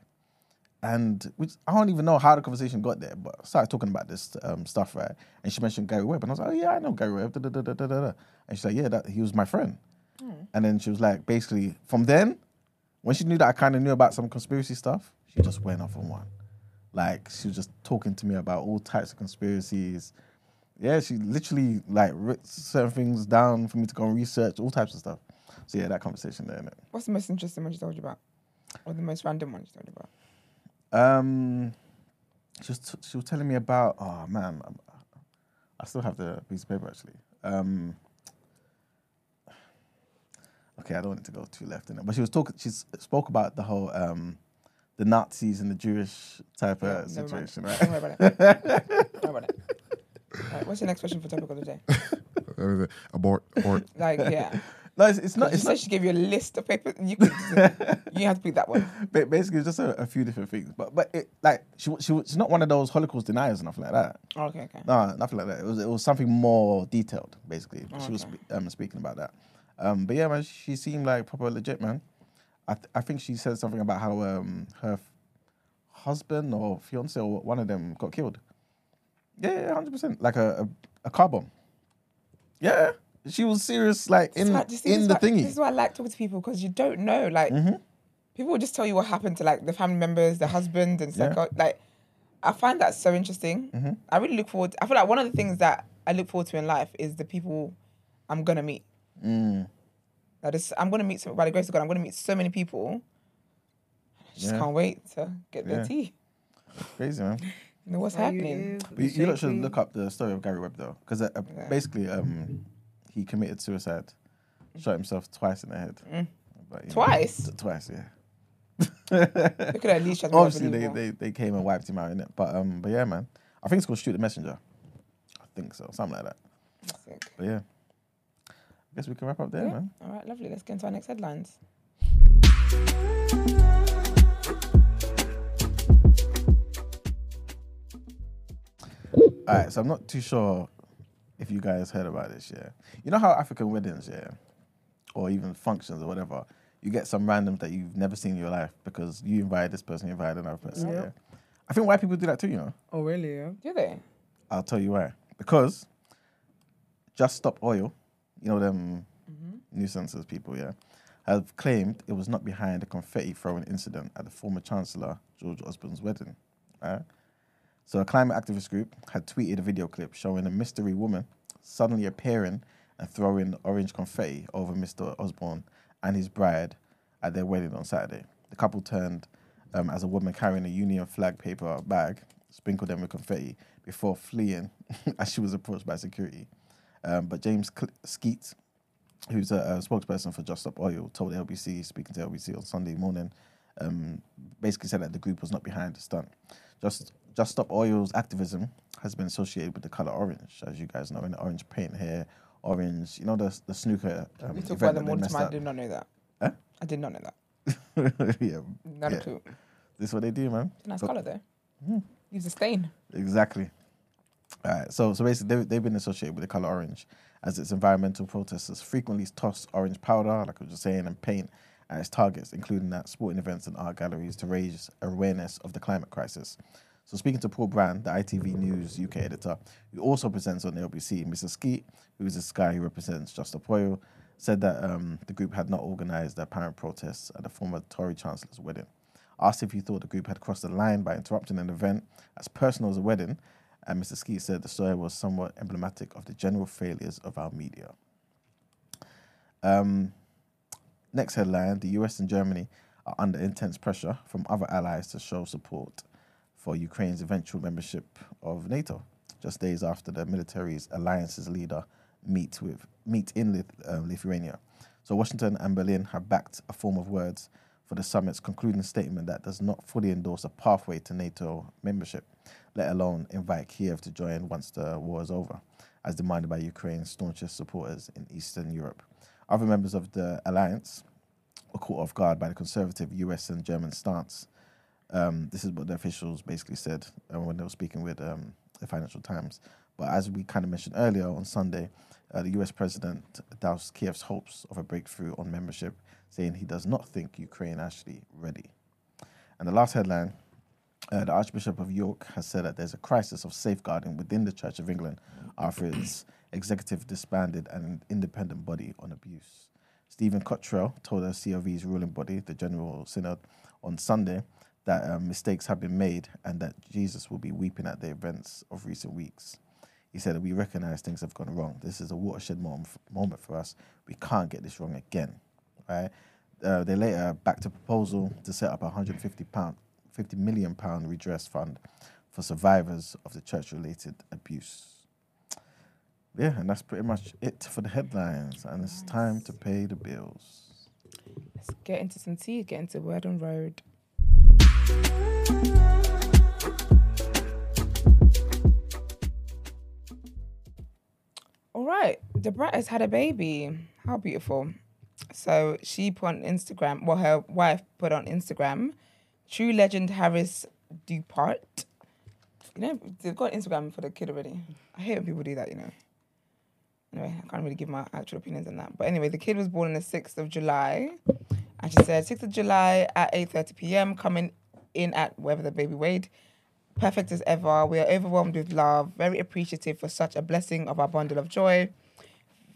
Speaker 4: and which I don't even know how the conversation got there, but I started talking about this um, stuff, right? And she mentioned Gary Webb, and I was like, oh yeah, I know Gary Webb. Da, da, da, da, da, da. And she's like, yeah, that he was my friend. And then she was like, basically, from then, when she knew that I kind of knew about some conspiracy stuff, she just went off on one. Like she was just talking to me about all types of conspiracies. Yeah, she literally like wrote certain things down for me to go and research, all types of stuff. So yeah, that conversation there. Innit?
Speaker 1: What's the most interesting one she told you about? Or the most random one she told you about?
Speaker 4: Um, she was t- she was telling me about oh man, I'm- I still have the piece of paper actually. Um, okay, I don't want it to go too left in it, but she was talking. She s- spoke about the whole um, the Nazis and the Jewish type of
Speaker 1: Never mind.
Speaker 4: situation, right?
Speaker 1: Don't worry about it. Don't worry about it. Right, what's your next question for topic of the day?
Speaker 2: Uh, abort, abort.
Speaker 1: Like, yeah.
Speaker 4: No, it's, it's not.
Speaker 1: she
Speaker 4: It's
Speaker 1: said
Speaker 4: not.
Speaker 1: she gave you a list of papers. You, could, you have to pick that one.
Speaker 4: ba- Basically, it's just a, a few different things, but but it, like she wa- she wa- she's not one of those Holocaust deniers and nothing like that.
Speaker 1: Oh, Okay, okay.
Speaker 4: No, nothing like that. It was it was something more detailed, basically.
Speaker 1: Oh,
Speaker 4: She was spe- um, speaking about that. Um, but yeah, man, she seemed like proper legit, man. I th- I think she said something about how um her f- husband or fiance or one of them got killed. Yeah, hundred percent, like a, a a car bomb. Yeah, she was serious, like in
Speaker 1: Like, you see, this
Speaker 4: in
Speaker 1: is
Speaker 4: the
Speaker 1: why-
Speaker 4: thingy. Mm-hmm.
Speaker 1: This is why I like talking to people because you don't know. Like people will just tell you what happened to like the family members, the husband, and stuff.
Speaker 4: Yeah. Mm-hmm.
Speaker 1: Like I find that so interesting. I really look forward. I feel like one of the things that I look forward to in life is the people I'm gonna meet.
Speaker 4: Mm,
Speaker 1: That is, I'm gonna meet so- by the grace of God. I'm gonna meet so many people. I just
Speaker 4: Yeah.
Speaker 1: can't wait to get their
Speaker 4: Yeah.
Speaker 1: tea.
Speaker 4: Crazy man.
Speaker 1: You know what's happening?
Speaker 4: But you, you lot should look up the story of Gary Webb though, because uh, uh, basically um, he committed suicide, shot himself twice in the head. But, you know,
Speaker 1: Twice?
Speaker 4: t- twice, yeah.
Speaker 1: Look at at least try to be
Speaker 4: Obviously they,
Speaker 1: unbelievable.
Speaker 4: they, they came and wiped him out in it, but um, but yeah, man, I think it's called Shoot the Messenger. I think so, something like that.
Speaker 1: Sick.
Speaker 4: But yeah, I guess we can wrap up there, man.
Speaker 1: All right, lovely. Let's get into our next headlines.
Speaker 4: All right, so I'm not too sure if you guys heard about this, yeah. You know how African weddings, yeah, or even functions or whatever, you get some randoms that you've never seen in your life because you invited this person, you invited another person, yeah. I think white people do that too, you know.
Speaker 3: Oh, really? Yeah.
Speaker 1: Do they?
Speaker 4: I'll tell you why. Because Just Stop Oil, you know them nuisances people, yeah, have claimed it was not behind the confetti throwing incident at the former Chancellor George Osborne's wedding. right? So a climate activist group had tweeted a video clip showing a mystery woman suddenly appearing and throwing orange confetti over Mr. Osborne and his bride at their wedding on Saturday. The couple turned um, as a woman carrying a union flag paper bag, sprinkled them with confetti before fleeing as she was approached by security. Um, but James Cl- Skeet, who's a, a spokesperson for Just Stop Oil, told LBC, speaking to LBC on Sunday morning, um, basically said that the group was not behind the stunt. Just Just Stop Oil's activism has been associated with the color orange, as you guys know, in the orange paint here, orange, you know, the, the snooker. Um,
Speaker 1: We talked
Speaker 4: event
Speaker 1: about
Speaker 4: that
Speaker 1: them
Speaker 4: they
Speaker 1: all the
Speaker 4: messed
Speaker 1: time. I
Speaker 4: up.
Speaker 1: did not know that. I did not know that.
Speaker 4: yeah,
Speaker 1: Not
Speaker 4: Yeah.
Speaker 1: a
Speaker 4: Hmm.
Speaker 1: clue.
Speaker 4: this is what they do, man.
Speaker 1: It's a nice
Speaker 4: But-
Speaker 1: colour though. Leaves a stain.
Speaker 4: Exactly. All right. So, so basically, they, they've been associated with the color orange, as its environmental protesters frequently toss orange powder, like I was just saying, and paint at its targets, including at sporting events and art galleries, to raise awareness of the climate crisis. So, speaking to Paul Brand, the ITV News UK editor, who also presents on the LBC, Mr. Skeet, who is this guy who represents Just Oil, said that um, the group had not organised the apparent protests at the former Tory Chancellor's wedding asked if he thought the group had crossed the line by interrupting an event as personal as a wedding, and Mr. Skeet said the story was somewhat emblematic of the general failures of our media. Um, next headline the US and Germany are under intense pressure from other allies to show support for Ukraine's eventual membership of NATO, just days after the military's alliance's leader meet with meet in Lith- uh, Lithuania. So Washington and Berlin have backed a form of words for the summit's concluding statement that does not fully endorse a pathway to NATO membership, let alone invite Kiev to join once the war is over, as demanded by Ukraine's staunchest supporters in Eastern Europe. Other members of the alliance were caught off guard by the conservative US and German stance. Um, this is what the officials basically said uh, when they were speaking with um, the Financial Times. But as we kind of mentioned earlier on Sunday, uh, the US president doused Kiev's hopes of a breakthrough on membership, saying he does not think Ukraine actually ready. And the last headline uh, the Archbishop of York has said that there's a crisis of safeguarding within the Church of England after its executive disbanded an independent body on abuse. Stephen Cottrell told the CLV's ruling body, the General Synod, on Sunday that um, mistakes have been made and that Jesus will be weeping at the events of recent weeks. He said that we recognize things have gone wrong. This is a watershed moment, moment for us. We can't get this wrong again, right? Uh, they later backed a proposal to set up a 150 pound, 50 million pound redress fund for survivors of the church-related abuse. Yeah, and that's pretty much it for the headlines. And it's time to pay the bills.
Speaker 1: Let's get into some tea, get into Word on Road. All right, Debrat has had a baby. How beautiful. So she put on Instagram, well, her wife put on Instagram, true legend Harris Dupart. You know, they've got Instagram for the kid already. I hate when people do that, you know. Anyway, I can't really give my actual opinions on that. But anyway, the kid was born on the 6th of July. And she said, 6th of July at 8.30 p.m., coming in at wherever the baby weighed. Perfect as ever. We are overwhelmed with love, very appreciative for such a blessing of our bundle of joy.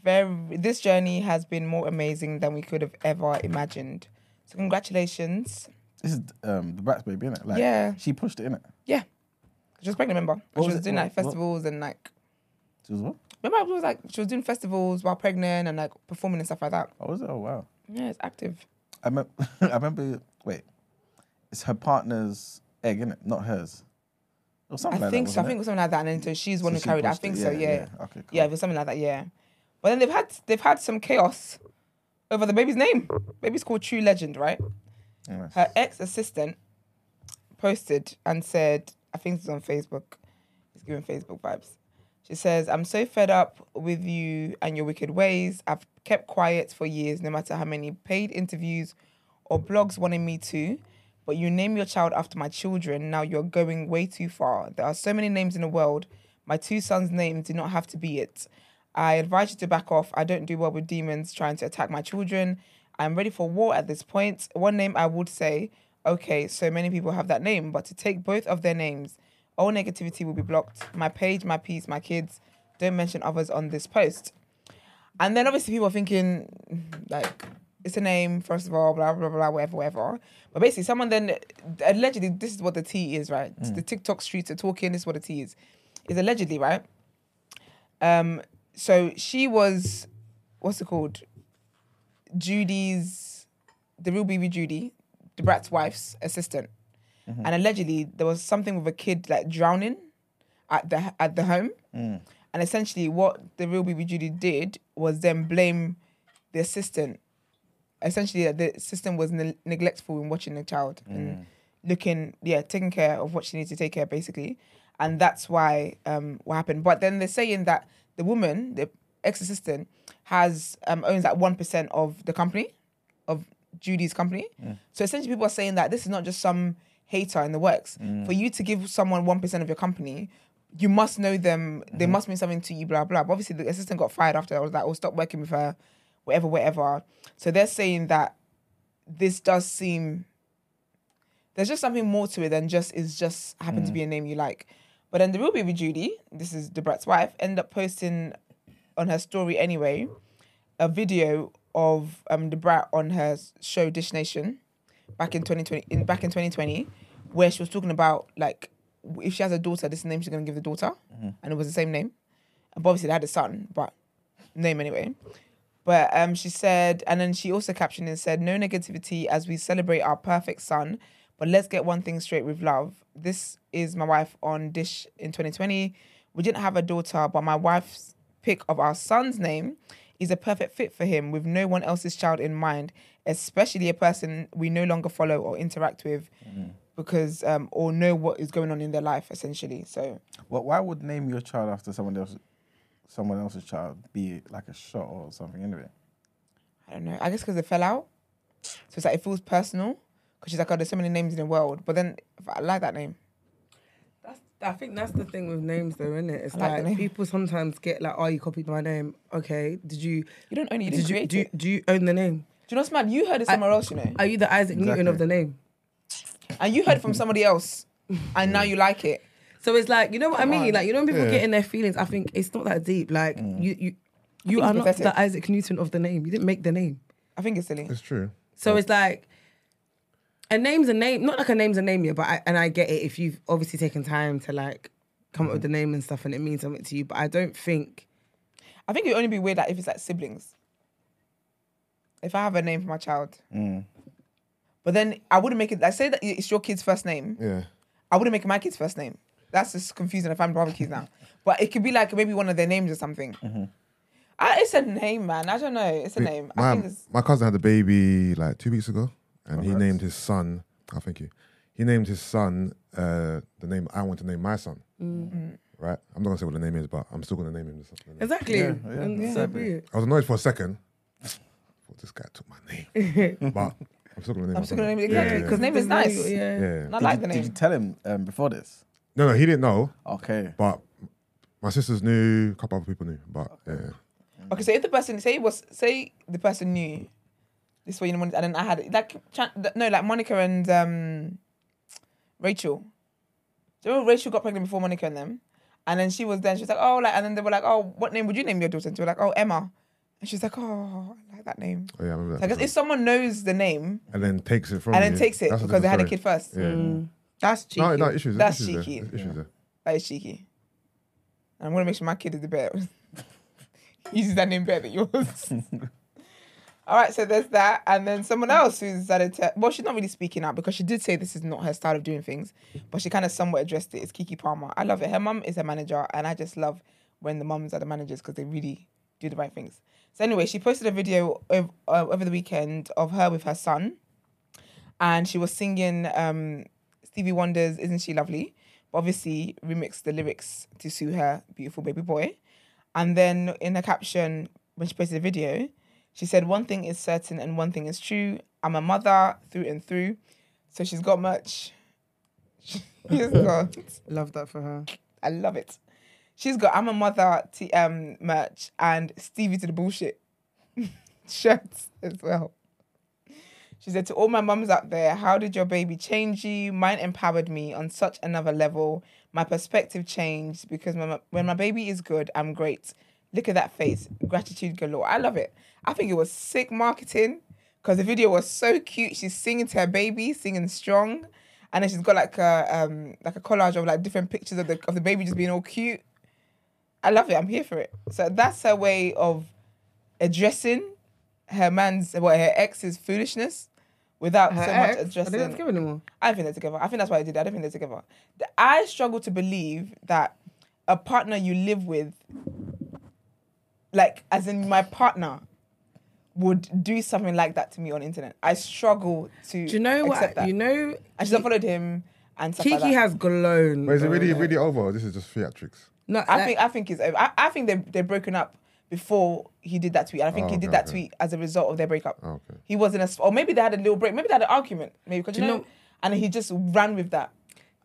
Speaker 1: Very, this journey has been more amazing than we could have ever imagined. So congratulations.
Speaker 4: This is um, the Bratz baby, innit? Like,
Speaker 1: Yeah.
Speaker 4: She pushed it, innit?
Speaker 1: Yeah. She was pregnant, remember?
Speaker 4: What
Speaker 1: she
Speaker 4: was
Speaker 1: was,
Speaker 4: it-
Speaker 1: doing like
Speaker 4: what- what-
Speaker 1: festivals and like
Speaker 4: She was what?
Speaker 1: remember it was like she was doing festivals while pregnant and like performing and stuff like that.
Speaker 4: Oh, was it? Oh, wow.
Speaker 1: Yeah, it's active.
Speaker 4: I, mem- I remember, wait, it's her partner's egg, innit? Not hers. Or something
Speaker 1: I
Speaker 4: like
Speaker 1: think
Speaker 4: that.
Speaker 1: so. I
Speaker 4: wasn't
Speaker 1: think it
Speaker 4: it?
Speaker 1: was something like that, and then so she's the one
Speaker 4: So
Speaker 1: who
Speaker 4: she
Speaker 1: carried. it. I
Speaker 4: pushed it.
Speaker 1: think so.
Speaker 4: Yeah,
Speaker 1: Yeah.
Speaker 4: yeah.
Speaker 1: Yeah.
Speaker 4: Okay, cool.
Speaker 1: it was something like that. Yeah. But then they've had they've had some chaos over the baby's name. Baby's called True Legend, right?
Speaker 4: Yes.
Speaker 1: Her ex assistant posted and said, I think it's on Facebook. It's giving Facebook vibes. She says, I'm so fed up with you and your wicked ways. I've kept quiet for years, no matter how many paid interviews or blogs wanted me to. But you name your child after my children. Now you're going way too far. There are so many names in the world. My two sons' names do not have to be it. I advise you to back off. I don't do well with demons trying to attack my children. I'm ready for war at this point. One name I would say, okay, so many people have that name, but to take both of their names, all negativity will be blocked. My page, my piece, my kids. Don't mention others on this post. And then obviously people are thinking, like, it's a name, first of all, blah, blah, blah, whatever, whatever. But basically, someone then, allegedly, this is what the tea is, right? The TikTok streets are talking, this is what the tea is. Is allegedly, right? Um, so she was, what's it called? Judy's, the real BB Judy, the brat's wife's assistant, and allegedly there was something with a kid like drowning at the at the home, Mm. and essentially what the real BB Judy did was then blame the assistant. Essentially, that the assistant was ne- neglectful in watching the child and looking, yeah, taking care of what she needs to take care, basically, and that's why um, what happened. But then they're saying that the woman, the ex assistant, has um, owns that one percent of the company of Judy's company. So essentially, people are saying that this is not just some hater in the works. For you to give someone one percent of your company, you must know them. They must mean something to you. Blah blah. But obviously, the assistant got fired after. I was like, "Oh, stop working with her," whatever, whatever. So they're saying that this does seem there's just something more to it than just it's just happened to be a name you like. But then the real baby Judy, this is Debrat's wife, ended up posting on her story anyway a video of um Debrat on her s- show Dish Nation back in 2020 in back in 2020 where she was talking about like w- if she has a daughter this is the name she's going to give the daughter and it was the same name and obviously they had a son but name anyway but um, she said, and then she also captioned and said, "No negativity as we celebrate our perfect son, but let's get one thing straight with love. This is my wife on Dish in 2020. We didn't have a daughter, but my wife's pick of our son's name is a perfect fit for him, with no one else's child in mind, especially a person we no longer follow or interact with." Because um, or know what is going on in their life essentially. So
Speaker 4: Well, why would name your child after someone else, someone else's child be like a shot or something anyway?
Speaker 1: I don't know. I guess because it fell out. So it's like it feels personal because she's like, oh, there's so many names in the world. But then I like that name.
Speaker 3: That's I think that's the thing with names, though, isn't it? It's
Speaker 1: like the
Speaker 3: like,
Speaker 1: name.
Speaker 3: people sometimes get like, "Oh, you copied my name." Okay, did you?
Speaker 1: You don't own it, you
Speaker 3: did
Speaker 1: didn't
Speaker 3: you
Speaker 1: create
Speaker 3: do,
Speaker 1: it.
Speaker 3: do you own the name?
Speaker 1: Do you know what's mad? You heard it somewhere else, you know,
Speaker 3: Are you the Isaac Newton
Speaker 4: Exactly.
Speaker 3: of the name?
Speaker 1: and you heard it from somebody else, and now you like it.
Speaker 3: So it's like you know what I mean.
Speaker 1: on. Mm.
Speaker 3: Like you know when people
Speaker 2: Yeah.
Speaker 3: get in their feelings, I think it's not that deep. Like you you you
Speaker 1: it's
Speaker 3: are not
Speaker 1: pathetic.
Speaker 3: the Isaac Newton of the name. You didn't make the name.
Speaker 1: I think it's silly.
Speaker 2: It's true.
Speaker 3: So it's like a name's a name, not like a name's a name, yeah. But I, and I get it if you've obviously taken time to like come up with the name and stuff, and it means something to you. But I don't think
Speaker 1: I think it would only be weird like, if it's like siblings. If I have a name for my child. But then I wouldn't make it, I say that it's your kid's first name.
Speaker 2: Yeah.
Speaker 1: I wouldn't make it my kid's first name. That's just confusing if I'm barbecues now. But it could be like maybe one of their names or something.
Speaker 4: Mm-hmm.
Speaker 1: I, it's a name, man. I don't know. It's a name. I think
Speaker 2: My,
Speaker 1: it's, Oh,
Speaker 2: my cousin had a baby like two weeks ago, and he named his son. I thank you. He named his son uh, the name I want to name my son.
Speaker 1: Mm.
Speaker 2: Right. I'm not gonna say what the name is, but I'm still gonna name him. This, the name.
Speaker 3: exactly. and so
Speaker 4: exactly.
Speaker 3: be it.
Speaker 2: I was annoyed for a second. I thought this guy took my name, but I'm still gonna name.
Speaker 1: I'm
Speaker 2: my
Speaker 1: still
Speaker 2: son
Speaker 1: going to name it
Speaker 2: Yeah,
Speaker 1: exactly
Speaker 2: yeah,
Speaker 1: because name is
Speaker 3: Doesn't
Speaker 1: nice.
Speaker 3: really-
Speaker 2: yeah.
Speaker 3: Yeah.
Speaker 2: Yeah,
Speaker 1: And
Speaker 2: yeah.
Speaker 1: I like
Speaker 4: did,
Speaker 1: the
Speaker 4: you,
Speaker 1: name.
Speaker 4: did you tell him um, before this?
Speaker 2: No, no, he didn't know,
Speaker 4: Okay.
Speaker 2: but my sisters knew. A couple other people knew, but yeah. oh,
Speaker 1: Okay, so if the person say it was say the person knew this way, you know, and then I had it like Chan- th- no, like Monica and um, Rachel. Do you remember Rachel got pregnant before Monica and them, and then she was then she was like oh like and then they were like oh what name would you name your daughter? And they were like oh Emma, and she's like oh I like that name.
Speaker 2: Oh yeah, I remember
Speaker 1: So I
Speaker 2: that.
Speaker 1: guess if someone knows the name
Speaker 2: and then takes it from
Speaker 1: and then
Speaker 2: you,
Speaker 1: takes it
Speaker 2: that's
Speaker 1: because they had a
Speaker 2: different
Speaker 1: kid first,
Speaker 2: story. Yeah.
Speaker 1: Mm.
Speaker 3: That's cheeky.
Speaker 2: No, no issues.
Speaker 1: That's
Speaker 2: issues
Speaker 1: cheeky.
Speaker 2: There. There's Issues there.
Speaker 1: that is cheeky. And I'm gonna make sure my kid is the better. uses that name better than yours. All right, so there's that, and then someone else who decided to. Well, she's not really speaking out because she did say this is not her style of doing things, but she kind of somewhat addressed it. It's Kiki Palmer. I love it. Her mum is her manager, and I just love when the mums are the managers because they really do the right things. So anyway, she posted a video of, uh, over the weekend of her with her son, and she was singing um, Stevie Wonder's "Isn't She Lovely," but obviously remixed the lyrics to suit her beautiful baby boy. And then in her caption, when she posted the video, she said, One thing is certain and one thing is true. I'm a mother through and through. So she's got merch. She's got,
Speaker 3: Love that for her.
Speaker 1: I love it. She's got I'm a mother t- um, merch and Stevie to the bullshit shirts as well. She said, To all my mums out there, how did your baby change you? Mine empowered me on such another level. My perspective changed because when my, when my baby is good, I'm great. Look at that face. Gratitude galore. I love it. I think it was sick marketing because the video was so cute. She's singing to her baby, singing strong. And then she's got like a um like a collage of like different pictures of the of the baby just being all cute. I love it. I'm here for it. So that's her way of addressing her man's well her ex's foolishness without
Speaker 3: Her
Speaker 1: so much
Speaker 3: ex, Are they not
Speaker 1: addressing.
Speaker 3: together anymore?
Speaker 1: I think they're together. I think that's why I did. it. I don't think they're together. Th- I struggle to believe that a partner you live with, like as in my partner, would do something like that to me on internet. I struggle to.
Speaker 3: Do you know
Speaker 1: accept
Speaker 3: what?
Speaker 1: That.
Speaker 3: You know,
Speaker 1: and she's unfollowed him and stuff like
Speaker 3: Kiki
Speaker 1: that.
Speaker 3: has glown.
Speaker 2: But is it
Speaker 3: bro.
Speaker 2: really, really over? Or this is just theatrics.
Speaker 3: No,
Speaker 1: I
Speaker 3: like-
Speaker 1: think I think it's over. I, I think they they're broken up before he did that tweet. And I think
Speaker 2: Oh,
Speaker 1: he did
Speaker 2: okay,
Speaker 1: that
Speaker 2: okay.
Speaker 1: tweet as a result of their breakup.
Speaker 2: Oh, okay.
Speaker 1: He wasn't as or maybe they had a little break. Maybe they had an argument. Maybe because you,
Speaker 3: Do you
Speaker 1: know,
Speaker 3: know-
Speaker 1: and he just ran with that.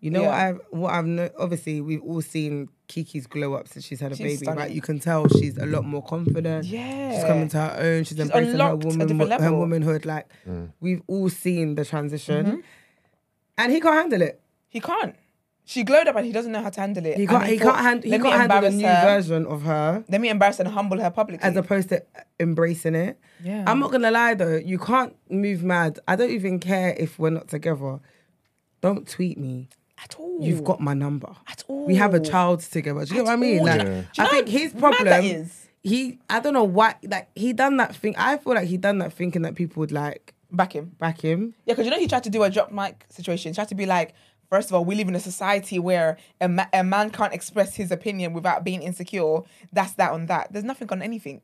Speaker 3: You know
Speaker 1: Yeah.
Speaker 3: what I've what I've no- obviously we've all seen Kiki's glow up since she's had a
Speaker 1: She's
Speaker 3: baby. Right,
Speaker 1: stunning.
Speaker 3: you can tell she's a lot more confident. she's
Speaker 1: Yeah.
Speaker 3: coming to her own. She's, embracing her
Speaker 1: unlocked a
Speaker 3: woman
Speaker 1: different
Speaker 3: her
Speaker 1: level.
Speaker 3: womanhood. Like we've all seen the transition,
Speaker 1: Mm-hmm.
Speaker 3: and he can't handle it.
Speaker 1: He can't. She glowed up and he doesn't know how to handle it.
Speaker 3: He
Speaker 1: And
Speaker 3: can't. He
Speaker 1: thought,
Speaker 3: can't, hand, he
Speaker 1: "Let me
Speaker 3: can't handle the
Speaker 1: embarrass
Speaker 3: new
Speaker 1: her.
Speaker 3: version of her
Speaker 1: Let me embarrass and humble her publicly.
Speaker 3: as opposed to embracing it.
Speaker 1: Yeah.
Speaker 3: I'm not gonna lie though, you can't move mad. I don't even care if we're not together. Don't tweet me.
Speaker 1: at all.
Speaker 3: You've got my number.
Speaker 1: At
Speaker 3: We have a
Speaker 1: all.
Speaker 3: child together. Do you get what I mean?
Speaker 1: all.
Speaker 3: Like,
Speaker 1: Yeah. Do you
Speaker 3: I
Speaker 1: know
Speaker 3: think
Speaker 1: how
Speaker 3: his
Speaker 1: mad that
Speaker 3: problem
Speaker 1: is?
Speaker 3: He, I don't know why. Like he done that thing. I feel like he done that thinking that people would like
Speaker 1: back him.
Speaker 3: back him.
Speaker 1: Yeah, because you know he tried to do a drop mic situation. He tried to be like, first of all, we live in a society where a, ma- a man can't express his opinion without being insecure. That's that on that. There's nothing on anything.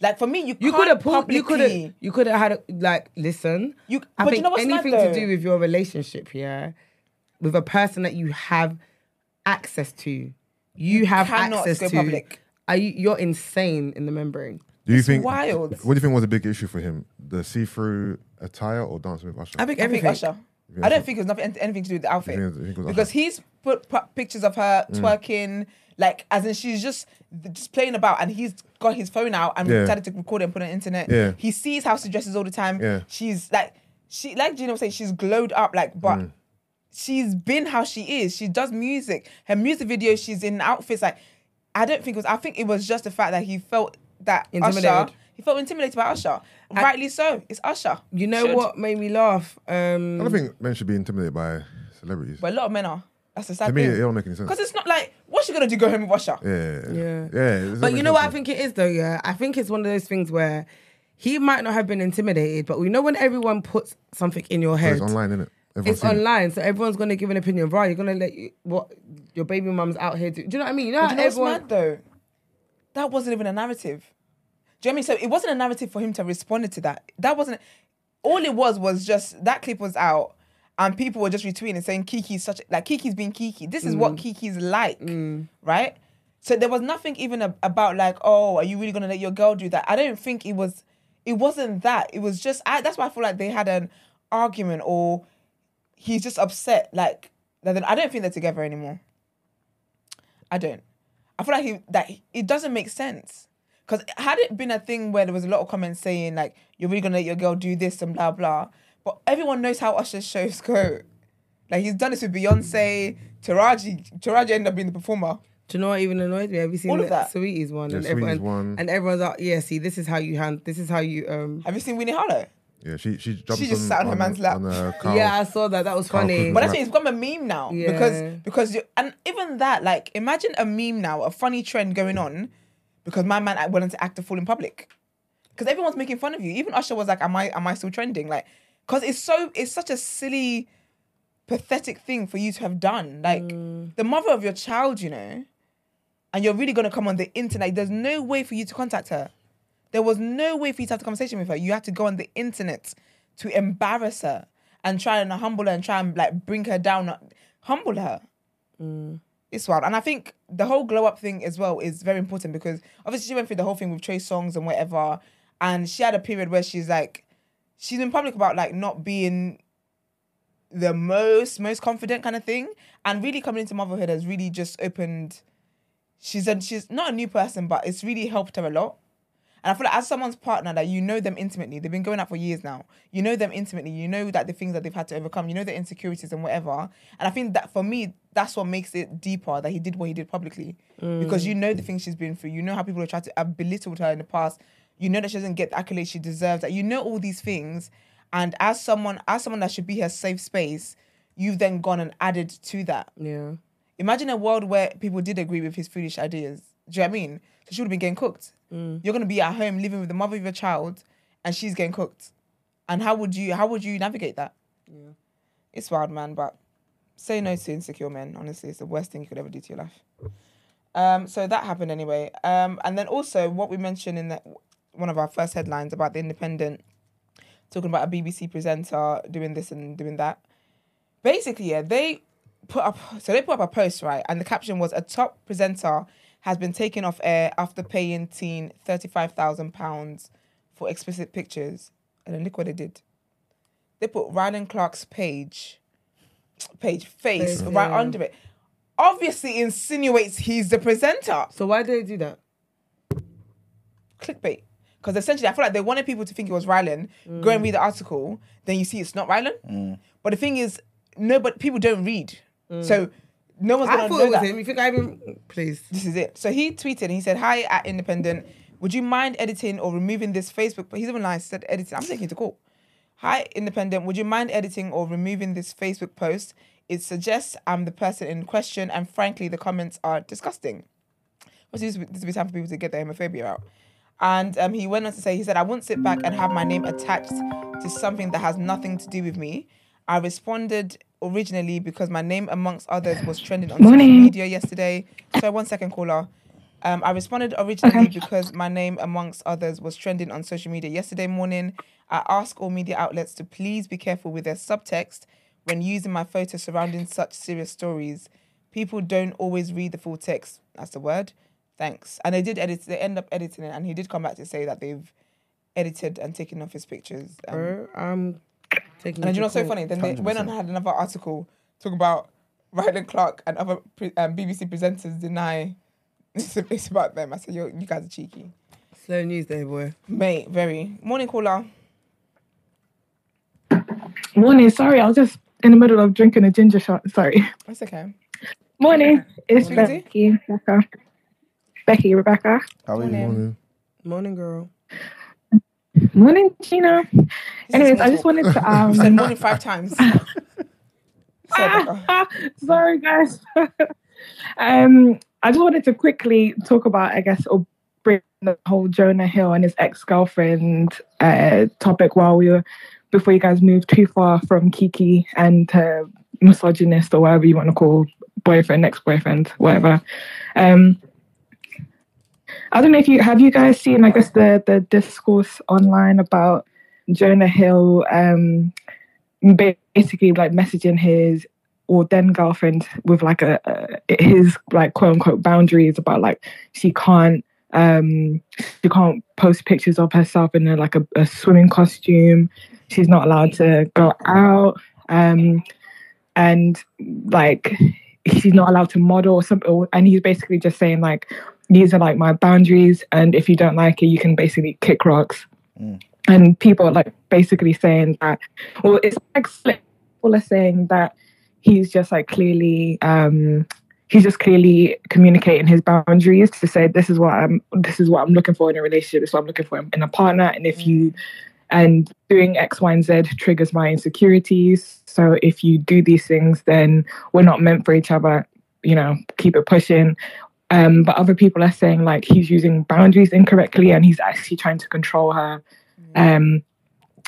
Speaker 1: Like for me, you
Speaker 3: You
Speaker 1: can't
Speaker 3: could have pulled. You could
Speaker 1: publicly-
Speaker 3: have. You could have had. A, like, listen.
Speaker 1: You-
Speaker 3: I
Speaker 1: but you
Speaker 3: think
Speaker 1: know what's mad,
Speaker 3: anything
Speaker 1: though?
Speaker 3: to do with your relationship, yeah, with a person that you have access to, you, have
Speaker 1: cannot
Speaker 3: access
Speaker 1: go
Speaker 3: to.
Speaker 1: public.
Speaker 3: Are you? You're insane in the membrane.
Speaker 2: Do you
Speaker 1: It's
Speaker 2: think
Speaker 1: wild.
Speaker 2: What do you think was a big issue for him? The see-through attire or dancing with Usher?
Speaker 3: I think
Speaker 1: I think
Speaker 3: everything.
Speaker 1: Usher. I don't think it was nothing anything to do with the outfit
Speaker 2: You think it was Usher?
Speaker 1: because he's put, put pictures of her
Speaker 2: Mm.
Speaker 1: twerking, like as in she's just just playing about, and he's got his phone out and
Speaker 2: Yeah.
Speaker 1: decided to record it and put it on the internet.
Speaker 2: Yeah.
Speaker 1: He sees how she dresses all the time.
Speaker 2: Yeah.
Speaker 1: She's like she like Gina was saying, she's glowed up, like but
Speaker 2: Mm.
Speaker 1: she's been how she is. She does music. Her music video, she's in outfits like I don't think it was I think it was just the fact that he felt that Usher
Speaker 3: Intimidated.
Speaker 1: he felt intimidated by Usher. Rightly so. It's Usher.
Speaker 3: You know
Speaker 1: Should.
Speaker 3: what made me laugh?
Speaker 2: I
Speaker 3: Um,
Speaker 2: don't think men should be intimidated by celebrities.
Speaker 1: But a lot of men are. That's the sad
Speaker 2: to me, it
Speaker 1: thing.
Speaker 2: don't make any sense.
Speaker 1: Because it's not like what's she gonna do? Go home with Usher?
Speaker 2: Yeah,
Speaker 3: Yeah.
Speaker 2: yeah. yeah
Speaker 3: but you know what I think it is though. Yeah, I think it's one of those things where he might not have been intimidated, but we know when everyone puts something in your head,
Speaker 2: It's online, isn't it?
Speaker 3: it's online, so everyone's gonna give an opinion. Right, you're gonna let you, what your baby mum's out here do. Do you know what I mean? You know,
Speaker 1: But
Speaker 3: how
Speaker 1: do you know what's
Speaker 3: everyone.
Speaker 1: mad though? That wasn't even a narrative. Do you know what I mean? So it wasn't a narrative for him to respond to that. That wasn't. All it was was just that clip was out, and people were just retweeting saying Kiki's such like Kiki's being Kiki. This is what Kiki's like, right? So there was nothing even ab- about like, oh, are you really gonna let your girl do that? I don't think it was. It wasn't that. It was just. I, that's why I feel like they had an argument, or he's just upset. Like, that I don't think they're together anymore. I don't. I feel like he, that it doesn't make sense. Because had it been a thing where there was a lot of comments saying like you're really gonna let your girl do this and blah blah, but everyone knows how Usher's shows go. Like he's done this with Beyonce, Taraji. Taraji ended up being the performer.
Speaker 3: Do you know what even annoys me? Have you seen
Speaker 1: All of
Speaker 3: the
Speaker 1: that.
Speaker 3: Sweeties one?
Speaker 2: Yeah,
Speaker 3: and
Speaker 2: Sweeties
Speaker 3: everyone,
Speaker 2: one.
Speaker 3: And everyone's like, yeah, see, this is how you hand. This is how you um.
Speaker 1: Have you seen Winnie Harlow?
Speaker 2: Yeah, she she jumps
Speaker 1: just
Speaker 2: on,
Speaker 1: sat on her
Speaker 2: on-
Speaker 1: man's lap.
Speaker 2: on a cow.
Speaker 3: Yeah, I saw that. That was
Speaker 2: Carl
Speaker 3: funny.
Speaker 2: Cook-
Speaker 1: But
Speaker 2: Right.
Speaker 1: that's it, it's become a meme now
Speaker 3: Yeah.
Speaker 1: because because you and even that like imagine a meme now, a funny trend going on because my man act- willing to act a fool in public because everyone's making fun of you. Even Usher was like, "Am I am I still trending?" Like because it's so it's such a silly, pathetic thing for you to have done. Like the mother of your child, you know, and you're really gonna come on the internet. There's no way for you to contact her. There was no way for you to have a conversation with her. You had to go on the internet to embarrass her and try and humble her and try and like bring her down, humble her. It's wild, and I think the whole glow up thing as well is very important because obviously she went through the whole thing with Trey songs and whatever, and she had a period where she's like, she's in public about like not being the most most confident kind of thing, and really coming into motherhood has really just opened. She's a, she's not a new person, but it's really helped her a lot. And I feel like as someone's partner, that you know them intimately, they've been going out for years now. You know them intimately. You know that the things that they've had to overcome. You know their insecurities and whatever. And I think that for me, that's what makes it deeper that he did what he did publicly, because you know the things she's been through. You know how people have tried to have belittled her in the past. You know that she doesn't get the accolades she deserves. That you know all these things, and as someone, as someone that should be her safe space, you've then gone and added to that.
Speaker 3: Yeah.
Speaker 1: Imagine a world where people did agree with his foolish ideas. Do you know what I mean? So she would have been getting cooked. You're gonna be at home living with the mother of your child, and she's getting cooked. And how would you how would you navigate that? Yeah, it's wild, man. But say no to insecure men. Honestly, it's the worst thing you could ever do to your life. Um, so that happened anyway. Um, and then also what we mentioned in that one of our first headlines about the Independent talking about a BBC presenter doing this and doing that. Basically, yeah, they put up so they put up a post right, and the caption was a top presenter has been taken off air after paying teen thirty five thousand pounds for explicit pictures, and then look what they did. They put Ryan Clark's page, page face
Speaker 3: Face,
Speaker 1: right
Speaker 3: yeah.
Speaker 1: under it. Obviously, insinuates he's the presenter
Speaker 3: So why did they do that?
Speaker 1: clickbait. Because essentially, I feel like they wanted people to think it was Rylan. Go and read the article, then you see it's not Rylan. But the thing is, no, but people don't read, so no one's
Speaker 3: Mm. I
Speaker 1: gonna
Speaker 3: thought
Speaker 1: know
Speaker 3: it was
Speaker 1: that.
Speaker 3: him. You think I even? Please.
Speaker 1: This is it. So he tweeted and he said, "Hi at Independent, would you mind editing or removing this Facebook?" But he's even lying. Said editing. I'm taking it to court. Hi Independent, would you mind editing or removing this Facebook post? It suggests I'm the person in question, and frankly, the comments are disgusting. Obviously, this would- this would be time for people to get their homophobia out. And um, he went on to say, he said, I won't sit back and have my name attached to something that has nothing to do with me. I responded originally because my name, amongst others, was trending on social media yesterday. Sorry, one second, caller. Um, I responded originally because my name, amongst others, was trending on social media yesterday morning. I ask all media outlets to please be careful with their subtext when using my photo surrounding such serious stories. People don't always read the full text. That's the word. Thanks. And they did edit. They end up editing it, and he did come back to say that they've edited and taken off his pictures. Um,
Speaker 3: Bro, I'm taking.
Speaker 1: and
Speaker 3: it
Speaker 1: you
Speaker 3: to
Speaker 1: know what's so
Speaker 3: court.
Speaker 1: funny? Then they went and had another article talking about Ryland Clark and other pre- um, BBC presenters deny it's, it's about them. I said, Yo, you guys are cheeky.
Speaker 3: Slow news day, boy.
Speaker 1: Mate, very. Morning caller.
Speaker 6: Morning. Sorry, I was just in the middle of drinking a ginger shot. Sorry.
Speaker 1: That's okay.
Speaker 6: Morning. It's
Speaker 1: Morning.
Speaker 6: Becky. Rebecca. Becky, Rebecca.
Speaker 4: How are you?
Speaker 1: Morning.
Speaker 2: Morning.
Speaker 3: Morning, girl.
Speaker 6: Morning, Gina.
Speaker 1: This is
Speaker 6: Anyways,
Speaker 1: small
Speaker 6: I just
Speaker 1: talk.
Speaker 6: wanted to
Speaker 1: You said
Speaker 6: um.
Speaker 1: morning five times. Sorry, Becca.
Speaker 6: sorry, guys. um, I just wanted to quickly talk about, I guess, or bring the whole Jonah Hill and his ex-girlfriend uh, topic while we were before you guys moved too far from Kiki and her misogynist or whatever you want to call boyfriend, ex-boyfriend, whatever. Um, I don't know if you have you guys seen, I guess, the the discourse online about Jonah Hill um, ba- basically like messaging his or then girlfriend with like a, a his like quote unquote boundaries about like she can't um she can't post pictures of herself in a, like a, a swimming costume she's not allowed to go out um and like she's not allowed to model or something or- and he's basically just saying like these are like my boundaries and if you don't like it you can basically kick rocks
Speaker 4: Mm.
Speaker 6: and people are like basically saying that well it's like slick- people are saying that he's just like clearly um he's just clearly communicating his boundaries to say this is what i'm this is what i'm looking for in a relationship this is what i'm looking for in a partner and if you and doing x y and z triggers my insecurities so if you do these things then we're not meant for each other you know keep it pushing um but other people are saying like he's using boundaries incorrectly and he's actually trying to control her um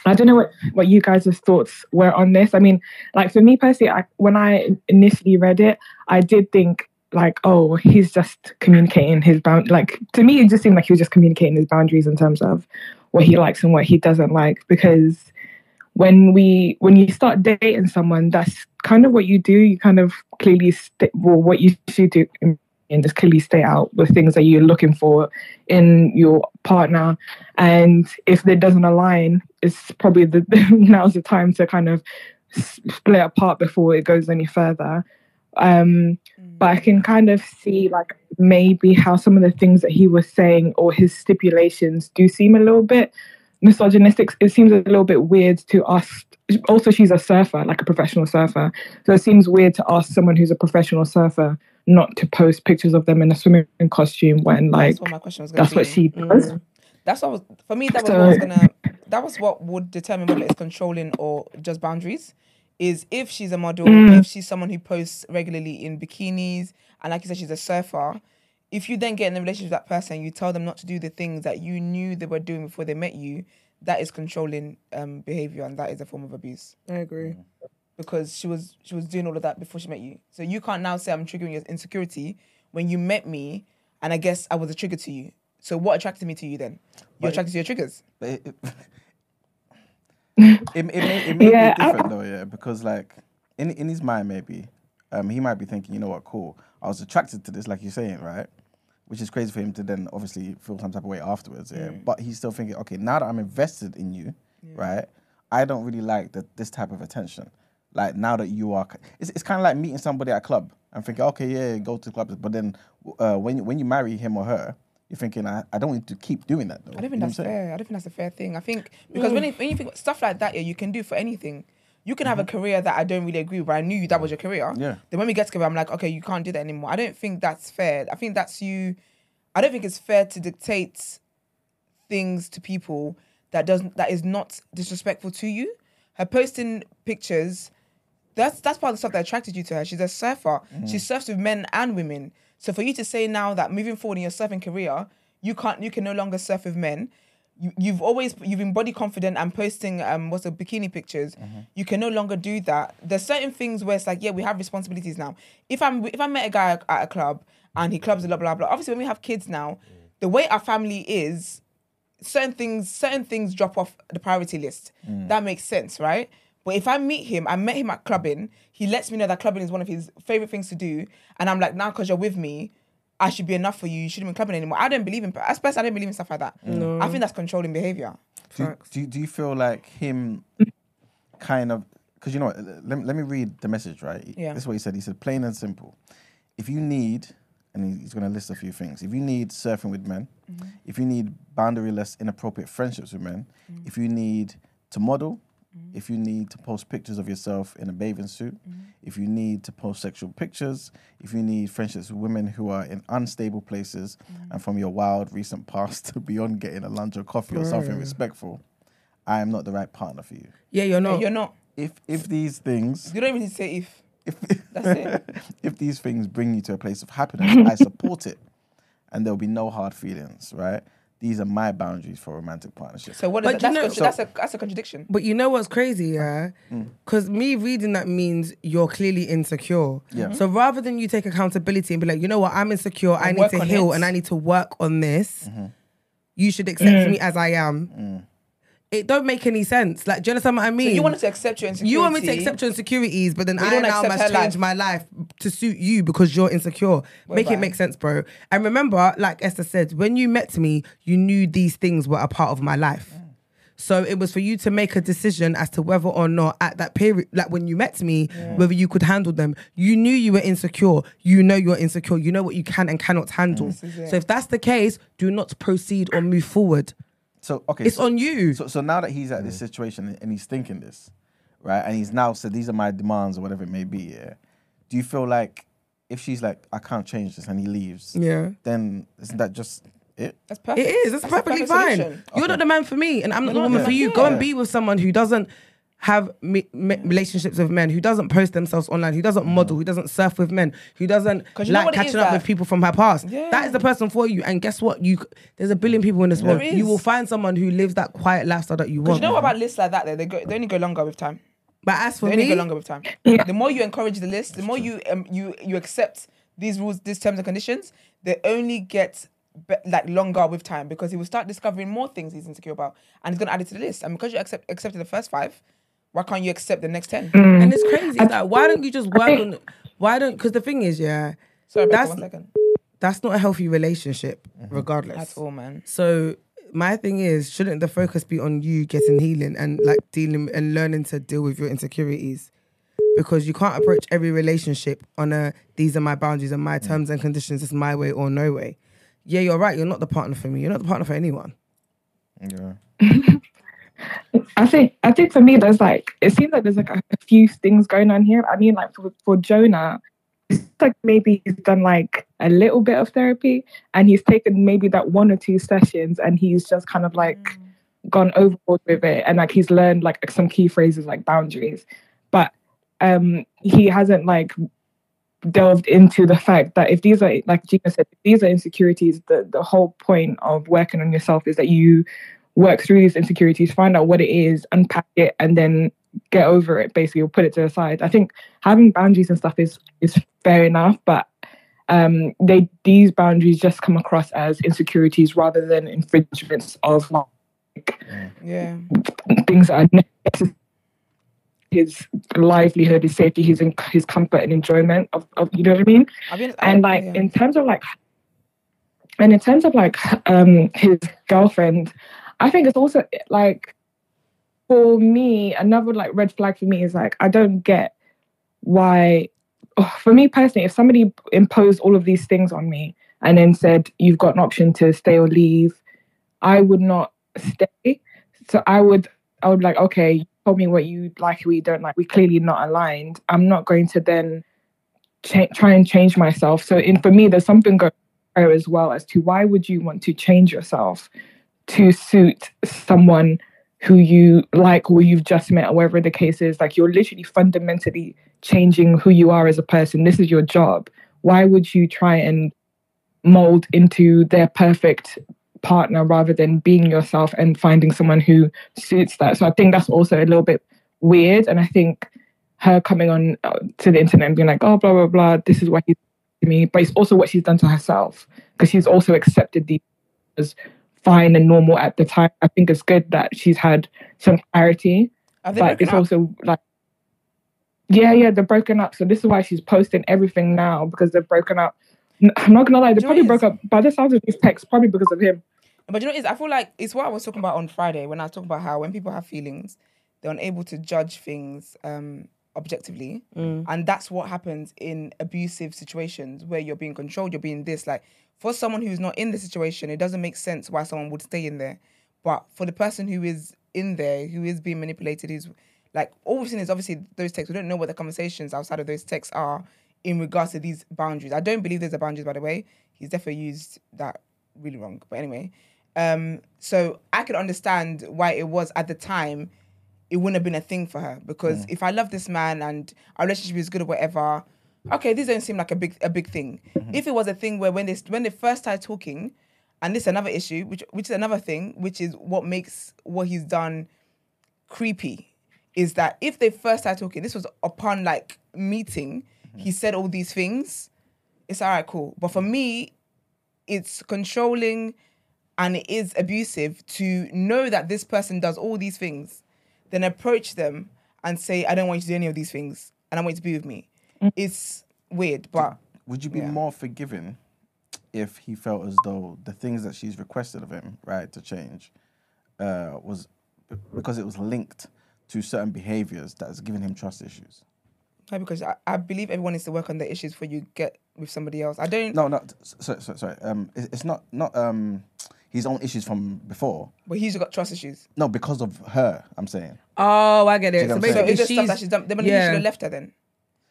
Speaker 6: i don't know what what you guys' thoughts were on this i mean like for me personally I, when i initially read it i did think like oh he's just communicating his bound like to me it just seemed like he was just communicating his boundaries in terms of what he likes and what he doesn't like because when we when you start dating someone that's kind of what you do you kind of clearly st- well what you should do and just clearly stay out with things that you're looking for in your partner and if it doesn't align it's probably the now's the time to kind of split apart before it goes any further. Um,
Speaker 1: Mm.
Speaker 6: but I can kind of see like maybe how some of the things that he was saying or his stipulations do seem a little bit misogynistic. It seems a little bit weird to us. Also, she's a surfer, like a professional surfer. So it seems weird to ask someone who's a professional surfer not to post pictures of them in a swimming costume when like
Speaker 1: That's what my question was going to
Speaker 6: that's
Speaker 1: be.
Speaker 6: what she
Speaker 3: Mm.
Speaker 6: does.
Speaker 1: That's what was, for me. That was what was gonna. That was what would determine whether it's controlling or just boundaries. Is if she's a model,
Speaker 6: Mm.
Speaker 1: if she's someone who posts regularly in bikinis, and like you said, she's a surfer. If you then get in a relationship with that person, you tell them not to do the things that you knew they were doing before they met you. That is controlling um, behavior, and that is a form of abuse
Speaker 3: I agree.
Speaker 6: Mm.
Speaker 1: because she was she was doing all of that before she met you. So you can't now say I'm triggering your insecurity when you met me, and I guess I was a trigger to you. So what attracted me to you then? You're attracted to your triggers.
Speaker 4: But It, it, it may, it may
Speaker 6: Yeah,
Speaker 4: be
Speaker 6: I-
Speaker 4: different though, yeah, because like in in his mind maybe, um, he might be thinking, you know what, cool, I was attracted to this, like you're saying, right? Which is crazy for him to then obviously feel some type of way afterwards, yeah. But he's still thinking, okay, now that I'm invested in you, right? I don't really like that this type of attention. Like now that you are, it's, it's kind of like meeting somebody at a club and thinking, okay, yeah, go to clubs. But then uh, when when you marry him or her, you're thinking, I, I don't need to keep doing that though.
Speaker 1: I don't think that's fair. I don't think that's a fair thing. I think because when, you, when you think stuff like that, yeah, you can do for anything. You can have a career that I don't really agree with, but I knew that was your career.
Speaker 4: Yeah.
Speaker 1: Then when we get together, I'm like, okay, you can't do that anymore. I don't think that's fair. I think that's you. I don't think it's fair to dictate things to people that doesn't that is not disrespectful to you. Her posting pictures, that's that's part of the stuff that attracted you to her. She's a surfer. She surfs with men and women. So for you to say now that moving forward in your surfing career, you can't you can no longer surf with men. You, you've always you've been body confident and posting um what's a bikini pictures. You can no longer do that. There's certain things where it's like yeah we have responsibilities now. If I'm if I met a guy at a club and he clubs a blah blah blah. Obviously when we have kids now, the way our family is certain things certain things drop off the priority list. That makes sense, right? But if I meet him, I met him at clubbing. He lets me know that clubbing is one of his favorite things to do, and I'm like, now because you're with me, I should be enough for you. You shouldn't be clubbing anymore. I don't believe in. As person, I don't believe in stuff like that. I think that's controlling behavior.
Speaker 4: Do, do, do you feel like him kind of because you know, what, let, let me read the message, right?
Speaker 1: Yeah.
Speaker 4: This is what he said. He said, plain and simple. If you need, and he- he's going to list a few things. If you need surfing with men, if you need boundaryless, inappropriate friendships with men, if you need to model, if you need to post pictures of yourself in a bathing suit, if you need to post sexual pictures, if you need friendships with women who are in unstable places and from your wild recent past to beyond getting a lunch or coffee or something respectful, I am not the right partner for you.
Speaker 3: Yeah, you're
Speaker 1: No,
Speaker 3: not.
Speaker 1: you're not.
Speaker 4: If if these things
Speaker 1: You don't even need to say if.
Speaker 4: if
Speaker 1: That's it.
Speaker 4: if these things bring you to a place of happiness, I support it, and there'll be no hard feelings, right? These are my boundaries for romantic partnership.
Speaker 1: So what is
Speaker 3: But
Speaker 1: that? That's,
Speaker 3: you know-
Speaker 1: contra- that's a that's a contradiction.
Speaker 3: But you know what's crazy, yeah? Because me reading that means you're clearly insecure.
Speaker 4: Yeah.
Speaker 3: So rather than you take accountability and be like, you know what, I'm insecure, I need
Speaker 1: work
Speaker 3: to
Speaker 1: on
Speaker 3: heal
Speaker 1: it.
Speaker 3: and I need to work on this, you should accept
Speaker 1: Mm.
Speaker 3: me as I am. It don't make any sense. Like, do you understand what I mean?
Speaker 1: You wanted to accept your insecurity.
Speaker 3: You want me to accept your insecurities, but then
Speaker 1: you
Speaker 3: I
Speaker 1: don't
Speaker 3: now
Speaker 1: accept
Speaker 3: must
Speaker 1: her
Speaker 3: change
Speaker 1: life.
Speaker 3: my life to suit you because you're insecure. make
Speaker 1: bye.
Speaker 3: it make sense, bro. And remember, like Esther said, when you met me, you knew these things were a part of my life.
Speaker 1: Mm.
Speaker 3: So it was for you to make a decision as to whether or not at that period, like when you met me, whether you could handle them. You knew you were insecure. You know you're insecure. You know what you can and cannot handle. So if that's the case, do not proceed or move forward.
Speaker 4: So okay,
Speaker 3: It's
Speaker 4: so,
Speaker 3: on you.
Speaker 4: so so now that he's at this situation and he's thinking this, right? And he's now said these are my demands or whatever it may be. Yeah. Do you feel like if she's like I can't change this and he leaves,
Speaker 3: yeah.
Speaker 4: then isn't that just it?
Speaker 1: That's perfect.
Speaker 3: It is. It's
Speaker 1: That's a
Speaker 3: perfectly
Speaker 1: perfect
Speaker 3: fine.
Speaker 1: solution.
Speaker 3: You're not the man for me, and I'm not the woman
Speaker 1: yeah.
Speaker 3: for you. Go and
Speaker 4: Yeah.
Speaker 3: be with someone who doesn't have me, me, relationships with men, who doesn't post themselves online, who doesn't model, who doesn't surf with men, who doesn't
Speaker 1: 'Cause you know
Speaker 3: like
Speaker 1: what it is
Speaker 3: catching up
Speaker 1: that-
Speaker 3: with people from her past.
Speaker 1: Yeah.
Speaker 3: That is the person for you. And guess what? You c- there's a billion people in this world.
Speaker 1: There
Speaker 3: You
Speaker 1: is.
Speaker 3: will find someone who lives that quiet lifestyle that you
Speaker 1: 'Cause
Speaker 3: want.
Speaker 1: you know what about lists like that? Though? They go, they only go longer with time.
Speaker 3: but as for
Speaker 1: They only
Speaker 3: me,
Speaker 1: go longer with time. The more you encourage the list, the more you um, you you accept these rules, these terms and conditions, they only get be- like longer with time because he will start discovering more things he's insecure about, and he's gonna add it to the list. And because you accept accepted the first five, why can't you accept the next ten?
Speaker 6: Mm.
Speaker 3: and it's crazy. Like, why don't you just work
Speaker 6: think-
Speaker 3: on? Why don't? Because the thing is, yeah,
Speaker 1: Sorry, Becca,
Speaker 3: That's-
Speaker 1: one second.
Speaker 3: that's not a healthy relationship, regardless.
Speaker 1: That's all, man.
Speaker 3: So my thing is, shouldn't the focus be on you getting healing and like dealing and learning to deal with your insecurities? Because you can't approach every relationship on a these are my boundaries and
Speaker 1: Mm.
Speaker 3: my terms and conditions, it's my way or no way. Yeah, you're right, you're not the partner for me, you're not the partner for anyone.
Speaker 4: Yeah.
Speaker 6: I think I think for me there's like it seems like there's like a, a few things going on here. I mean like for, for Jonah, it's like maybe he's done like a little bit of therapy and he's taken maybe that one or two sessions and he's just kind of like gone overboard with it and like he's learned like some key phrases like boundaries. But um he hasn't like delved into the fact that if these are like Gina said, if these are insecurities, the, the whole point of working on yourself is that you work through these insecurities, find out what it is, unpack it, and then get over it. Basically, or put it to the side. I think having boundaries and stuff is is fair enough, but um, they these boundaries just come across as insecurities rather than infringements of like
Speaker 1: Yeah.
Speaker 6: things that are necessary his livelihood, his safety, his his comfort and enjoyment of, of you know what I mean
Speaker 1: I mean, I-
Speaker 6: and like
Speaker 1: yeah.
Speaker 6: in terms of like and in terms of like um his girlfriend i think it's also like for me another like red flag for me is like i don't get why oh, for me personally if somebody imposed all of these things on me and then said you've got an option to stay or leave i would not stay so i would i would like okay you told me what you like what you don't like we're clearly not aligned i'm not going to then cha- try and change myself. So in for me, there's something going there as well as to why would you want to change yourself to suit someone who you like or you've just met or whatever the case is. Like you're literally fundamentally changing who you are as a person. This is your job. Why would you try and mold into their perfect partner rather than being yourself and finding someone who suits that? So I think that's also a little bit weird. And I think her coming on uh, to the internet and being like, oh, blah, blah, blah, this is what he's done to me. But it's also what she's done to herself because she's also accepted these as fine and normal at the time. I think it's good that she's had some clarity,
Speaker 1: Have they
Speaker 6: but
Speaker 1: broken
Speaker 6: it's
Speaker 1: up?
Speaker 6: also like, yeah, yeah, they're broken up. So this is why she's posting everything now because they're broken up. N- I'm not gonna lie, they
Speaker 1: Do you know
Speaker 6: probably
Speaker 1: what it
Speaker 6: broke up by the sounds of these texts, probably because of him.
Speaker 1: But you know, what it is I feel like it's what I was talking about on Friday when I was talking about how when people have feelings, they're unable to judge things um, objectively, and that's what happens in abusive situations where you're being controlled, you're being this. Like for someone who's not in the situation, it doesn't make sense why someone would stay in there, but for the person who is in there, who is being manipulated, who's like all we've seen is obviously those texts. We don't know what the conversations outside of those texts are in regards to these boundaries. I don't believe there's a boundaries, by the way. He's definitely used that really wrong. But anyway, um, so I could understand why it was at the time. It wouldn't have been a thing for her because if I love this man and our relationship is good or whatever, okay, these don't seem like a big a big thing. If it was a thing where when they when they first started talking, and this is another issue, which which is another thing, which is what makes what he's done creepy is that if they first started talking, this was upon like meeting, he said all these things. It's all right, cool. But for me, it's controlling and it is abusive to know that this person does all these things, then approach them and say, I don't want you to do any of these things and I want you to be with me.
Speaker 6: Mm.
Speaker 1: It's weird, but
Speaker 4: Would you be
Speaker 1: Yeah.
Speaker 4: more forgiving if he felt as though the things that she's requested of him, right, to change, uh, was because it was linked to certain behaviors that has given him trust issues?
Speaker 1: no, because I, I believe everyone needs to work on their issues before you get with somebody else. I don't,
Speaker 4: No, not sorry, sorry. sorry. Um, it- it's not not um his own issues from before.
Speaker 1: but he's got trust issues.
Speaker 4: No, because of her. I'm saying.
Speaker 3: Oh, I get it. So
Speaker 4: what
Speaker 1: So
Speaker 4: I'm saying?
Speaker 3: basically,
Speaker 1: it's just
Speaker 3: she's,
Speaker 1: stuff that she's done. Then maybe you
Speaker 3: yeah.
Speaker 1: should have left her then.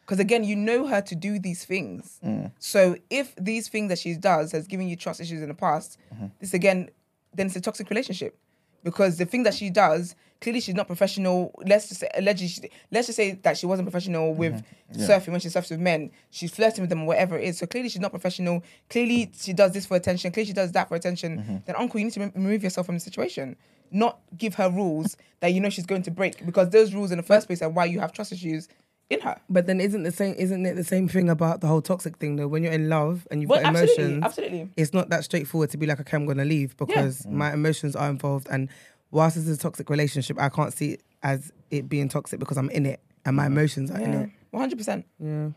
Speaker 1: Because again, you know her to do these things. So if these things that she does has given you trust issues in the past, this again, then it's a toxic relationship. Because the thing that she does, clearly she's not professional. Let's just say, allegedly, she, let's just say that she wasn't professional with surfing when she surfs with men. She's flirting with them, or whatever it is. So clearly she's not professional. Clearly she does this for attention. Clearly she does that for attention. Then uncle, you need to rem- remove yourself from the situation. Not give her rules that you know she's going to break because those rules in the first place are why you have trust issues in her.
Speaker 3: but then isn't the same? Isn't it the same thing about the whole toxic thing though? When you're in love and you've
Speaker 1: Well,
Speaker 3: got
Speaker 1: absolutely,
Speaker 3: emotions,
Speaker 1: absolutely.
Speaker 3: it's not that straightforward to be like, okay, I'm gonna leave because my emotions are involved. And whilst this is a toxic relationship, I can't see it as it being toxic because I'm in it and my emotions are in
Speaker 1: Mm. Yeah,
Speaker 3: it.
Speaker 1: one hundred percent. Yeah,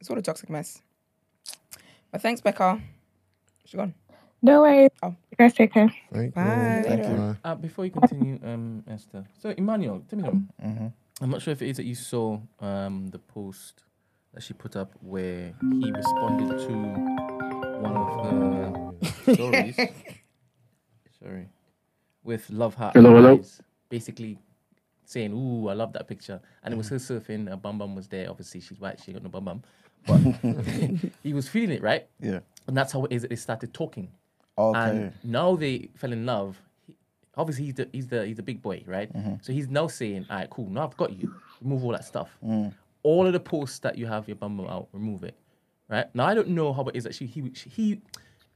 Speaker 1: it's all a toxic mess. But thanks, Becca. She gone.
Speaker 6: No way.
Speaker 1: Oh.
Speaker 6: You guys take care.
Speaker 2: Thank
Speaker 3: Bye.
Speaker 2: you.
Speaker 1: Thank you.
Speaker 2: Bye.
Speaker 5: Uh, before you continue, um, Esther. So, Emmanuel, tell me something.
Speaker 4: Mm-hmm.
Speaker 5: I'm not sure if it is that you saw um, the post that she put up where he responded to one of her stories. Sorry. With love heart
Speaker 7: Hello, hello.
Speaker 5: eyes, basically saying, "Ooh, I love that picture," and it was her surfing. Her bum bum was there. Obviously, she's white. She ain't got no bum bum, but he was feeling it, right?
Speaker 4: Yeah.
Speaker 5: And that's how it is that they started talking.
Speaker 4: Okay.
Speaker 5: And now they fell in love. He- Obviously, he's the he's the he's the big boy, right? So he's now saying, "All right, cool. Now I've got you. Remove all that stuff. All of the posts that you have your bum bum out. Remove it, right? Now I don't know how it is that she he she, he,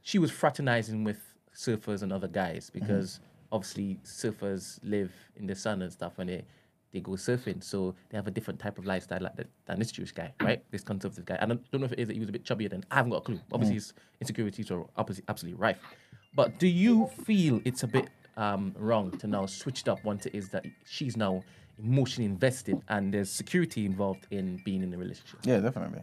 Speaker 5: she was fraternizing with surfers and other guys because obviously surfers live in the sun and stuff and they they go surfing, so they have a different type of lifestyle like that than this Jewish guy, right? This conservative guy. And I don't know if it is that he was a bit chubbier than I haven't got a clue.
Speaker 4: Mm.
Speaker 5: Obviously, his insecurities are obviously absolutely rife. But do you feel it's a bit um, wrong to now switch it up once it is that she's now emotionally invested and there's security involved in being in the relationship?
Speaker 4: Yeah, definitely.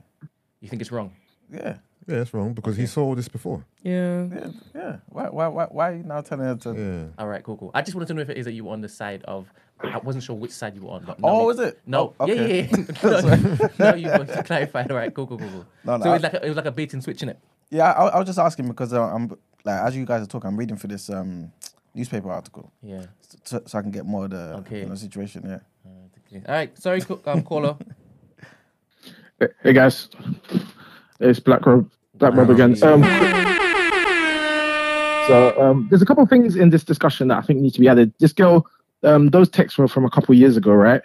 Speaker 5: You think it's wrong?
Speaker 4: Yeah.
Speaker 2: Yeah, that's wrong because he saw all this before.
Speaker 3: Yeah.
Speaker 4: Yeah. Yeah. Why? Why? Why? Why are you now telling her to?
Speaker 2: Yeah.
Speaker 5: All right, cool, cool. I just wanted to know if it is that you were on the side of. I wasn't sure which side you were on. But now
Speaker 4: Oh,
Speaker 5: we-
Speaker 4: is it?
Speaker 5: No.
Speaker 4: Oh, okay.
Speaker 5: Yeah, yeah, yeah. no, you both clarified. All right, cool, cool, cool, cool.
Speaker 4: No, no,
Speaker 5: so
Speaker 4: I-
Speaker 5: it was, like a, it was like a bait and switch, innit?
Speaker 4: Yeah, I, I was just asking because uh, I'm like as you guys are talking, I'm reading for this um, newspaper article
Speaker 5: Yeah.
Speaker 4: so, so I can get more of the
Speaker 5: Okay.
Speaker 4: you know, situation. Yeah.
Speaker 5: All right, sorry, co- um, caller.
Speaker 7: Hey, hey, guys, it's Black Rob, Black Rob again. Um, so um, there's a couple of things in this discussion that I think need to be added. This girl, um, those texts were from a couple of years ago, right?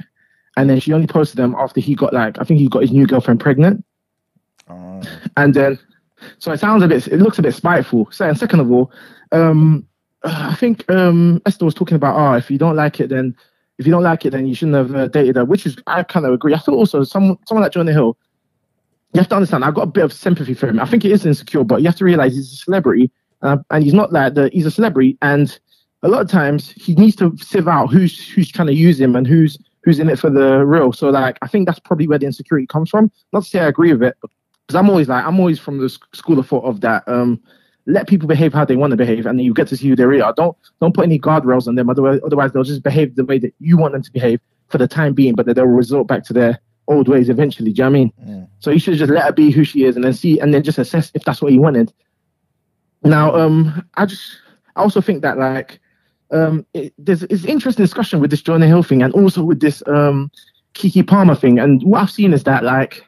Speaker 7: And then she only posted them after he got like I think he got his new girlfriend pregnant.
Speaker 4: Oh,
Speaker 7: And then, so it sounds a bit, it looks a bit spiteful. So, and second of all, um, I think um, Esther was talking about, oh, if you don't like it, then if you don't like it, then you shouldn't have uh, dated her, which is I kind of agree. I thought also some someone like Jonah Hill, you have to understand. I've got a bit of sympathy for him. I think he is insecure, but you have to realize he's a celebrity, uh, and he's not like the, he's a celebrity, and a lot of times he needs to sieve out who's who's trying to use him and who's who's in it for the real. So like, I think that's probably where the insecurity comes from. Not to say I agree with it, because I'm always like I'm always from the sc- school of thought of that. Um, let people behave how they want to behave, and then you get to see who they really are. Don't don't put any guardrails on them, otherwise, otherwise they'll just behave the way that you want them to behave, for the time being, but that they'll resort back to their old ways eventually. Do you know what I mean?
Speaker 4: Mm.
Speaker 7: So you should just let her be who she is and then see and then just assess if that's what he wanted. Now, um, I just I also think that like um it, there's it's an interesting discussion with this Jonah Hill thing and also with this um Kiki Palmer thing. And what I've seen is that like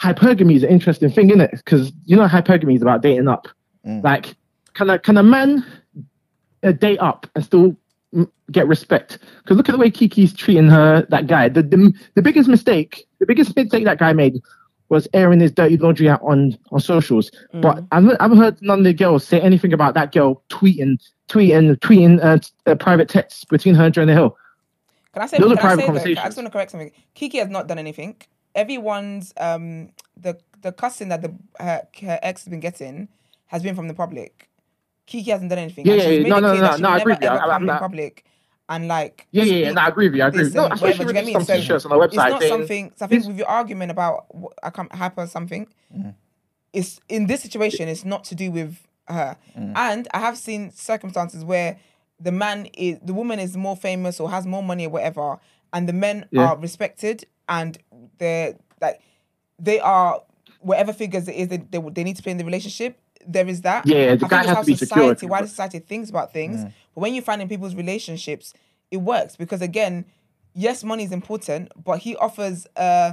Speaker 7: hypergamy is an interesting thing, isn't it? Because you know hypergamy is about dating up.
Speaker 4: Mm.
Speaker 7: Like, can a can a man uh, date up and still mm, get respect? Because look at the way Kiki's treating her, that guy. The, the the biggest mistake, the biggest mistake that guy made was airing his dirty laundry out on on socials. But I've I haven't heard none of the girls say anything about that girl tweeting, tweeting, tweeting uh, t- uh, private texts between her and Jonah Hill.
Speaker 1: Can I say?
Speaker 7: Those are
Speaker 1: can I
Speaker 7: private
Speaker 1: say though, I
Speaker 7: conversations.
Speaker 1: just want to correct something. Kiki has not done anything. Everyone's um the the cussing that the her, her ex has been getting has been from the public. Kiki hasn't done anything.
Speaker 7: Yeah,
Speaker 1: and
Speaker 7: yeah,
Speaker 1: she's
Speaker 7: yeah.
Speaker 1: made
Speaker 7: No,
Speaker 1: it
Speaker 7: no,
Speaker 1: clear
Speaker 7: no,
Speaker 1: that she
Speaker 7: no,
Speaker 1: will
Speaker 7: I agree
Speaker 1: never
Speaker 7: with
Speaker 1: ever
Speaker 7: you. I- I'm
Speaker 1: come in
Speaker 7: not-
Speaker 1: public and like
Speaker 7: Yeah, yeah, yeah. No, I agree with you. I agree. with you. No,
Speaker 1: Listen,
Speaker 7: I saw she
Speaker 1: whatever, do you get
Speaker 7: released some
Speaker 1: me? So
Speaker 7: t-shirts on her
Speaker 1: it's not
Speaker 7: website saying
Speaker 1: something. So I think with your argument about wh- I can't hyper something, it's in this situation. It's not to do with her. And I have seen circumstances where the man is the woman is more famous or has more money or whatever, and the men
Speaker 7: Yeah.
Speaker 1: are respected and they're like they are whatever figures it is that they, they need to play in the relationship. There is that.
Speaker 7: Yeah, the
Speaker 1: I think
Speaker 7: guy
Speaker 1: it's
Speaker 7: has
Speaker 1: how
Speaker 7: to be secure.
Speaker 1: society, why society thinks about things. But when you find in people's relationships, it works because again, yes, money is important, but he offers uh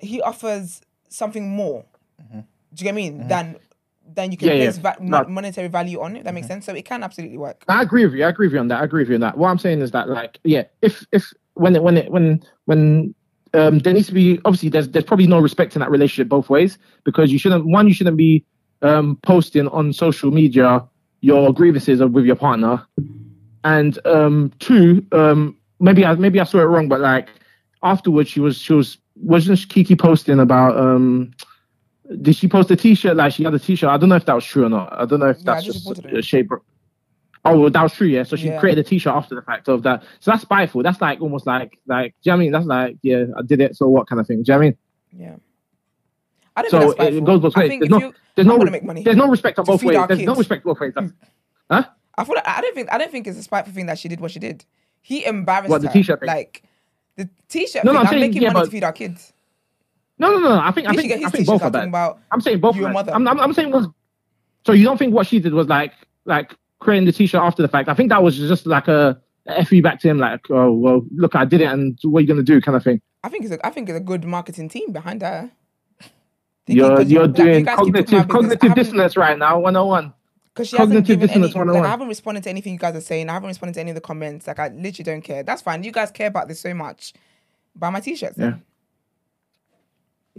Speaker 1: he offers something more. Do you get what I mean? Than than you can
Speaker 7: Mm-hmm. Yeah, yeah.
Speaker 1: place va-
Speaker 7: No. Mm-hmm.
Speaker 1: mo- monetary value on. If that makes sense, so it can absolutely work.
Speaker 7: I agree with you. I agree with you on that. I agree with you on that. What I'm saying is that, like, yeah, if if when it when it when when um, there needs to be obviously there's there's probably no respect in that relationship both ways because you shouldn't one you shouldn't be um, posting on social media your grievances with your partner, and um, two um, maybe I maybe I saw it wrong, but like afterwards she was she was wasn't Kiki posting about um. Did she post a T-shirt? Like she had a T-shirt. I don't know if that was true or not. I don't know if
Speaker 1: Yeah, I
Speaker 7: that's
Speaker 1: just
Speaker 7: just
Speaker 1: reported it.
Speaker 7: a shape. Oh, well, that was true, yeah. So she
Speaker 1: Yeah.
Speaker 7: created a T-shirt after the fact of that. So that's spiteful. That's like almost like like. Do you know what I mean? That's like yeah, I did it. So what kind of thing? Do you know what I mean?
Speaker 1: Yeah, I don't.
Speaker 7: So
Speaker 1: think that's
Speaker 7: it, it
Speaker 1: spiteful.
Speaker 7: goes both
Speaker 1: I
Speaker 7: ways.
Speaker 1: think
Speaker 7: There's
Speaker 1: if
Speaker 7: no,
Speaker 1: you,
Speaker 7: there's no,
Speaker 1: I wanna make money.
Speaker 7: there's no respect on
Speaker 1: To
Speaker 7: both
Speaker 1: feed
Speaker 7: ways.
Speaker 1: our
Speaker 7: There's no
Speaker 1: kids.
Speaker 7: respect both ways. That's, huh?
Speaker 1: I feel like, I don't think I don't think it's a spiteful thing that she did what she did. He embarrassed
Speaker 7: What, the
Speaker 1: her.
Speaker 7: t-shirt thing?
Speaker 1: Like the t-shirt.
Speaker 7: No,
Speaker 1: thing,
Speaker 7: no, I'm
Speaker 1: I'm,
Speaker 7: saying-
Speaker 1: making
Speaker 7: yeah,
Speaker 1: money
Speaker 7: but-
Speaker 1: to feed our kids.
Speaker 7: No, no, no. no. I think I
Speaker 1: Did she
Speaker 7: think
Speaker 1: get
Speaker 7: I
Speaker 1: his t-shirt?
Speaker 7: think both are
Speaker 1: I'm talking
Speaker 7: bad.
Speaker 1: about
Speaker 7: I'm saying both.
Speaker 1: you
Speaker 7: are
Speaker 1: and
Speaker 7: bad.
Speaker 1: mother.
Speaker 7: I'm, I'm, I'm saying was. So you don't think what she did was like like creating the T-shirt after the fact? I think that was just like a, a fe back to him, like oh well, look, I did it, and what are you gonna do, kind of thing.
Speaker 1: I think it's a, I think it's a good marketing team behind her. They keep-
Speaker 7: You're
Speaker 1: 'cause you-
Speaker 7: you're
Speaker 1: like, you
Speaker 7: doing
Speaker 1: guys keep talking
Speaker 7: cognitive
Speaker 1: about business. I
Speaker 7: cognitive
Speaker 1: haven't-
Speaker 7: dissonance right now, 101.
Speaker 1: Because she
Speaker 7: Cognitive
Speaker 1: hasn't given any,
Speaker 7: dissonance
Speaker 1: like,
Speaker 7: 101.
Speaker 1: I haven't responded to anything you guys are saying. I haven't responded to any of the comments. Like, I literally don't care. That's fine. You guys care about this so much. Buy my t-shirts. then.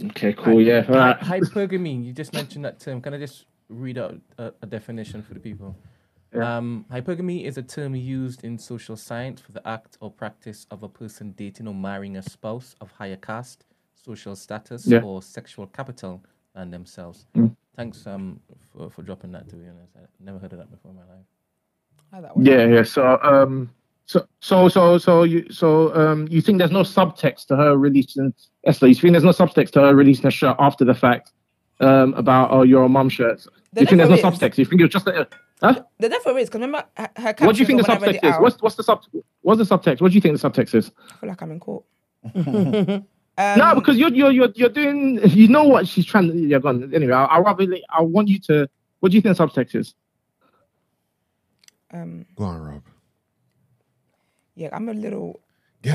Speaker 7: Okay, cool. Yeah, all right.
Speaker 5: Hy- hypergamy. You just mentioned that term. Can I just read out a, a definition for the people? Um, hypergamy is a term used in social science for the act or practice of a person dating or marrying a spouse of higher caste, social status,
Speaker 7: Yeah. Hmm.
Speaker 5: or sexual capital than themselves. Thanks um, for, for dropping that, to be honest. I never heard of that before in my life.
Speaker 1: How that works.
Speaker 7: Yeah, yeah. So, um, so, so, so, so you, so, um, you think there's no subtext to her releasing Esther? You think there's no subtext to her releasing a shirt after the fact, um, about oh, you're a mum shirt?
Speaker 1: There
Speaker 7: you think there's no
Speaker 1: never is.
Speaker 7: subtext? You think it's just a, huh?
Speaker 1: The therefore is because remember her, her caption.
Speaker 7: What do you think the
Speaker 1: when I read it
Speaker 7: subtext is?
Speaker 1: out-
Speaker 7: What's what's the sub? What's the subtext? What do you think the subtext is?
Speaker 1: I feel like I'm in court.
Speaker 7: no, because you're you're you're you're doing. You know what she's trying to. You're gone anyway. I, I rather I want you to. What do you think the subtext is?
Speaker 1: Um,
Speaker 2: Go on, Rob.
Speaker 1: yeah, I'm a little.
Speaker 2: Get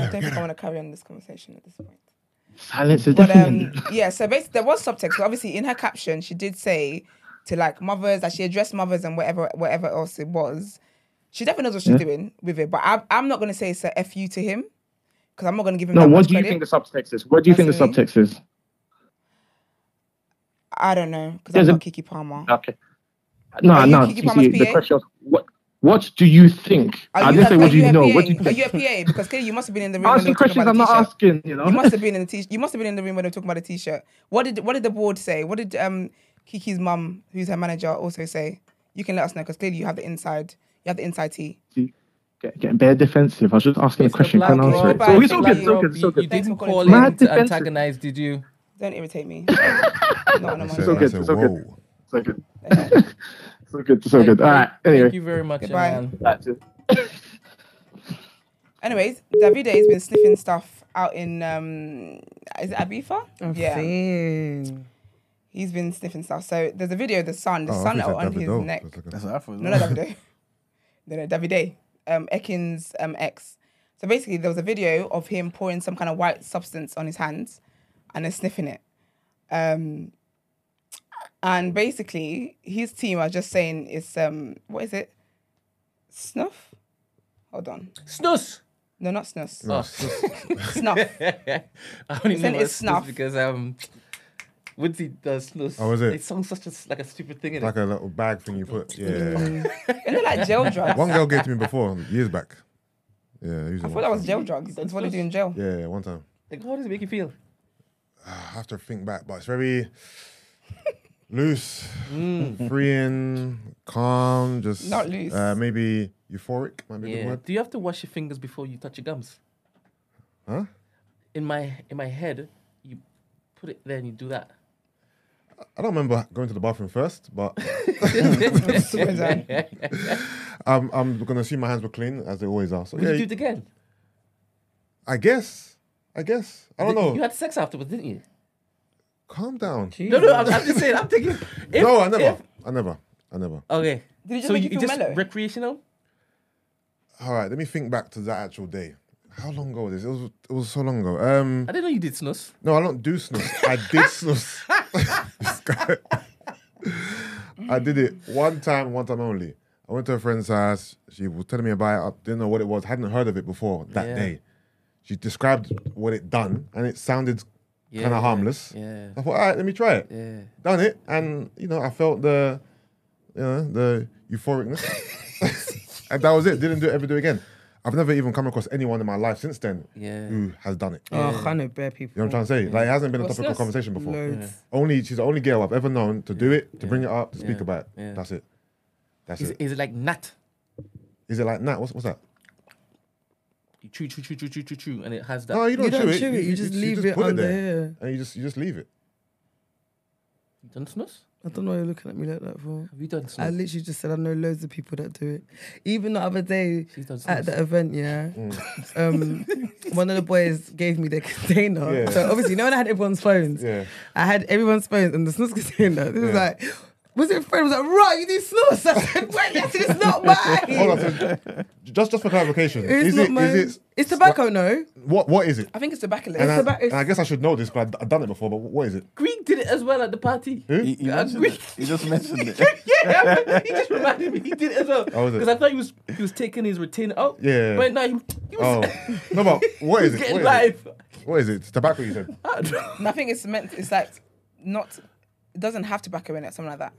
Speaker 1: I
Speaker 2: her,
Speaker 1: don't
Speaker 2: get
Speaker 1: think I
Speaker 2: her.
Speaker 1: want to carry on this conversation at this point.
Speaker 7: Silence is
Speaker 1: But
Speaker 7: deafening.
Speaker 1: um, yeah, so basically there was subtext. So obviously, in her caption, she did say to like mothers that she addressed mothers and whatever whatever else it was. She definitely knows what she's
Speaker 7: Hmm?
Speaker 1: doing with it, but I, I'm not going to say it's a f you to him because I'm not going to give him.
Speaker 7: no,
Speaker 1: that
Speaker 7: what
Speaker 1: much
Speaker 7: do you
Speaker 1: credit.
Speaker 7: think the subtext is? What do you think the
Speaker 1: Personally?
Speaker 7: subtext is?
Speaker 1: I don't know because I'm
Speaker 7: There's a-
Speaker 1: not Kiki Palmer.
Speaker 7: Okay. No,
Speaker 1: Are you
Speaker 7: no.
Speaker 1: Kiki
Speaker 7: you
Speaker 1: Palmer's
Speaker 7: see, the
Speaker 1: PA?
Speaker 7: question was, what, what do you think? I didn't
Speaker 1: a-
Speaker 7: say, what do you
Speaker 1: a
Speaker 7: know?
Speaker 1: PA?
Speaker 7: What do you
Speaker 1: Are you
Speaker 7: think?
Speaker 1: a PA? Because clearly you must have been in the room. when they
Speaker 7: Asking
Speaker 1: were talking
Speaker 7: questions
Speaker 1: about
Speaker 7: I'm
Speaker 1: the
Speaker 7: not
Speaker 1: t-shirt.
Speaker 7: asking, you know?
Speaker 1: You must have been in the t- you must have been in the room when they were talking about the t-shirt. What did what did the board say? What did um Kiki's mum, who's her manager, also say? You can let us know because clearly you have the inside you have the inside tea.
Speaker 7: Get- Getting bare defensive. I was just asking
Speaker 5: It's the
Speaker 7: a question,
Speaker 5: black
Speaker 7: can't answer
Speaker 5: robe,
Speaker 7: it. So
Speaker 1: it's
Speaker 7: it's
Speaker 1: the
Speaker 7: all
Speaker 5: black
Speaker 7: good, it's all
Speaker 5: robe.
Speaker 7: good, it's all
Speaker 5: You, you
Speaker 7: good.
Speaker 1: Thanks for
Speaker 5: didn't
Speaker 1: calling
Speaker 5: call
Speaker 1: in.
Speaker 5: in
Speaker 7: Mad
Speaker 5: to
Speaker 7: defensive.
Speaker 5: antagonize, did you?
Speaker 1: Don't irritate me. Not on a
Speaker 2: I
Speaker 1: Monday.
Speaker 2: said,
Speaker 7: all
Speaker 2: I
Speaker 7: good,
Speaker 2: said,
Speaker 7: it's all good.
Speaker 2: whoa.
Speaker 7: It's all good. It's all good, it's all
Speaker 5: Thank-
Speaker 7: good. All right,
Speaker 5: thank- Thank
Speaker 7: anyway.
Speaker 5: you very much,
Speaker 1: Goodbye.
Speaker 5: Ayan.
Speaker 7: That's it.
Speaker 1: Anyways, Davide has been sniffing stuff out in um, is it Abifa? yeah,
Speaker 3: Same.
Speaker 1: he's been sniffing stuff. So there's a video of the sun, the
Speaker 2: Oh, I
Speaker 1: sun
Speaker 2: thought you
Speaker 1: on
Speaker 2: said
Speaker 1: his
Speaker 2: Davido.
Speaker 1: neck.
Speaker 2: That's okay.
Speaker 4: That's what I thought.
Speaker 1: No, no, Davide. no, no, Davide. Um, Ekin's um, ex. So basically, there was a video of him pouring some kind of white substance on his hands and then sniffing it. Um, and basically, his team are just saying it's, um, what is it? Snuff? Hold on.
Speaker 5: Snus.
Speaker 1: No, not snus.
Speaker 5: Oh,
Speaker 1: Snuff.
Speaker 5: I only
Speaker 1: Isn't
Speaker 5: know
Speaker 1: it
Speaker 5: it's
Speaker 1: snuff?
Speaker 5: snuff because um, Woodsy does snus.
Speaker 2: Oh, is it?
Speaker 5: It sounds such a s- like a stupid thing.
Speaker 2: Like a little bag thing you put.
Speaker 1: Mm.
Speaker 2: Yeah.
Speaker 1: Isn't it like jail drugs?
Speaker 2: one girl gave to me before, years back. Yeah, I used it
Speaker 1: I thought
Speaker 2: one
Speaker 1: that was
Speaker 2: time.
Speaker 1: jail drugs. That's what they do in jail.
Speaker 2: Yeah, yeah, one time. Ah,
Speaker 5: like, how does it make you feel?
Speaker 2: I have to think back, but it's very loose, freeing, calm, just
Speaker 1: Mm. Not loose.
Speaker 2: Uh, maybe euphoric might be a good
Speaker 5: Yeah.
Speaker 2: word.
Speaker 5: Do you have to wash your fingers before you touch your gums?
Speaker 2: Huh?
Speaker 5: In my in my head, you put it there and you do that.
Speaker 2: I don't remember going to the bathroom first, but
Speaker 1: Sorry.
Speaker 2: I'm, I'm gonna assume my hands were clean as they always are. So
Speaker 5: Would
Speaker 2: yeah,
Speaker 5: you do it again?
Speaker 2: I guess, I guess, I don't
Speaker 5: Did-
Speaker 2: know.
Speaker 5: You had sex afterwards, didn't you?
Speaker 2: Calm down.
Speaker 5: No, no. I'm, I'm just saying. I'm thinking. if-
Speaker 2: no, I never,
Speaker 5: if-
Speaker 2: I never, I never.
Speaker 5: okay.
Speaker 1: Did it just
Speaker 5: so
Speaker 1: make
Speaker 5: you,
Speaker 1: you feel
Speaker 5: just
Speaker 1: mellow?
Speaker 5: recreational?
Speaker 2: All right, let me think back to that actual day. How long ago was this? It was, it was so long ago. Um,
Speaker 5: I didn't know you did snus.
Speaker 2: No, I don't do snus. I did snus. This guy. I did it one time, one time only. I went to a friend's house. She was telling me about it. I didn't know what it was. Hadn't heard of it before that
Speaker 5: Yeah.
Speaker 2: day. She described what it done, and it sounded
Speaker 5: Yeah,
Speaker 2: kind of harmless.
Speaker 5: yeah.
Speaker 2: I thought, all right, let me try it.
Speaker 5: Yeah.
Speaker 2: Done it, and you know, I felt the, you know, the euphoricness, and that was it. Didn't do it ever do it again. I've never even come across anyone in my life since then
Speaker 5: Yeah.
Speaker 2: who has done it.
Speaker 3: Oh, I know bare people.
Speaker 2: You know what I'm trying to say? Like, it hasn't been a
Speaker 1: What's
Speaker 2: topic
Speaker 1: this?
Speaker 2: of conversation before.
Speaker 3: Loads. Yeah.
Speaker 2: Only she's the only girl I've ever known to do it, to bring it up, to speak
Speaker 5: Yeah.
Speaker 2: about it.
Speaker 5: Yeah.
Speaker 2: That's it. That's
Speaker 5: Is,
Speaker 2: it.
Speaker 5: is it like nut?
Speaker 2: Is it like nah? What's what's that?
Speaker 5: You chew, chew, chew, chew, chew, chew, chew, and it has that.
Speaker 2: No, you don't,
Speaker 3: You
Speaker 2: chew, it.
Speaker 3: You, just leave it
Speaker 2: put
Speaker 3: on
Speaker 2: there,
Speaker 3: there.
Speaker 2: and you just you just leave it.
Speaker 5: You done snus?
Speaker 3: I don't know why you're looking at me like that for.
Speaker 5: Have you done
Speaker 3: I
Speaker 5: snus?
Speaker 3: literally just said I know loads of people that do it. Even the other day
Speaker 5: She's done snus.
Speaker 3: at the event, yeah,
Speaker 2: Mm.
Speaker 3: um, one of the boys gave me the container.
Speaker 2: Yeah.
Speaker 3: So obviously, you know when I had everyone's phones,
Speaker 2: Yeah.
Speaker 3: I had everyone's phones and the snus container. It was like, was it friend? was like, right, you do snus. I said, wait, that's it's not
Speaker 2: Hold on,
Speaker 3: mine.
Speaker 2: so just just for clarification,
Speaker 3: It's
Speaker 2: is
Speaker 3: not
Speaker 2: it
Speaker 3: mine.
Speaker 2: is it
Speaker 3: it's tobacco, no?
Speaker 2: what what is it?
Speaker 1: I think it's tobacco.
Speaker 2: And I,
Speaker 1: It's
Speaker 3: about-
Speaker 2: and I guess I should know this, but I've- I've done it before. But what is it?
Speaker 5: Greek did it as well at the party.
Speaker 4: He, he mentioned
Speaker 5: Agree.
Speaker 4: it. He just mentioned it.
Speaker 5: yeah, he just reminded me. He did it as well.
Speaker 2: Oh, is it?
Speaker 5: Because I thought he was he was taking his retainer out.
Speaker 2: Yeah.
Speaker 5: But now he, he
Speaker 2: Oh
Speaker 5: was,
Speaker 2: no, but what is
Speaker 5: he's
Speaker 2: it?
Speaker 5: getting
Speaker 2: What is it?
Speaker 5: live.
Speaker 2: What is it? It's tobacco, you said.
Speaker 5: I don't know.
Speaker 1: Nothing is meant. It's like not. It doesn't have tobacco in it. Something like that.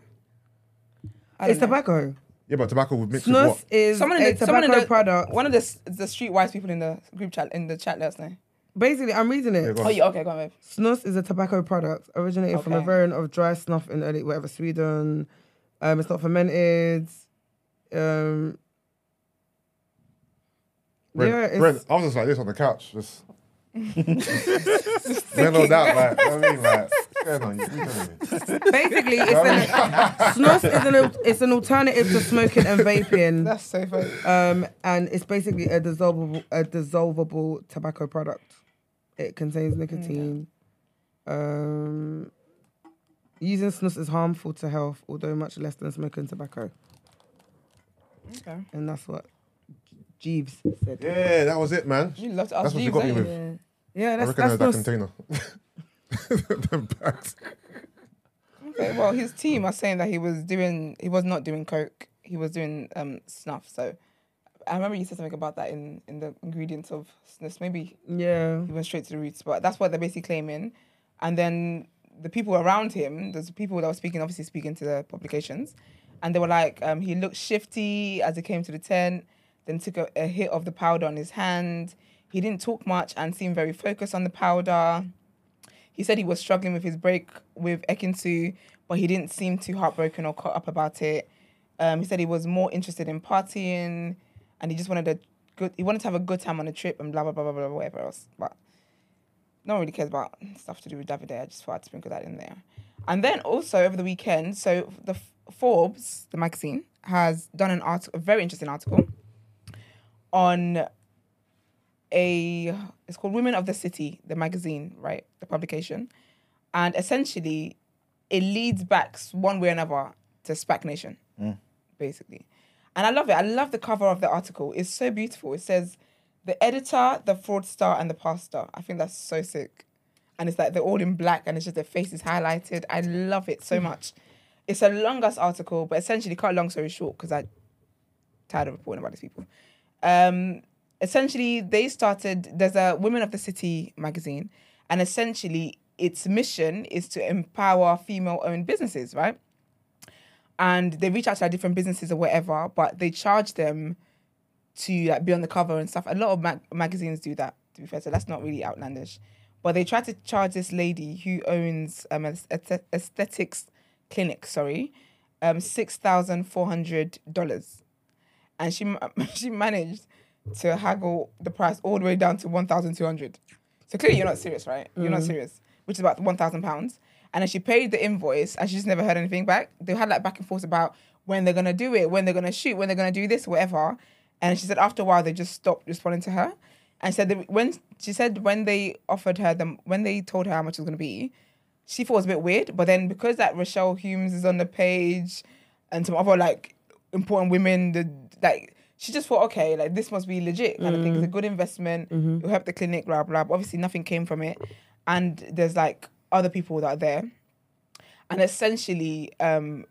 Speaker 1: I don't
Speaker 3: It's
Speaker 1: know.
Speaker 3: tobacco.
Speaker 2: Yeah, but tobacco would mix with
Speaker 3: Snus
Speaker 2: what?
Speaker 3: is
Speaker 1: Someone in
Speaker 3: a
Speaker 1: the, someone
Speaker 3: tobacco
Speaker 1: in the
Speaker 3: product.
Speaker 1: One of the s- the streetwise people in the group chat in the chat let us know.
Speaker 3: Basically, I'm reading it.
Speaker 2: Yeah, go on.
Speaker 1: Oh yeah, okay, go on, babe.
Speaker 3: Snus is a tobacco product originated from a
Speaker 1: Okay.
Speaker 3: variant of dry snuff in early whatever Sweden. Um, it's not fermented. Um,
Speaker 2: Brent,
Speaker 3: yeah, it's,
Speaker 2: Brent, I was just like this on the couch, just no doubt, like you know what I mean, like what's going on? You- you telling me?
Speaker 3: basically it's an, snus is an al- it's an alternative to smoking and
Speaker 2: Mm.
Speaker 3: vaping.
Speaker 1: That's so funny.
Speaker 3: Um, and it's basically a dissolvable a dissolvable tobacco product. It contains nicotine. Um, using snus is harmful to health, although much less than smoking tobacco.
Speaker 1: Okay.
Speaker 3: And that's what Jeeves said. Yeah,
Speaker 2: Yeah, that was it, man.
Speaker 1: You loved us.
Speaker 2: That's what you got me with. I
Speaker 3: that's
Speaker 2: recognize
Speaker 3: that's
Speaker 2: that
Speaker 3: snus.
Speaker 2: container. Them bags.
Speaker 1: Okay, well, his team are saying that he was doing. He was not doing coke. He was doing um snuff. So. I remember you said something about that in, in the ingredients of snus. Maybe
Speaker 3: Yeah.
Speaker 1: he went straight to the roots. But that's what they're basically claiming. And then the people around him, there's people that were speaking, obviously speaking to the publications, and they were like, um, he looked shifty as he came to the tent, then took a, a hit of the powder on his hand. He didn't talk much and seemed very focused on the powder. He said he was struggling with his break with Ekinsu, but he didn't seem too heartbroken or caught up about it. Um, he said he was more interested in partying, and he just wanted a good. He wanted to have a good time on the trip and blah blah blah blah blah whatever else. But no one really cares about stuff to do with Davide. I just thought I'd sprinkle that in there. And then also over the weekend, so the F- Forbes, the magazine, has done an article, a very interesting article on a it's called Women of the City, the magazine, right? The publication. And essentially it leads back s- one way or another to SPAC Nation, basically. And I love it. I love the cover of the article. It's so beautiful. It says the editor, the fraudster, and the pastor. I think that's so sick. And it's like they're all in black and it's just their faces highlighted. I love it so much. It's a long ass article, but essentially cut a long story short, because I tired of reporting about these people. Um, essentially, they started. There's a Women of the City magazine, and essentially, its mission is to empower female-owned businesses, right? And they reach out to like, different businesses or whatever, but they charge them to like be on the cover and stuff. A lot of mag- magazines do that, to be fair. So that's not really outlandish. But they tried to charge this lady who owns um an aesthet- aesthetics clinic, sorry, um six thousand four hundred dollars and she ma- she managed to haggle the price all the way down to one thousand two hundred. So clearly you're not serious, right? You're not serious, which is about one thousand pounds. And then she paid the invoice, and she just never heard anything back. They had like back and forth about when they're gonna do it, when they're gonna shoot, when they're gonna do this, whatever. And she said after a while they just stopped responding to her, and said that when she said when they offered her them when they told her how much it was gonna be, she thought it was a bit weird. But then because that Rochelle Humes is on the page and some other like important women, the like she just thought, okay, like this must be legit kind of thing. It's a good investment. It'll help the clinic, blah blah. But obviously nothing came from it. And there's like other people that are there. And essentially, um,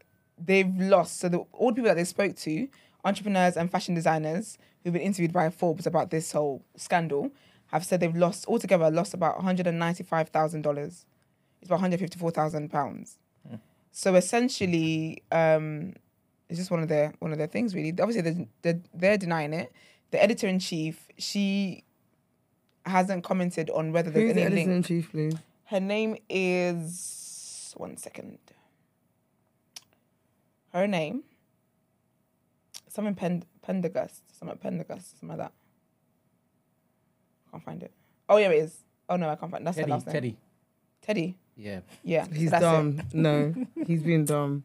Speaker 1: they've lost. So the, all the people that they spoke to, entrepreneurs and fashion designers who've been interviewed by Forbes about this whole scandal, have said they've lost altogether lost about one hundred and ninety five thousand dollars. It's about one hundred fifty four thousand pounds. So essentially, um, it's just one of their one of their things really. Obviously, they're, they're, they're denying it. The editor in chief, she hasn't commented on whether there's
Speaker 3: Who's the
Speaker 1: any link.
Speaker 3: editor in chief, please?
Speaker 1: Her name is one second. Her name. Something Pend- Pendergast. Something Pendergast. Something like that. Can't find it. Oh yeah, it is. Oh no, I can't find. That's her
Speaker 5: Teddy,
Speaker 1: last name.
Speaker 5: Teddy.
Speaker 1: Teddy.
Speaker 5: Yeah.
Speaker 1: Yeah. so
Speaker 3: He's
Speaker 1: that's it. Ah,
Speaker 3: dumb. No, he's being dumb.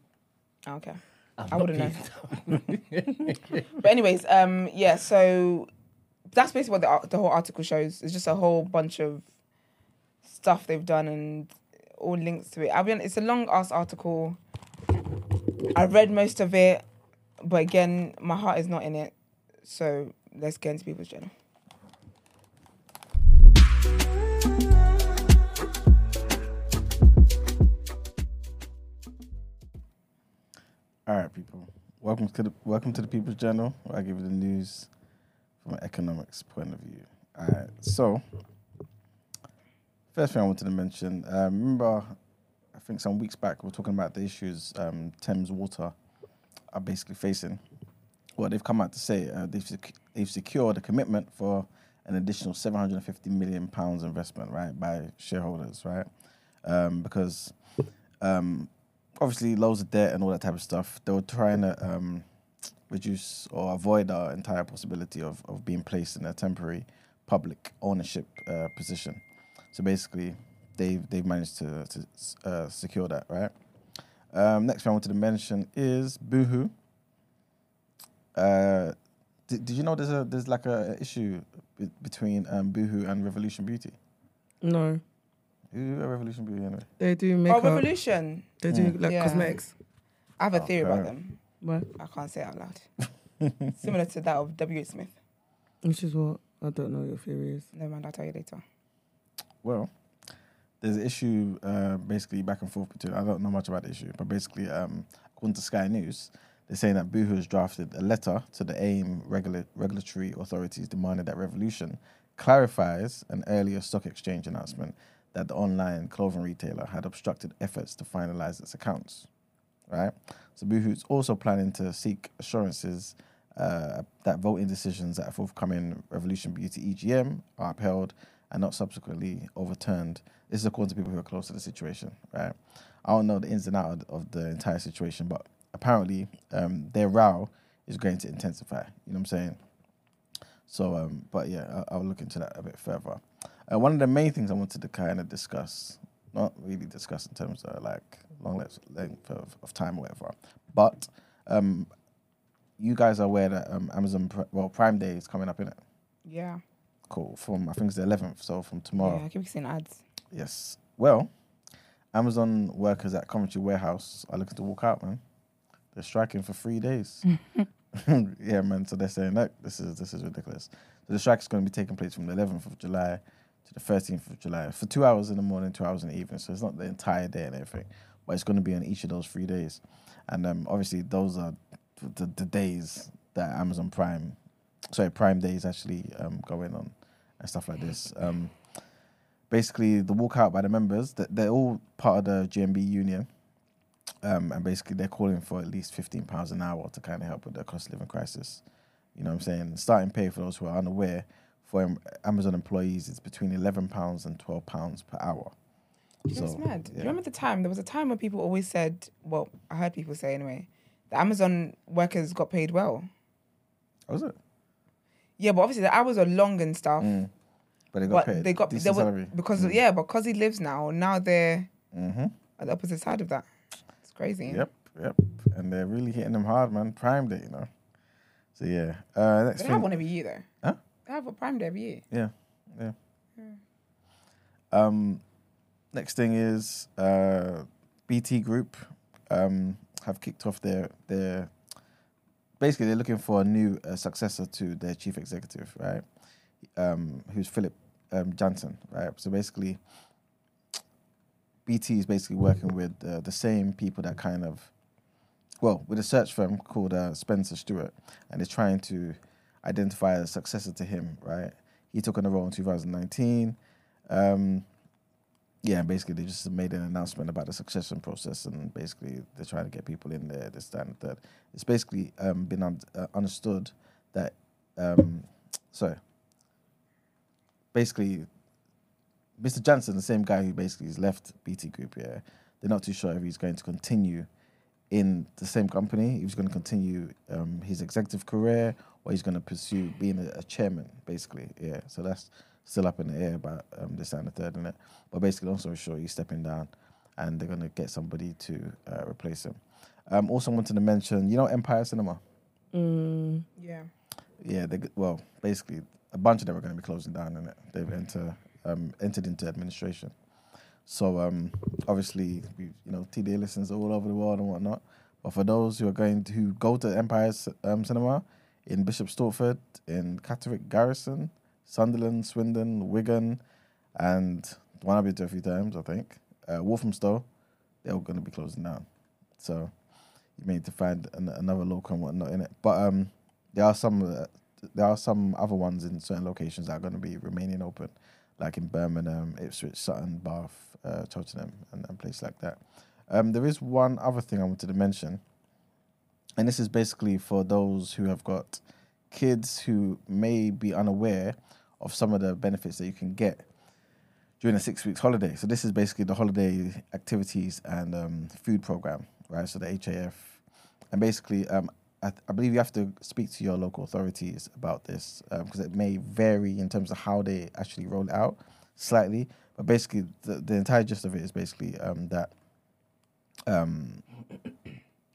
Speaker 1: Okay.
Speaker 5: I'm
Speaker 1: I
Speaker 5: not
Speaker 1: wouldn't know.
Speaker 5: being-
Speaker 1: But anyways, um, yeah. So that's basically what the ar- the whole article shows. It's just a whole bunch of stuff they've done and all links to it. I mean, it's a long ass article. I read most of it, but again, my heart is not in it. So let's get into people's journal.
Speaker 4: All right, people. Welcome to the welcome to the People's Journal, where I give you the news from an economics point of view. All right. So, first thing I wanted to mention. Uh, remember, I think some weeks back we were talking about the issues um, Thames Water are basically facing. Well, they've come out to say uh, they've sec- they've secured a commitment for an additional 750 million pounds investment, right, by shareholders, right, um, because um, obviously loads of debt and all that type of stuff. They were trying to um, reduce or avoid our entire possibility of, of being placed in a temporary public ownership uh, position. So basically, they've they've managed to, to uh, secure that, right? Um, next thing I wanted to mention is Boohoo. Uh, did, did you know there's a there's like a issue be- between um, Boohoo and Revolution Beauty?
Speaker 3: No,
Speaker 4: Who are Revolution Beauty anyway?
Speaker 3: they do
Speaker 1: Oh,
Speaker 3: makeup.
Speaker 1: Revolution.
Speaker 3: they do like
Speaker 1: Yeah.
Speaker 3: cosmetics.
Speaker 1: I have a theory about
Speaker 4: Okay.
Speaker 1: them.
Speaker 3: What?
Speaker 1: I can't say it out loud. Similar to that of W. H. Smith.
Speaker 3: Which is what I don't know what your theory is.
Speaker 1: Never mind, I'll tell you later.
Speaker 4: Well, there's an issue uh, basically back and forth between. I don't know much about the issue, but basically, um, according to Sky News, they're saying that Boohoo has drafted a letter to the AIM regula- regulatory authorities demanding that Revolution clarifies an earlier stock exchange announcement that the online clothing retailer had obstructed efforts to finalize its accounts. Right? So Boohoo's also planning to seek assurances uh, that voting decisions at a forthcoming Revolution Beauty EGM are upheld and not subsequently overturned. This is according to people who are close to the situation, right? I don't know the ins and outs of, of the entire situation, but apparently um, their row is going to intensify. You know what I'm saying? So, um, but yeah, I, I'll look into that a bit further. Uh, one of the main things I wanted to kind of discuss, not really discuss in terms of like long length, length of, of time or whatever, but um, you guys are aware that um, Amazon, Pri- well, Prime Day is coming up, innit?
Speaker 1: Yeah.
Speaker 4: Cool. From I think it's the 11th, so from tomorrow.
Speaker 1: Yeah, I keep seeing ads.
Speaker 4: Yes. Well, Amazon workers at Coventry Warehouse are looking to walk out, man. They're striking for three days. yeah, man. So they're saying that this is this is ridiculous. So the strike is going to be taking place from the 11th of July to the 13th of July for two hours in the morning, two hours in the evening. So it's not the entire day and everything, but it's going to be on each of those three days. And um, obviously, those are the, the days that Amazon Prime, sorry, Prime Day is actually um, going on and stuff like this. Um, basically the walkout by the members that they're all part of the GMB union, um, and basically they're calling for at least fifteen pounds an hour to kind of help with the cost of living crisis. You know what I'm saying? Starting pay for those who are unaware for em- Amazon employees is between eleven pounds and twelve pounds per hour.
Speaker 1: You know, it's mad. Do you remember the time? There was a time when people always said, well, I heard people say anyway, the Amazon workers got paid well.
Speaker 4: How was Oh, it?
Speaker 1: Yeah, but obviously the hours are long and stuff.
Speaker 4: But they Mm, got
Speaker 1: But
Speaker 4: paid.
Speaker 1: they got they
Speaker 4: decent
Speaker 1: were,
Speaker 4: salary. Mm. Mm-hmm.
Speaker 1: because yeah, because he lives now. Now they're at the opposite side of that. It's crazy.
Speaker 4: Yep, yep. And they're really hitting them hard, man. Prime day, you know. So yeah, uh, next
Speaker 1: They
Speaker 4: thing.
Speaker 1: have one every year though.
Speaker 4: Huh?
Speaker 1: They have a prime day every year.
Speaker 4: Yeah, yeah. Um, next thing is uh, BT Group um, have kicked off their their. Basically, they're looking for a new uh, successor to their chief executive, right? Um, who's Philip um, Jansen, right? So basically, BT is basically working with uh, the same people that kind of, well, with a search firm called uh, Spencer Stewart, and they're trying to identify a successor to him, right? He took on the role in 2019. Um, yeah, and basically they just made an announcement about the succession process, and basically they're trying to get people in there, this, that, and that. It's basically um, been un- uh, understood that, um, sorry, basically Mr. Johnson, the same guy who basically has left BT Group, yeah, they're not too sure if he's going to continue in the same company, if he's going to continue um, his executive career or he's going to pursue being a, a chairman, basically. Yeah, so that's still up in the air about um, this and the third and it. But basically, also sure he's stepping down and they're going to get somebody to uh, replace him. Um, also, wanted to mention, you know, Empire Cinema?
Speaker 1: Yeah.
Speaker 4: yeah, they, well, basically, a bunch of them are going to be closing down, and they've enter, um, entered into administration. So um, obviously, we, you know, TDA listens all over the world and whatnot. But for those who are going to who go to Empire C- um, Cinema in Bishop Stortford, in Catterick Garrison, Sunderland, Swindon, Wigan, and one I've been to a few times, I think, uh, Walthamstow, they're all going to be closing down. So you may need to find an, another local and whatnot in it. But um, there are some uh, there are some other ones in certain locations that are going to be remaining open, like in Birmingham, Ipswich, Sutton, Bath, uh, Tottenham, and, and places like that. Um, there is one other thing I wanted to mention, and this is basically for those who have got kids who may be unaware of some of the benefits that you can get during a six weeks holiday. So this is basically the holiday activities and um, food program, right? So the HAF, and basically, um, I, I believe you have to speak to your local authorities about this because it may vary in terms of how they actually roll it out slightly. But basically, the, the entire gist of it is basically um, that um,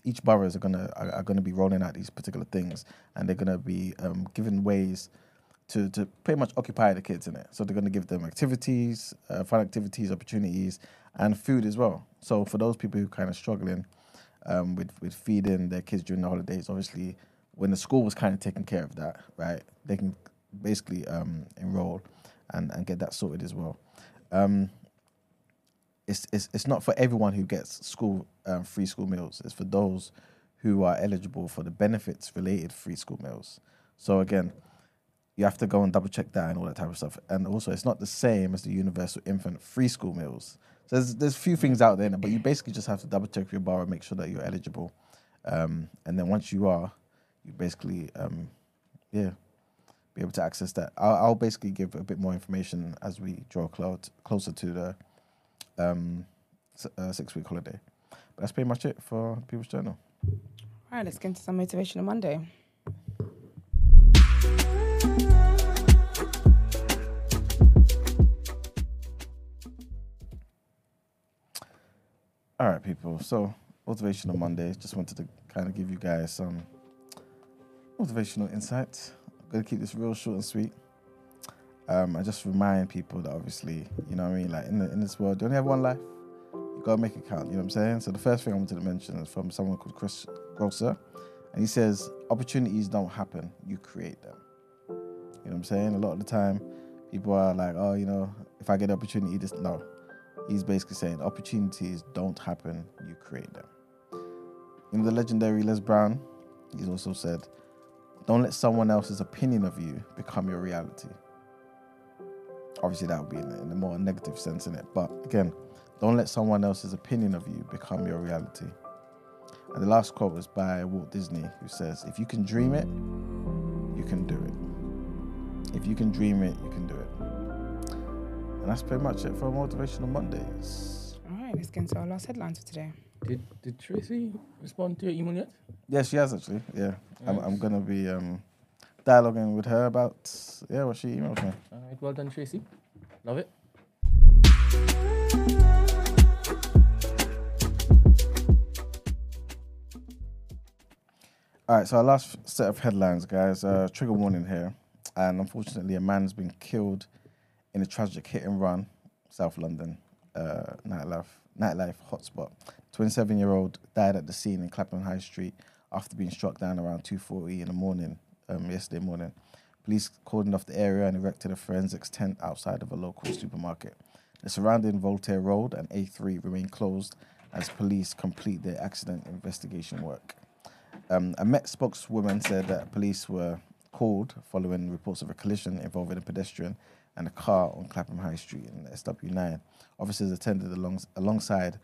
Speaker 4: each boroughs are gonna are, are gonna be rolling out these particular things, and they're gonna be um, given ways to to pretty much occupy the kids in it. So they're gonna give them activities, uh, fun activities, opportunities, and food as well. So for those people who kind of struggling um, with with feeding their kids during the holidays, obviously when the school was kind of taking care of that, right? They can basically um, enroll and and get that sorted as well Um, it's it's it's not for everyone who gets school um, free school meals. It's for those who are eligible for the benefits related free school meals. So again, you have to go and double check that and all that type of stuff. And also, it's not the same as the universal infant free school meals. So there's there's few things out there, but you basically just have to double check your bar and make sure that you're eligible. Um, and then once you are, you basically um, yeah be able to access that. I'll, I'll basically give a bit more information as we draw clo- closer to the um, s- uh, six week holiday. But that's pretty much it for People's Journal.
Speaker 1: All right, let's get into some motivation on Monday.
Speaker 4: All right, people. So, motivational Monday. Just wanted to kind of give you guys some motivational insights. I'm going to keep this real short and sweet. Um, I just remind people that obviously, you know what I mean? Like in, the, in this world, you only have one life. You gotta make it count, you know what I'm saying? So the first thing I wanted to mention is from someone called Chris Grosser. And he says, opportunities don't happen, you create them. You know what I'm saying? A lot of the time, people are like, oh, you know, if I get the opportunity, this. No. He's basically saying opportunities don't happen, you create them. You know, the legendary Les Brown, he's also said, don't let someone else's opinion of you become your reality. Obviously, that would be in a, in a more negative sense, in it. But again, don't let someone else's opinion of you become your reality. And the last quote was by Walt Disney, who says, If you can dream it, you can do it. If you can dream it, you can do it. And that's pretty much it for Motivational Mondays.
Speaker 1: All right, let's get into our last headline for today.
Speaker 5: Did did Tracy respond to your email yet?
Speaker 4: Yeah, she has actually. Yeah. I'm, I'm going to be um, dialoguing with her about, yeah, what she emailed me.
Speaker 5: All right, well done, Tracy. Love it.
Speaker 4: All right, so our last set of headlines, guys. Uh, trigger warning here, and unfortunately, a man's been killed in a tragic hit and run, South London uh, nightlife nightlife hotspot. Twenty-seven-year-old died at the scene in Clapham High Street after being struck down around two forty in the morning um, yesterday morning. Police cordoned off the area and erected a forensics tent outside of a local supermarket. The surrounding Voltaire Road and A3 remain closed as police complete their accident investigation work. Um, a Met spokeswoman said that police were called following reports of a collision involving a pedestrian and a car on Clapham High Street in SW9. Officers attended alongs- alongside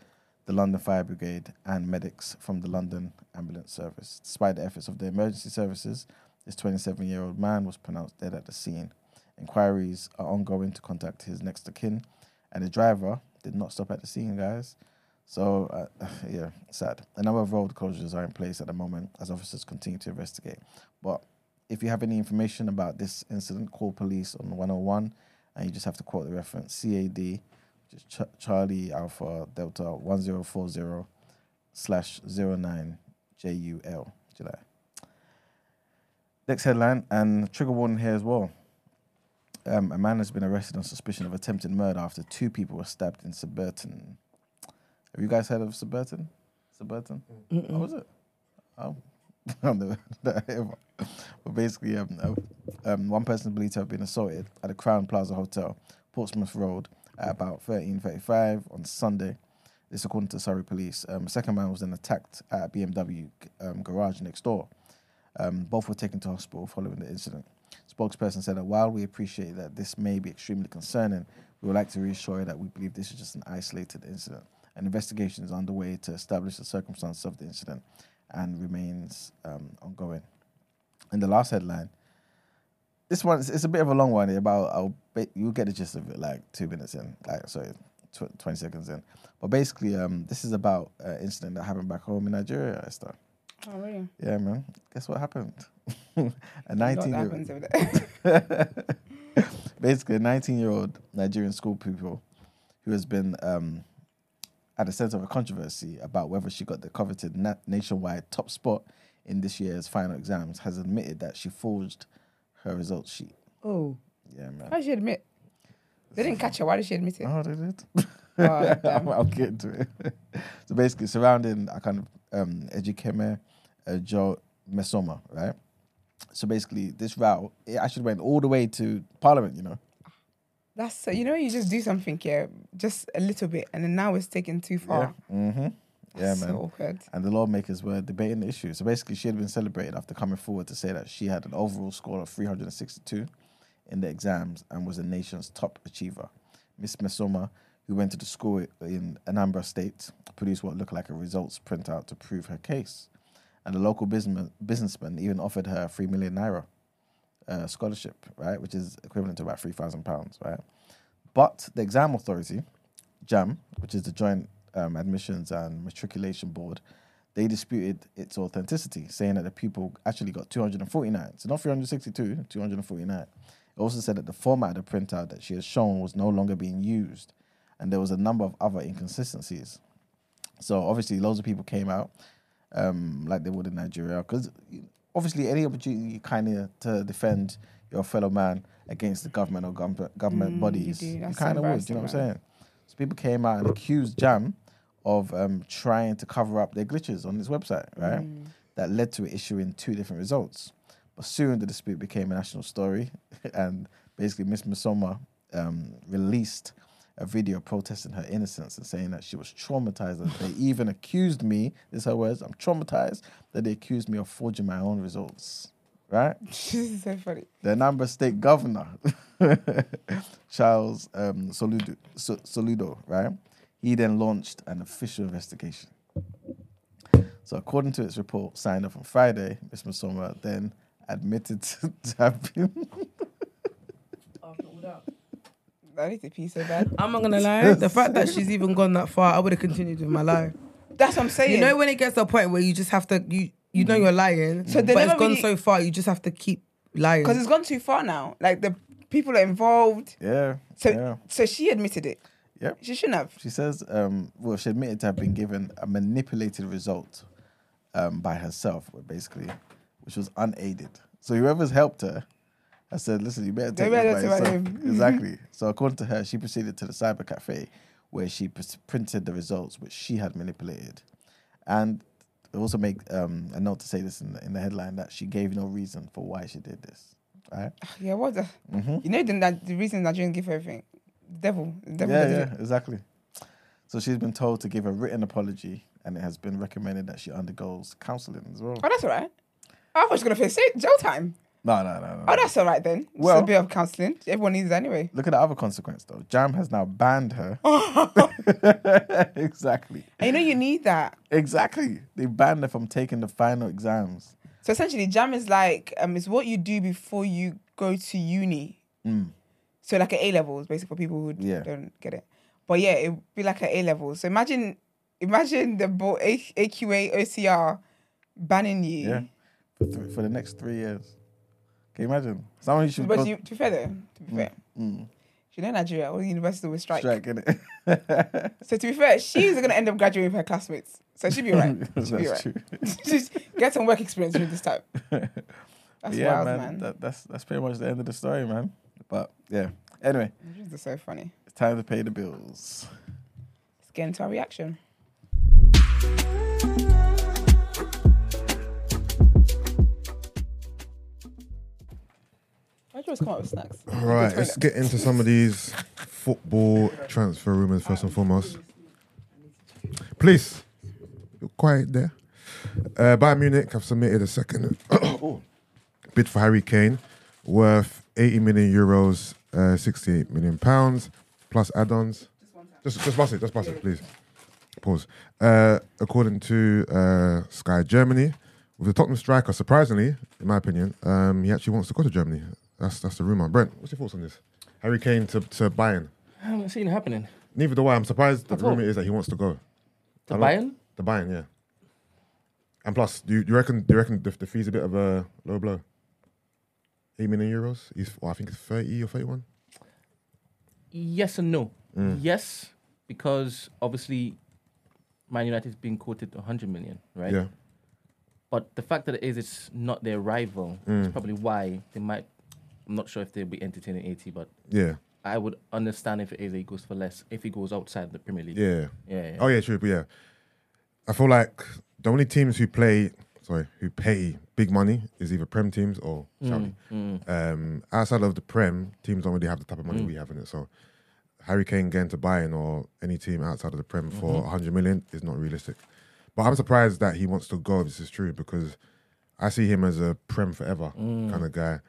Speaker 4: the London Fire Brigade and medics from the London Ambulance Service. Despite the efforts of the emergency services, this 27 year old man was pronounced dead at the scene. Inquiries are ongoing to contact his next of kin, and the driver did not stop at the scene, guys. So, uh, yeah, sad. A number of road closures are in place at the moment as officers continue to investigate. But if you have any information about this incident, call police on 101 and you just have to quote the reference CAD, which is Ch- Charlie Alpha Delta 1040 slash 09 JUL, July. Next headline, and trigger warning here as well. Um, a man has been arrested on suspicion of attempted murder after two people were stabbed in Suburban. Have you guys heard of Suburban? Suburban? What was it? Oh, I've never heard of that ever. But basically, um, uh, um, one person is believed to have been assaulted at the Crown Plaza Hotel, Portsmouth Road, at about 13.35 on Sunday. This according to Surrey Police. Um, a second man was then attacked at a BMW um, garage next door. Um, both were taken to hospital following the incident. Spokesperson said that while we appreciate that this may be extremely concerning, we would like to reassure you that we believe this is just an isolated incident. An investigation is underway to establish the circumstances of the incident and remains um, ongoing. And the last headline, this one it's- it's a bit of a long one, about I'll ba- you'll get the gist of it like two minutes in, like sorry, tw- twenty seconds in. But basically, um, this is about an incident that happened back home in Nigeria, Esther.
Speaker 1: Oh, really?
Speaker 4: Yeah, man. Guess what happened? a
Speaker 1: Not that
Speaker 4: nineteen year
Speaker 1: happens over there.
Speaker 4: basically a 19 year old Nigerian school pupil who has been um, at the center of a controversy about whether she got the coveted na- nationwide top spot in this year's final exams has admitted that she forged her results sheet.
Speaker 3: Oh,
Speaker 4: Yeah, man.
Speaker 1: How did she admit? They didn't catch her. Why did she admit it?
Speaker 4: Oh, they did.
Speaker 1: Oh,
Speaker 4: I'll,
Speaker 1: damn.
Speaker 4: I'll get into it. so basically, surrounding a kind of um, Ejikeme, uh, Joe Mesoma, right? So basically, this route it actually went all the way to Parliament. You know,
Speaker 1: That's so, you know you just do something here, just a little bit, and then now it's taken too far.
Speaker 4: Mm-hmm. Yeah,
Speaker 1: That's
Speaker 4: man.
Speaker 1: So awkward.
Speaker 4: and the lawmakers were debating the issue. So basically, she had been celebrated after coming forward to say that she had an overall score of 362 in the exams and was the nation's top achiever. Miss Mesoma, who went to the school in Anambra State, produced what looked like a results printout to prove her case. And the local businessman, businessman even offered her 3 million naira uh, scholarship, right, which is equivalent to about 3,000 pounds, right? But the exam authority, JAM, which is the Joint um, Admissions and Matriculation Board, they disputed its authenticity, saying that the pupil actually got 249. So not 362, 249. It also said that the format of the printout that she had shown was no longer being used, and there was a number of other inconsistencies. So obviously, loads of people came out, um, like they would in Nigeria, because obviously any opportunity kind of to defend your fellow man against the government or gov- government bodies.
Speaker 1: Mm, do.
Speaker 4: You,
Speaker 1: That's so
Speaker 4: kind of would, you know what I'm saying? So people came out and accused Jam of um, trying to cover up their glitches on his website, right?
Speaker 1: Mm.
Speaker 4: That led to it issuing two different results. But soon the dispute became a national story, and basically Miss Masoma um, released a video protesting her innocence and saying that she was traumatized. And they even accused me, this is her words, I'm traumatized that they accused me of forging my own results, right?
Speaker 1: this is so funny.
Speaker 4: the Namba State Governor, Charles um, Soludo, Su- Soludo, right? He then launched an official investigation. So, according to its report signed off on Friday, Ms. Masoma then admitted to, to have been.
Speaker 1: I need to pee so bad.
Speaker 3: I'm not gonna lie. The fact that she's even gone that far, I would have continued with my life.
Speaker 1: That's what I'm saying.
Speaker 3: You know when it gets to a point where you just have to you you know you're lying,
Speaker 1: Mm. So they
Speaker 3: but it's
Speaker 1: never
Speaker 3: gone
Speaker 1: really-
Speaker 3: so far you just have to keep lying.
Speaker 1: because it's gone too far now. Like the people are involved.
Speaker 4: Yeah.
Speaker 1: So
Speaker 4: yeah.
Speaker 1: so she admitted it.
Speaker 4: Yep.
Speaker 1: She shouldn't have.
Speaker 4: She says, um, well, she admitted to have been given a manipulated result um, by herself, basically, which was unaided. So whoever's helped her has said, listen, you better take
Speaker 1: better
Speaker 4: this
Speaker 1: take
Speaker 4: by
Speaker 1: my
Speaker 4: yourself.
Speaker 1: name.
Speaker 4: exactly. So according to her, she proceeded to the cyber cafe where she pr- printed the results which she had manipulated. And they also make um, a note to say this in the, in the headline that she gave no reason for why she did this. Right?
Speaker 1: Yeah, what the?
Speaker 4: Mm-hmm.
Speaker 1: You know the, Ni- the reason Nigerians give her everything, the devil, the devil
Speaker 4: yeah,
Speaker 1: did
Speaker 4: yeah,
Speaker 1: it.
Speaker 4: exactly. So she's been told to give a written apology, and it has been recommended that she undergoes counselling as well.
Speaker 1: Oh, that's all right. I thought she was gonna face sa- jail time.
Speaker 4: No, no, no, no.
Speaker 1: Oh, that's all right then. Well,
Speaker 4: Well-
Speaker 1: Just a bit of counselling. Everyone needs it anyway.
Speaker 4: Look at the other consequence, though. Jam has now banned her. exactly,
Speaker 1: And you know you need that.
Speaker 4: exactly. They banned her from taking the final exams.
Speaker 1: So essentially, jam is like um, it's what you do before you go to uni. So like at A levels, basically for people who d-
Speaker 4: Mm. Yeah.
Speaker 1: don't get it. But yeah, it'd be like at A levels. So imagine, imagine the bo- A- AQA OCR banning you.
Speaker 4: Yeah, for, th- for the next three years. Can you imagine? Someone you should go
Speaker 1: But you, to be fair, though, to be fair, you know Nigeria, all the universities always strike.
Speaker 4: Mm. strike innit?
Speaker 1: So to be fair, she's gonna end up graduating with her classmates. So she'll be alright.
Speaker 4: That's
Speaker 1: She'll be alright.
Speaker 4: true.
Speaker 1: Just get some work experience during this time. That's
Speaker 4: yeah,
Speaker 1: wild,
Speaker 4: man.
Speaker 1: man.
Speaker 4: That, that's that's pretty much the end of the story, man. But yeah. Anyway,
Speaker 1: Nigerians are so funny.
Speaker 4: it's time to pay the bills.
Speaker 1: Let's get into our reaction. Why do you always come up with snacks?
Speaker 2: Right, let's get into some of these football transfer rumors first and foremost. Please, you're quiet there. Uh, Bayern Munich have submitted a second oh, bid for Harry Kane, worth 80 million euros, uh, 68 million pounds, plus add-ons. Just, just pass it, just pass it, please. Pause. Uh, according to uh, Sky Germany, with the Tottenham striker, surprisingly, in my opinion, um, he actually wants to go to Germany. That's that's the rumor. Brent, what's your thoughts on this? Harry Kane to, to Bayern.
Speaker 5: I haven't seen it happening.
Speaker 2: Neither do I. I'm surprised the
Speaker 5: At all.
Speaker 2: rumor is that he wants to go.
Speaker 5: The
Speaker 2: I
Speaker 5: Bayern?
Speaker 2: don't- The Bayern, yeah. And plus, do you, do you reckon? Do you reckon the, the fee's a bit of a low blow? Eight million euros. He's, well, I think it's thirty or thirty-one.
Speaker 5: Yes and no. Yes, because obviously Man United's been quoted 100 million, right?
Speaker 2: Yeah.
Speaker 5: But the fact that it is, it's not their rival.
Speaker 2: Mm.
Speaker 5: It's probably why they might. I'm not sure if they'll be entertaining 80, but
Speaker 2: Yeah.
Speaker 5: I would understand if it is he goes for less if he goes outside the Premier League.
Speaker 2: Yeah.
Speaker 5: Yeah.
Speaker 2: Oh yeah, true. But yeah, I feel like the only teams who play, sorry, who pay big money is either Prem teams or
Speaker 5: Mm,
Speaker 2: Saudi. Um, outside of the Prem, teams don't really have the type of money
Speaker 5: Mm.
Speaker 2: we have in it. So Harry Kane getting to Bayern or any team outside of the Prem for
Speaker 5: Mm-hmm.
Speaker 2: 100 million is not realistic. But I'm surprised that he wants to go. If this is true because I see him as a Prem forever
Speaker 5: Mm.
Speaker 2: kind of guy.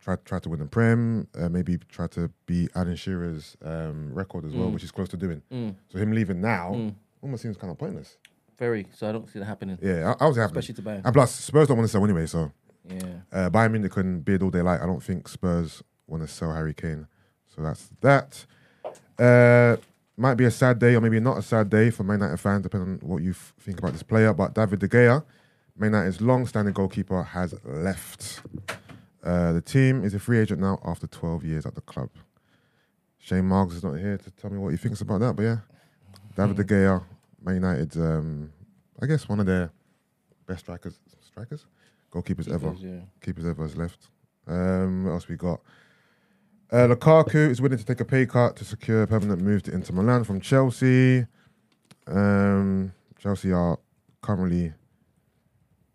Speaker 2: Try, try to win the Prem, uh, maybe try to be Alan Shearer's um, record as well,
Speaker 5: Mm.
Speaker 2: which he's close to doing. So him leaving now almost seems kind of pointless.
Speaker 5: Very. So I don't see that happening.
Speaker 2: Yeah, I, I was happy.
Speaker 5: Especially to Bayern.
Speaker 2: And plus, Spurs don't want to sell anyway, so
Speaker 5: Yeah.
Speaker 2: uh, Bayern Munich can bid all they like. I don't think Spurs want to sell Harry Kane. So that's that. Uh, might be a sad day or maybe not a sad day for Man United fans, depending on what you f- think about this player. But David De Gea, Man United's long-standing goalkeeper, has left. Uh, the team is a free agent now after 12 years at the club. Shane Marks is not here to tell me what he thinks about that, but yeah. David De Gea, Man United's, um, I guess, one of their best strikers, strikers, goalkeepers ever Oh.
Speaker 5: Because, yeah.
Speaker 2: keepers ever has left. Um, what else we got? Uh, Lukaku is willing to take a pay cut to secure a permanent move to Inter Milan from Chelsea. Um, Chelsea are currently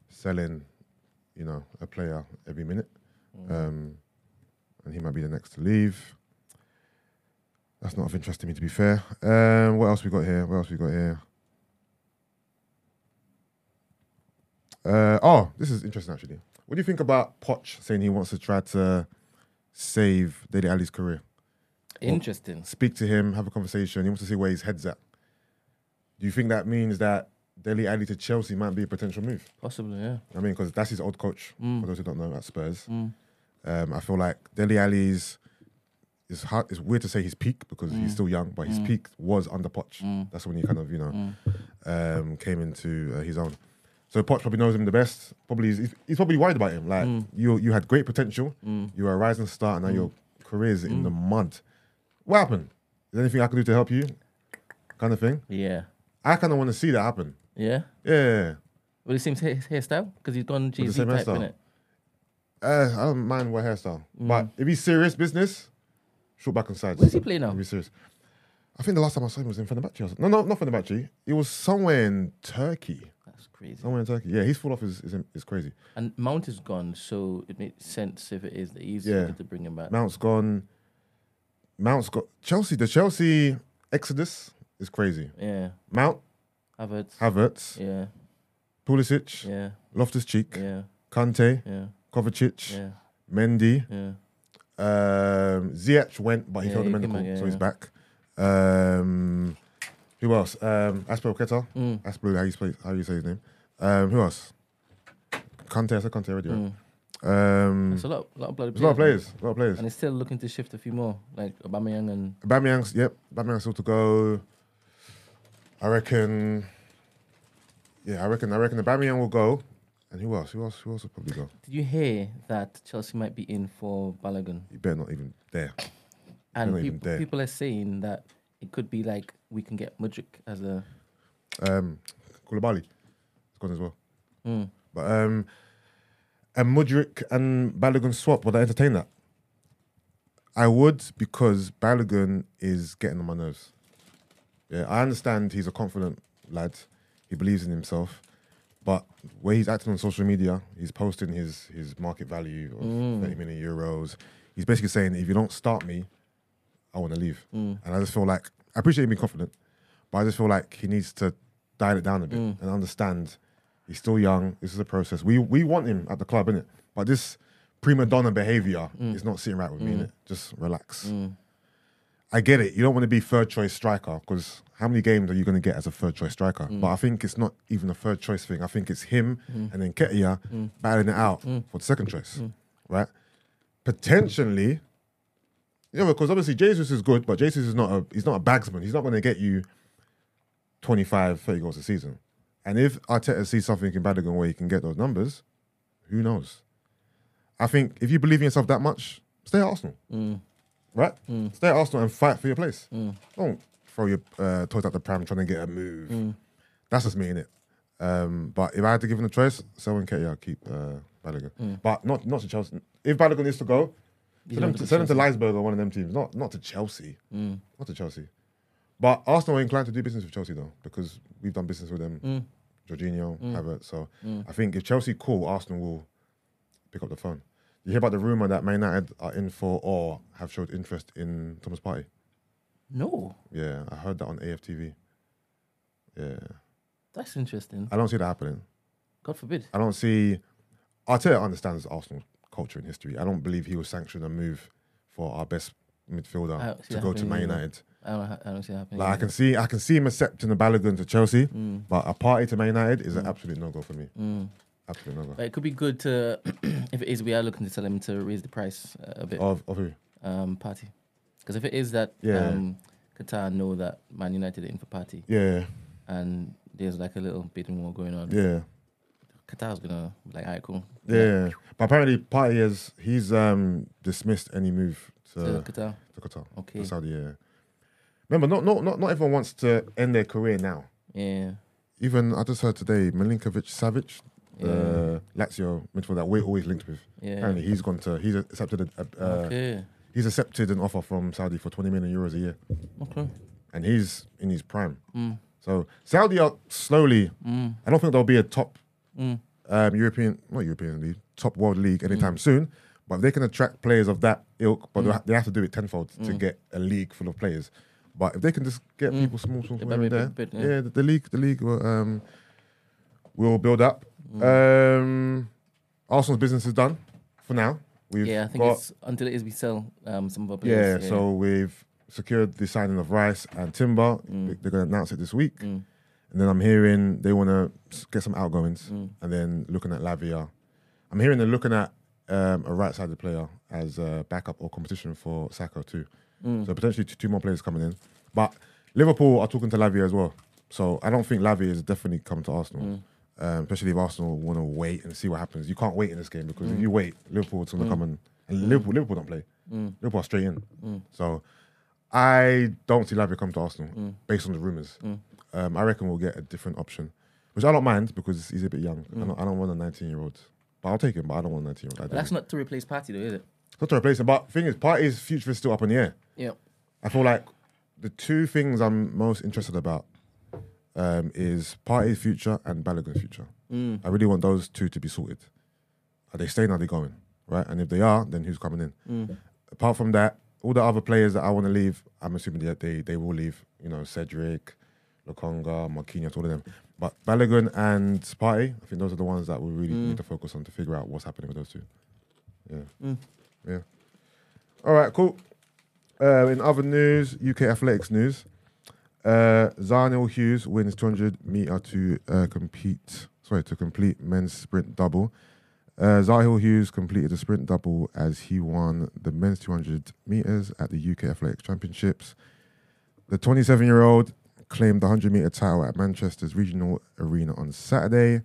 Speaker 2: selling, you know, a player every minute, um, and he might be the next to leave. That's not of interest to me, to be fair. Um, what else we got here? What else we got here? Uh, oh, this is interesting actually. What do you think about Poch saying he wants to try to save Dele Ali's career?
Speaker 5: Interesting.
Speaker 2: Speak to him, have a conversation. He wants to see where his head's at. Do you think that means that Dele Ali to Chelsea might be a potential move?
Speaker 5: Possibly, yeah.
Speaker 2: I mean, because that's his old coach. For those who don't know, at Spurs, um, I feel like Deli Ali's. It's hard. It's weird to say his peak because he's still young, but his peak was under Poch. That's when he kind of you know um, came into uh, his own. So Poch probably knows him the best. Probably is- he's, he's probably worried about him. Like you, you had great potential. You were a rising star, and now your career's in the mud. What happened? Is there anything I can do to help you? Kind of thing.
Speaker 5: Yeah.
Speaker 2: I kind of want to see that happen.
Speaker 5: Yeah.
Speaker 2: Yeah.
Speaker 5: Well, it seems his hairstyle because he's gone
Speaker 2: the
Speaker 5: GZ
Speaker 2: same
Speaker 5: type,
Speaker 2: hairstyle.
Speaker 5: innit?
Speaker 2: Uh, I don't mind what hairstyle, but if he's serious business, short back and sides.
Speaker 5: Mm. Where's he playing now?
Speaker 2: If he's serious. I think the last time I saw him was in Fenerbahce. or something. No, no, not Fenerbahce. It was somewhere in Turkey.
Speaker 5: That's crazy.
Speaker 2: Somewhere in Turkey. Yeah, he's full off. Is is, is crazy.
Speaker 5: And Mount is gone, so it makes sense if it is the easier
Speaker 2: Yeah.
Speaker 5: to bring him back.
Speaker 2: Mount's gone. Mount's got Chelsea. The Chelsea exodus is crazy.
Speaker 5: Yeah.
Speaker 2: Mount,
Speaker 5: Havertz.
Speaker 2: Havertz,
Speaker 5: yeah.
Speaker 2: Pulisic,
Speaker 5: Yeah.
Speaker 2: Loftus Cheek,
Speaker 5: Yeah.
Speaker 2: Kante,
Speaker 5: Yeah.
Speaker 2: Kovacic,
Speaker 5: Yeah.
Speaker 2: Mendy,
Speaker 5: Yeah.
Speaker 2: Um, Ziyech went, but he
Speaker 5: Yeah,
Speaker 2: held him
Speaker 5: he
Speaker 2: in the
Speaker 5: came
Speaker 2: call,
Speaker 5: back, yeah,
Speaker 2: so he's
Speaker 5: yeah.
Speaker 2: back. Um, who else? Um, Aspel Keta.
Speaker 5: Mm.
Speaker 2: Aspel, how you play, how you say his name? Um, who else? Conte. I said Conte already. Right? Um,
Speaker 5: It's Mm. a lot, lot of bloody
Speaker 2: there's a lot of
Speaker 5: players,
Speaker 2: players. A lot of players.
Speaker 5: man. And he's still looking to shift a few more, like Aubameyang and
Speaker 2: Bamyang's yep. Bamyang's still to go. I reckon. Yeah, I reckon. I reckon the Bamyang will go. And who else? Who else? Who else will probably go?
Speaker 5: Did you hear that Chelsea might be in for Balogun?
Speaker 2: You better not even there.
Speaker 5: And
Speaker 2: not even
Speaker 5: peop-
Speaker 2: there.
Speaker 5: people are saying that it could be like we can get Mudrik as a.
Speaker 2: um Koulibaly has gone as well. But um and Mudrik and Balogun swap, would I entertain that? I would because Balogun is getting on my nerves. Yeah, I understand he's a confident lad. He believes in himself. But where he's acting on social media, he's posting his his market value of 30 million euros. He's basically saying, if you don't start me, I want to leave. And I just feel like I appreciate him being confident, but I just feel like he needs to dial it down a bit and understand he's still young. This is a process. We we want him at the club, innit? But this prima donna behavior is not sitting right with me, innit? Just relax. I get it. You don't want to be third choice striker because how many games are you going to get as a third choice striker? But I think it's not even a third choice thing. I think it's him and then Ketia battling it out for the second choice, right? Potentially, yeah, because obviously Jesus is good, but Jesus is not a he's not a bagsman. He's not going to get you 25, 30 goals a season. And if Arteta sees something in Balogun where he can get those numbers, who knows? I think if you believe in yourself that much, stay at Arsenal, right? Stay at Arsenal and fight for your place. Don't throw your uh, toys out the pram trying to get a move. That's just me in it. Um, but if I had to give him a choice, so and Ketia keep uh, Balogun, but not not to Chelsea. If Balogun is to go, Send them, to, Mm. send them to Leisberg or one of them teams, not not to Chelsea, not to Chelsea. But Arsenal are inclined to do business with Chelsea though, because we've done business with them, Jorginho, Havertz. So I think if Chelsea call, Arsenal will pick up the phone. You hear about the rumor that Man United are in for or have showed interest in Thomas Party.
Speaker 5: No,
Speaker 2: Yeah, I heard that on AFTV. Yeah,
Speaker 5: that's interesting.
Speaker 2: I don't see that happening.
Speaker 5: God forbid.
Speaker 2: I don't see. Arteta understands Arsenal culture and history. I don't believe he will sanction a move for our best midfielder
Speaker 5: I don't Oh, see
Speaker 2: to
Speaker 5: that
Speaker 2: go to Man
Speaker 5: happening either.
Speaker 2: United.
Speaker 5: I don't, ha- I don't see it happening.
Speaker 2: Like I can see, I can see him accepting the Balogun to Chelsea,
Speaker 5: Mm.
Speaker 2: but a party to Man United is an absolute no go for me. Absolute no go.
Speaker 5: But it could be good to, if it is, we are looking to tell him to raise the price uh, a bit.
Speaker 2: Of, of who?
Speaker 5: um, party. Because if it is that
Speaker 2: Yeah.
Speaker 5: um, Qatar know that Man United are in for party
Speaker 2: Yeah,
Speaker 5: and there's like a little bidding war going on,
Speaker 2: yeah,
Speaker 5: Qatar's gonna be like, alright, cool.
Speaker 2: yeah. But apparently, party is he's um dismissed any move to,
Speaker 5: To Qatar.
Speaker 2: to Qatar,
Speaker 5: Okay.
Speaker 2: to Saudi. Yeah. Remember, not not not not everyone wants to end their career now.
Speaker 5: Yeah.
Speaker 2: Even I just heard today, Milinkovic Savic the Lazio midfielder that we're always linked with.
Speaker 5: Yeah.
Speaker 2: Apparently, he's gone to he's accepted a, a, uh,
Speaker 5: okay.
Speaker 2: he's accepted an offer from Saudi for 20 million euros a year,
Speaker 5: Okay. Mm.
Speaker 2: and he's in his prime. So Saudi are slowly. I don't think they'll be a top
Speaker 5: Mm.
Speaker 2: um, European, not European league, top world league anytime soon. But if they can attract players of that ilk,
Speaker 5: Mm.
Speaker 2: but they'll ha- they have to do it tenfold to get a league full of players. But if they can just get people small, small, small
Speaker 5: might
Speaker 2: here
Speaker 5: Mm. be a
Speaker 2: and there,
Speaker 5: bit- bit,
Speaker 2: yeah,
Speaker 5: yeah.
Speaker 2: the, the league, the league will um, will build up.
Speaker 5: Mm.
Speaker 2: Um, Arsenal's business is done for now. We've
Speaker 5: Yeah, I think
Speaker 2: got-
Speaker 5: it's until it is we sell um, some of our
Speaker 2: yeah,
Speaker 5: players.
Speaker 2: so we've secured the signing of Rice and Timber. They- They're going to announce it this week. And then I'm hearing they want to get some outgoings and then looking at Lavia. I'm hearing they're looking at um, a right sided player as a backup or competition for Saka too. So potentially t- two more players coming in. But Liverpool are talking to Lavia as well. So I don't think Lavia is definitely coming to Arsenal. Um, especially if Arsenal want to wait and see what happens. You can't wait in this game because if you wait, Liverpool is going to come and, and Liverpool Liverpool don't play. Liverpool are straight in. So I don't see Lavia come to Arsenal based on the rumours. Um, I reckon we'll get a different option, which I don't mind because he's a bit young. I, don't, I don't want a 19 year old. But I'll take him, but I don't want a 19 year old.
Speaker 5: That's not to replace Party though, is it?
Speaker 2: not to replace him. But thing is, Party's future is still up in the air.
Speaker 5: Yeah.
Speaker 2: I feel like the two things I'm most interested about um, is Party's future and Balogun's future. I really want those two to be sorted. Are they staying? Are they going? Right? And if they are, then who's coming in? Apart from that, all the other players that I want to leave, I'm assuming that they they will leave. You know, Cedric, Lokonga, Marquinhos, all of them. But Balogun and Party, I think those are the ones that we really need to focus on to figure out what's happening with those two. Yeah. Yeah. All right. Cool. Uh, in other news, UK athletics news, uh, Zarnil Hughes wins 200 meter to uh, compete. Sorry, to complete men's sprint double. Uh, Zahil Hughes completed the sprint double as he won the men's 200 meters at the UK Athletics Championships. The 27 year old claimed the 100 meter title at Manchester's regional arena on Saturday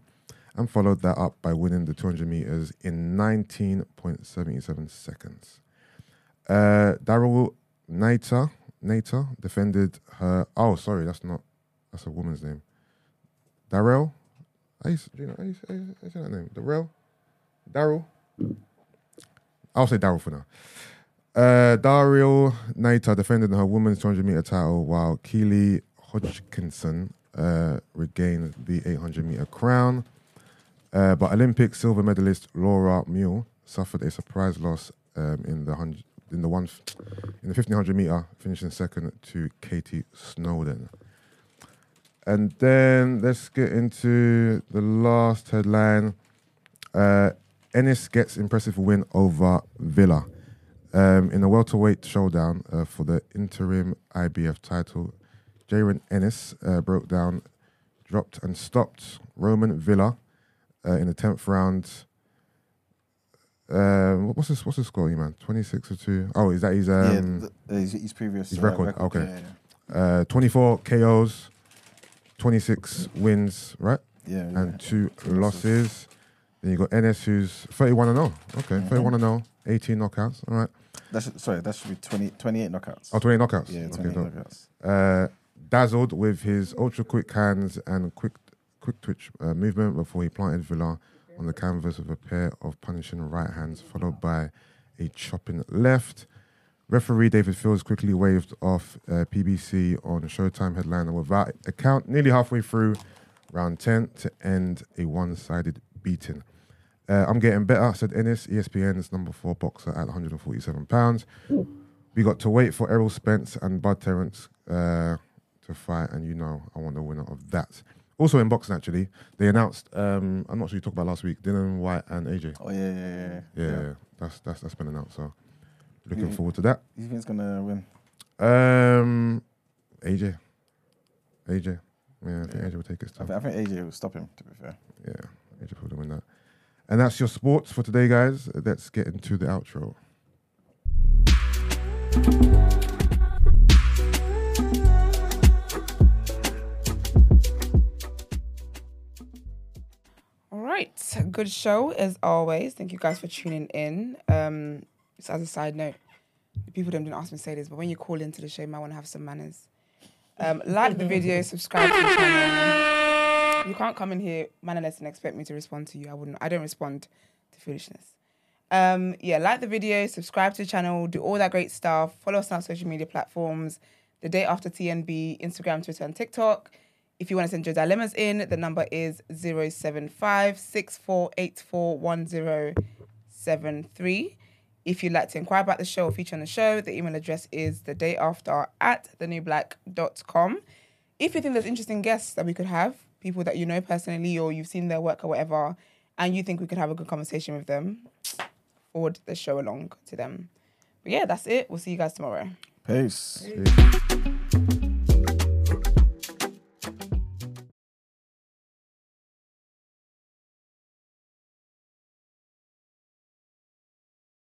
Speaker 2: and followed that up by winning the 200 meters in 19.77 seconds. Uh, Daryl Nater, Nater defended her. Oh, sorry, that's not. That's a woman's name. Darrell. I used, you know, I used, I used, I used to say that name. Darrell. Daryl. I'll say Daryl for now. Uh, Daryl Nater defended her women's 200 meter title while Keely Hodgkinson uh, regained the 800 meter crown. Uh, but Olympic silver medalist Laura Mule suffered a surprise loss um, in the hundred, in the one, in the fifteen hundred meter, finishing second to Katie Snowden. And then let's get into the last headline. Uh, Ennis gets impressive win over Villa um, in a welterweight showdown uh, for the interim IBF title. Jaron Ennis uh, broke down, dropped and stopped Roman Villa uh, in the tenth round. Um, what's this? What's the score, you man? Twenty six or two? Oh, is that his
Speaker 4: yeah,
Speaker 2: um,
Speaker 4: th- his, his previous
Speaker 2: his
Speaker 4: uh,
Speaker 2: record, okay.
Speaker 4: Yeah,
Speaker 2: uh, twenty four KOs, twenty six wins, right?
Speaker 4: yeah, yeah, yeah.
Speaker 2: and two losses. Then you got NS who's 31 and 0. Okay, 31 and 0, 18 knockouts. All right.
Speaker 4: That should, sorry, that should be 20, 28 knockouts.
Speaker 2: Oh, 28 knockouts.
Speaker 4: yeah,
Speaker 2: Okay,
Speaker 4: 28
Speaker 2: dope.
Speaker 4: knockouts.
Speaker 2: Uh, dazzled with his ultra quick hands and quick quick twitch uh, movement before he planted Villa on the canvas with a pair of punishing right hands, followed by a chopping left. Referee David Fields quickly waved off uh, PBC on Showtime headliner without a count, nearly halfway through round 10 to end a one sided beating. Uh, I'm getting better, said Ennis, E ESPN's number four boxer at 147 pounds. We got to wait for Errol Spence and Bud Terrence uh, to fight, and you know I want the winner of that. Also in boxing, actually, they announced. Um, I'm not sure you talked about last week, Dylan White and AJ.
Speaker 4: Oh, yeah, yeah, yeah.
Speaker 2: Yeah, that's that's that's been announced. So looking forward to that.
Speaker 4: You think he's going to win?
Speaker 2: Um, AJ, AJ, yeah, I think AJ will take it.
Speaker 4: I,
Speaker 2: Still.
Speaker 4: th- I think AJ will stop him, to be fair.
Speaker 2: Yeah, AJ probably win that. And that's your sports for today, guys. Let's get into the outro.
Speaker 1: All right, good show as always. Thank you guys for tuning in. Um, so as a side note, the people them didn't ask me to say this, but when you call into the show, you might want to have some manners. Um, like the video, subscribe to the channel. You can't come in here mannerless and expect me to respond to you. I wouldn't. I don't respond to foolishness. Um, yeah, like the video, subscribe to the channel, do all that great stuff. Follow us on our social media platforms. The day after TNB, Instagram, Twitter, and TikTok. If you want to send your dilemmas in, the number is 075 74841073. If you'd like to inquire about the show or feature on the show, the email address is the day after at thenewblack.com. If you think there's interesting guests that we could have, people that you know personally or you've seen their work or whatever, and you think we could have a good conversation with them, forward the show along to them. But yeah, that's it. We'll see you guys tomorrow.
Speaker 4: Peace.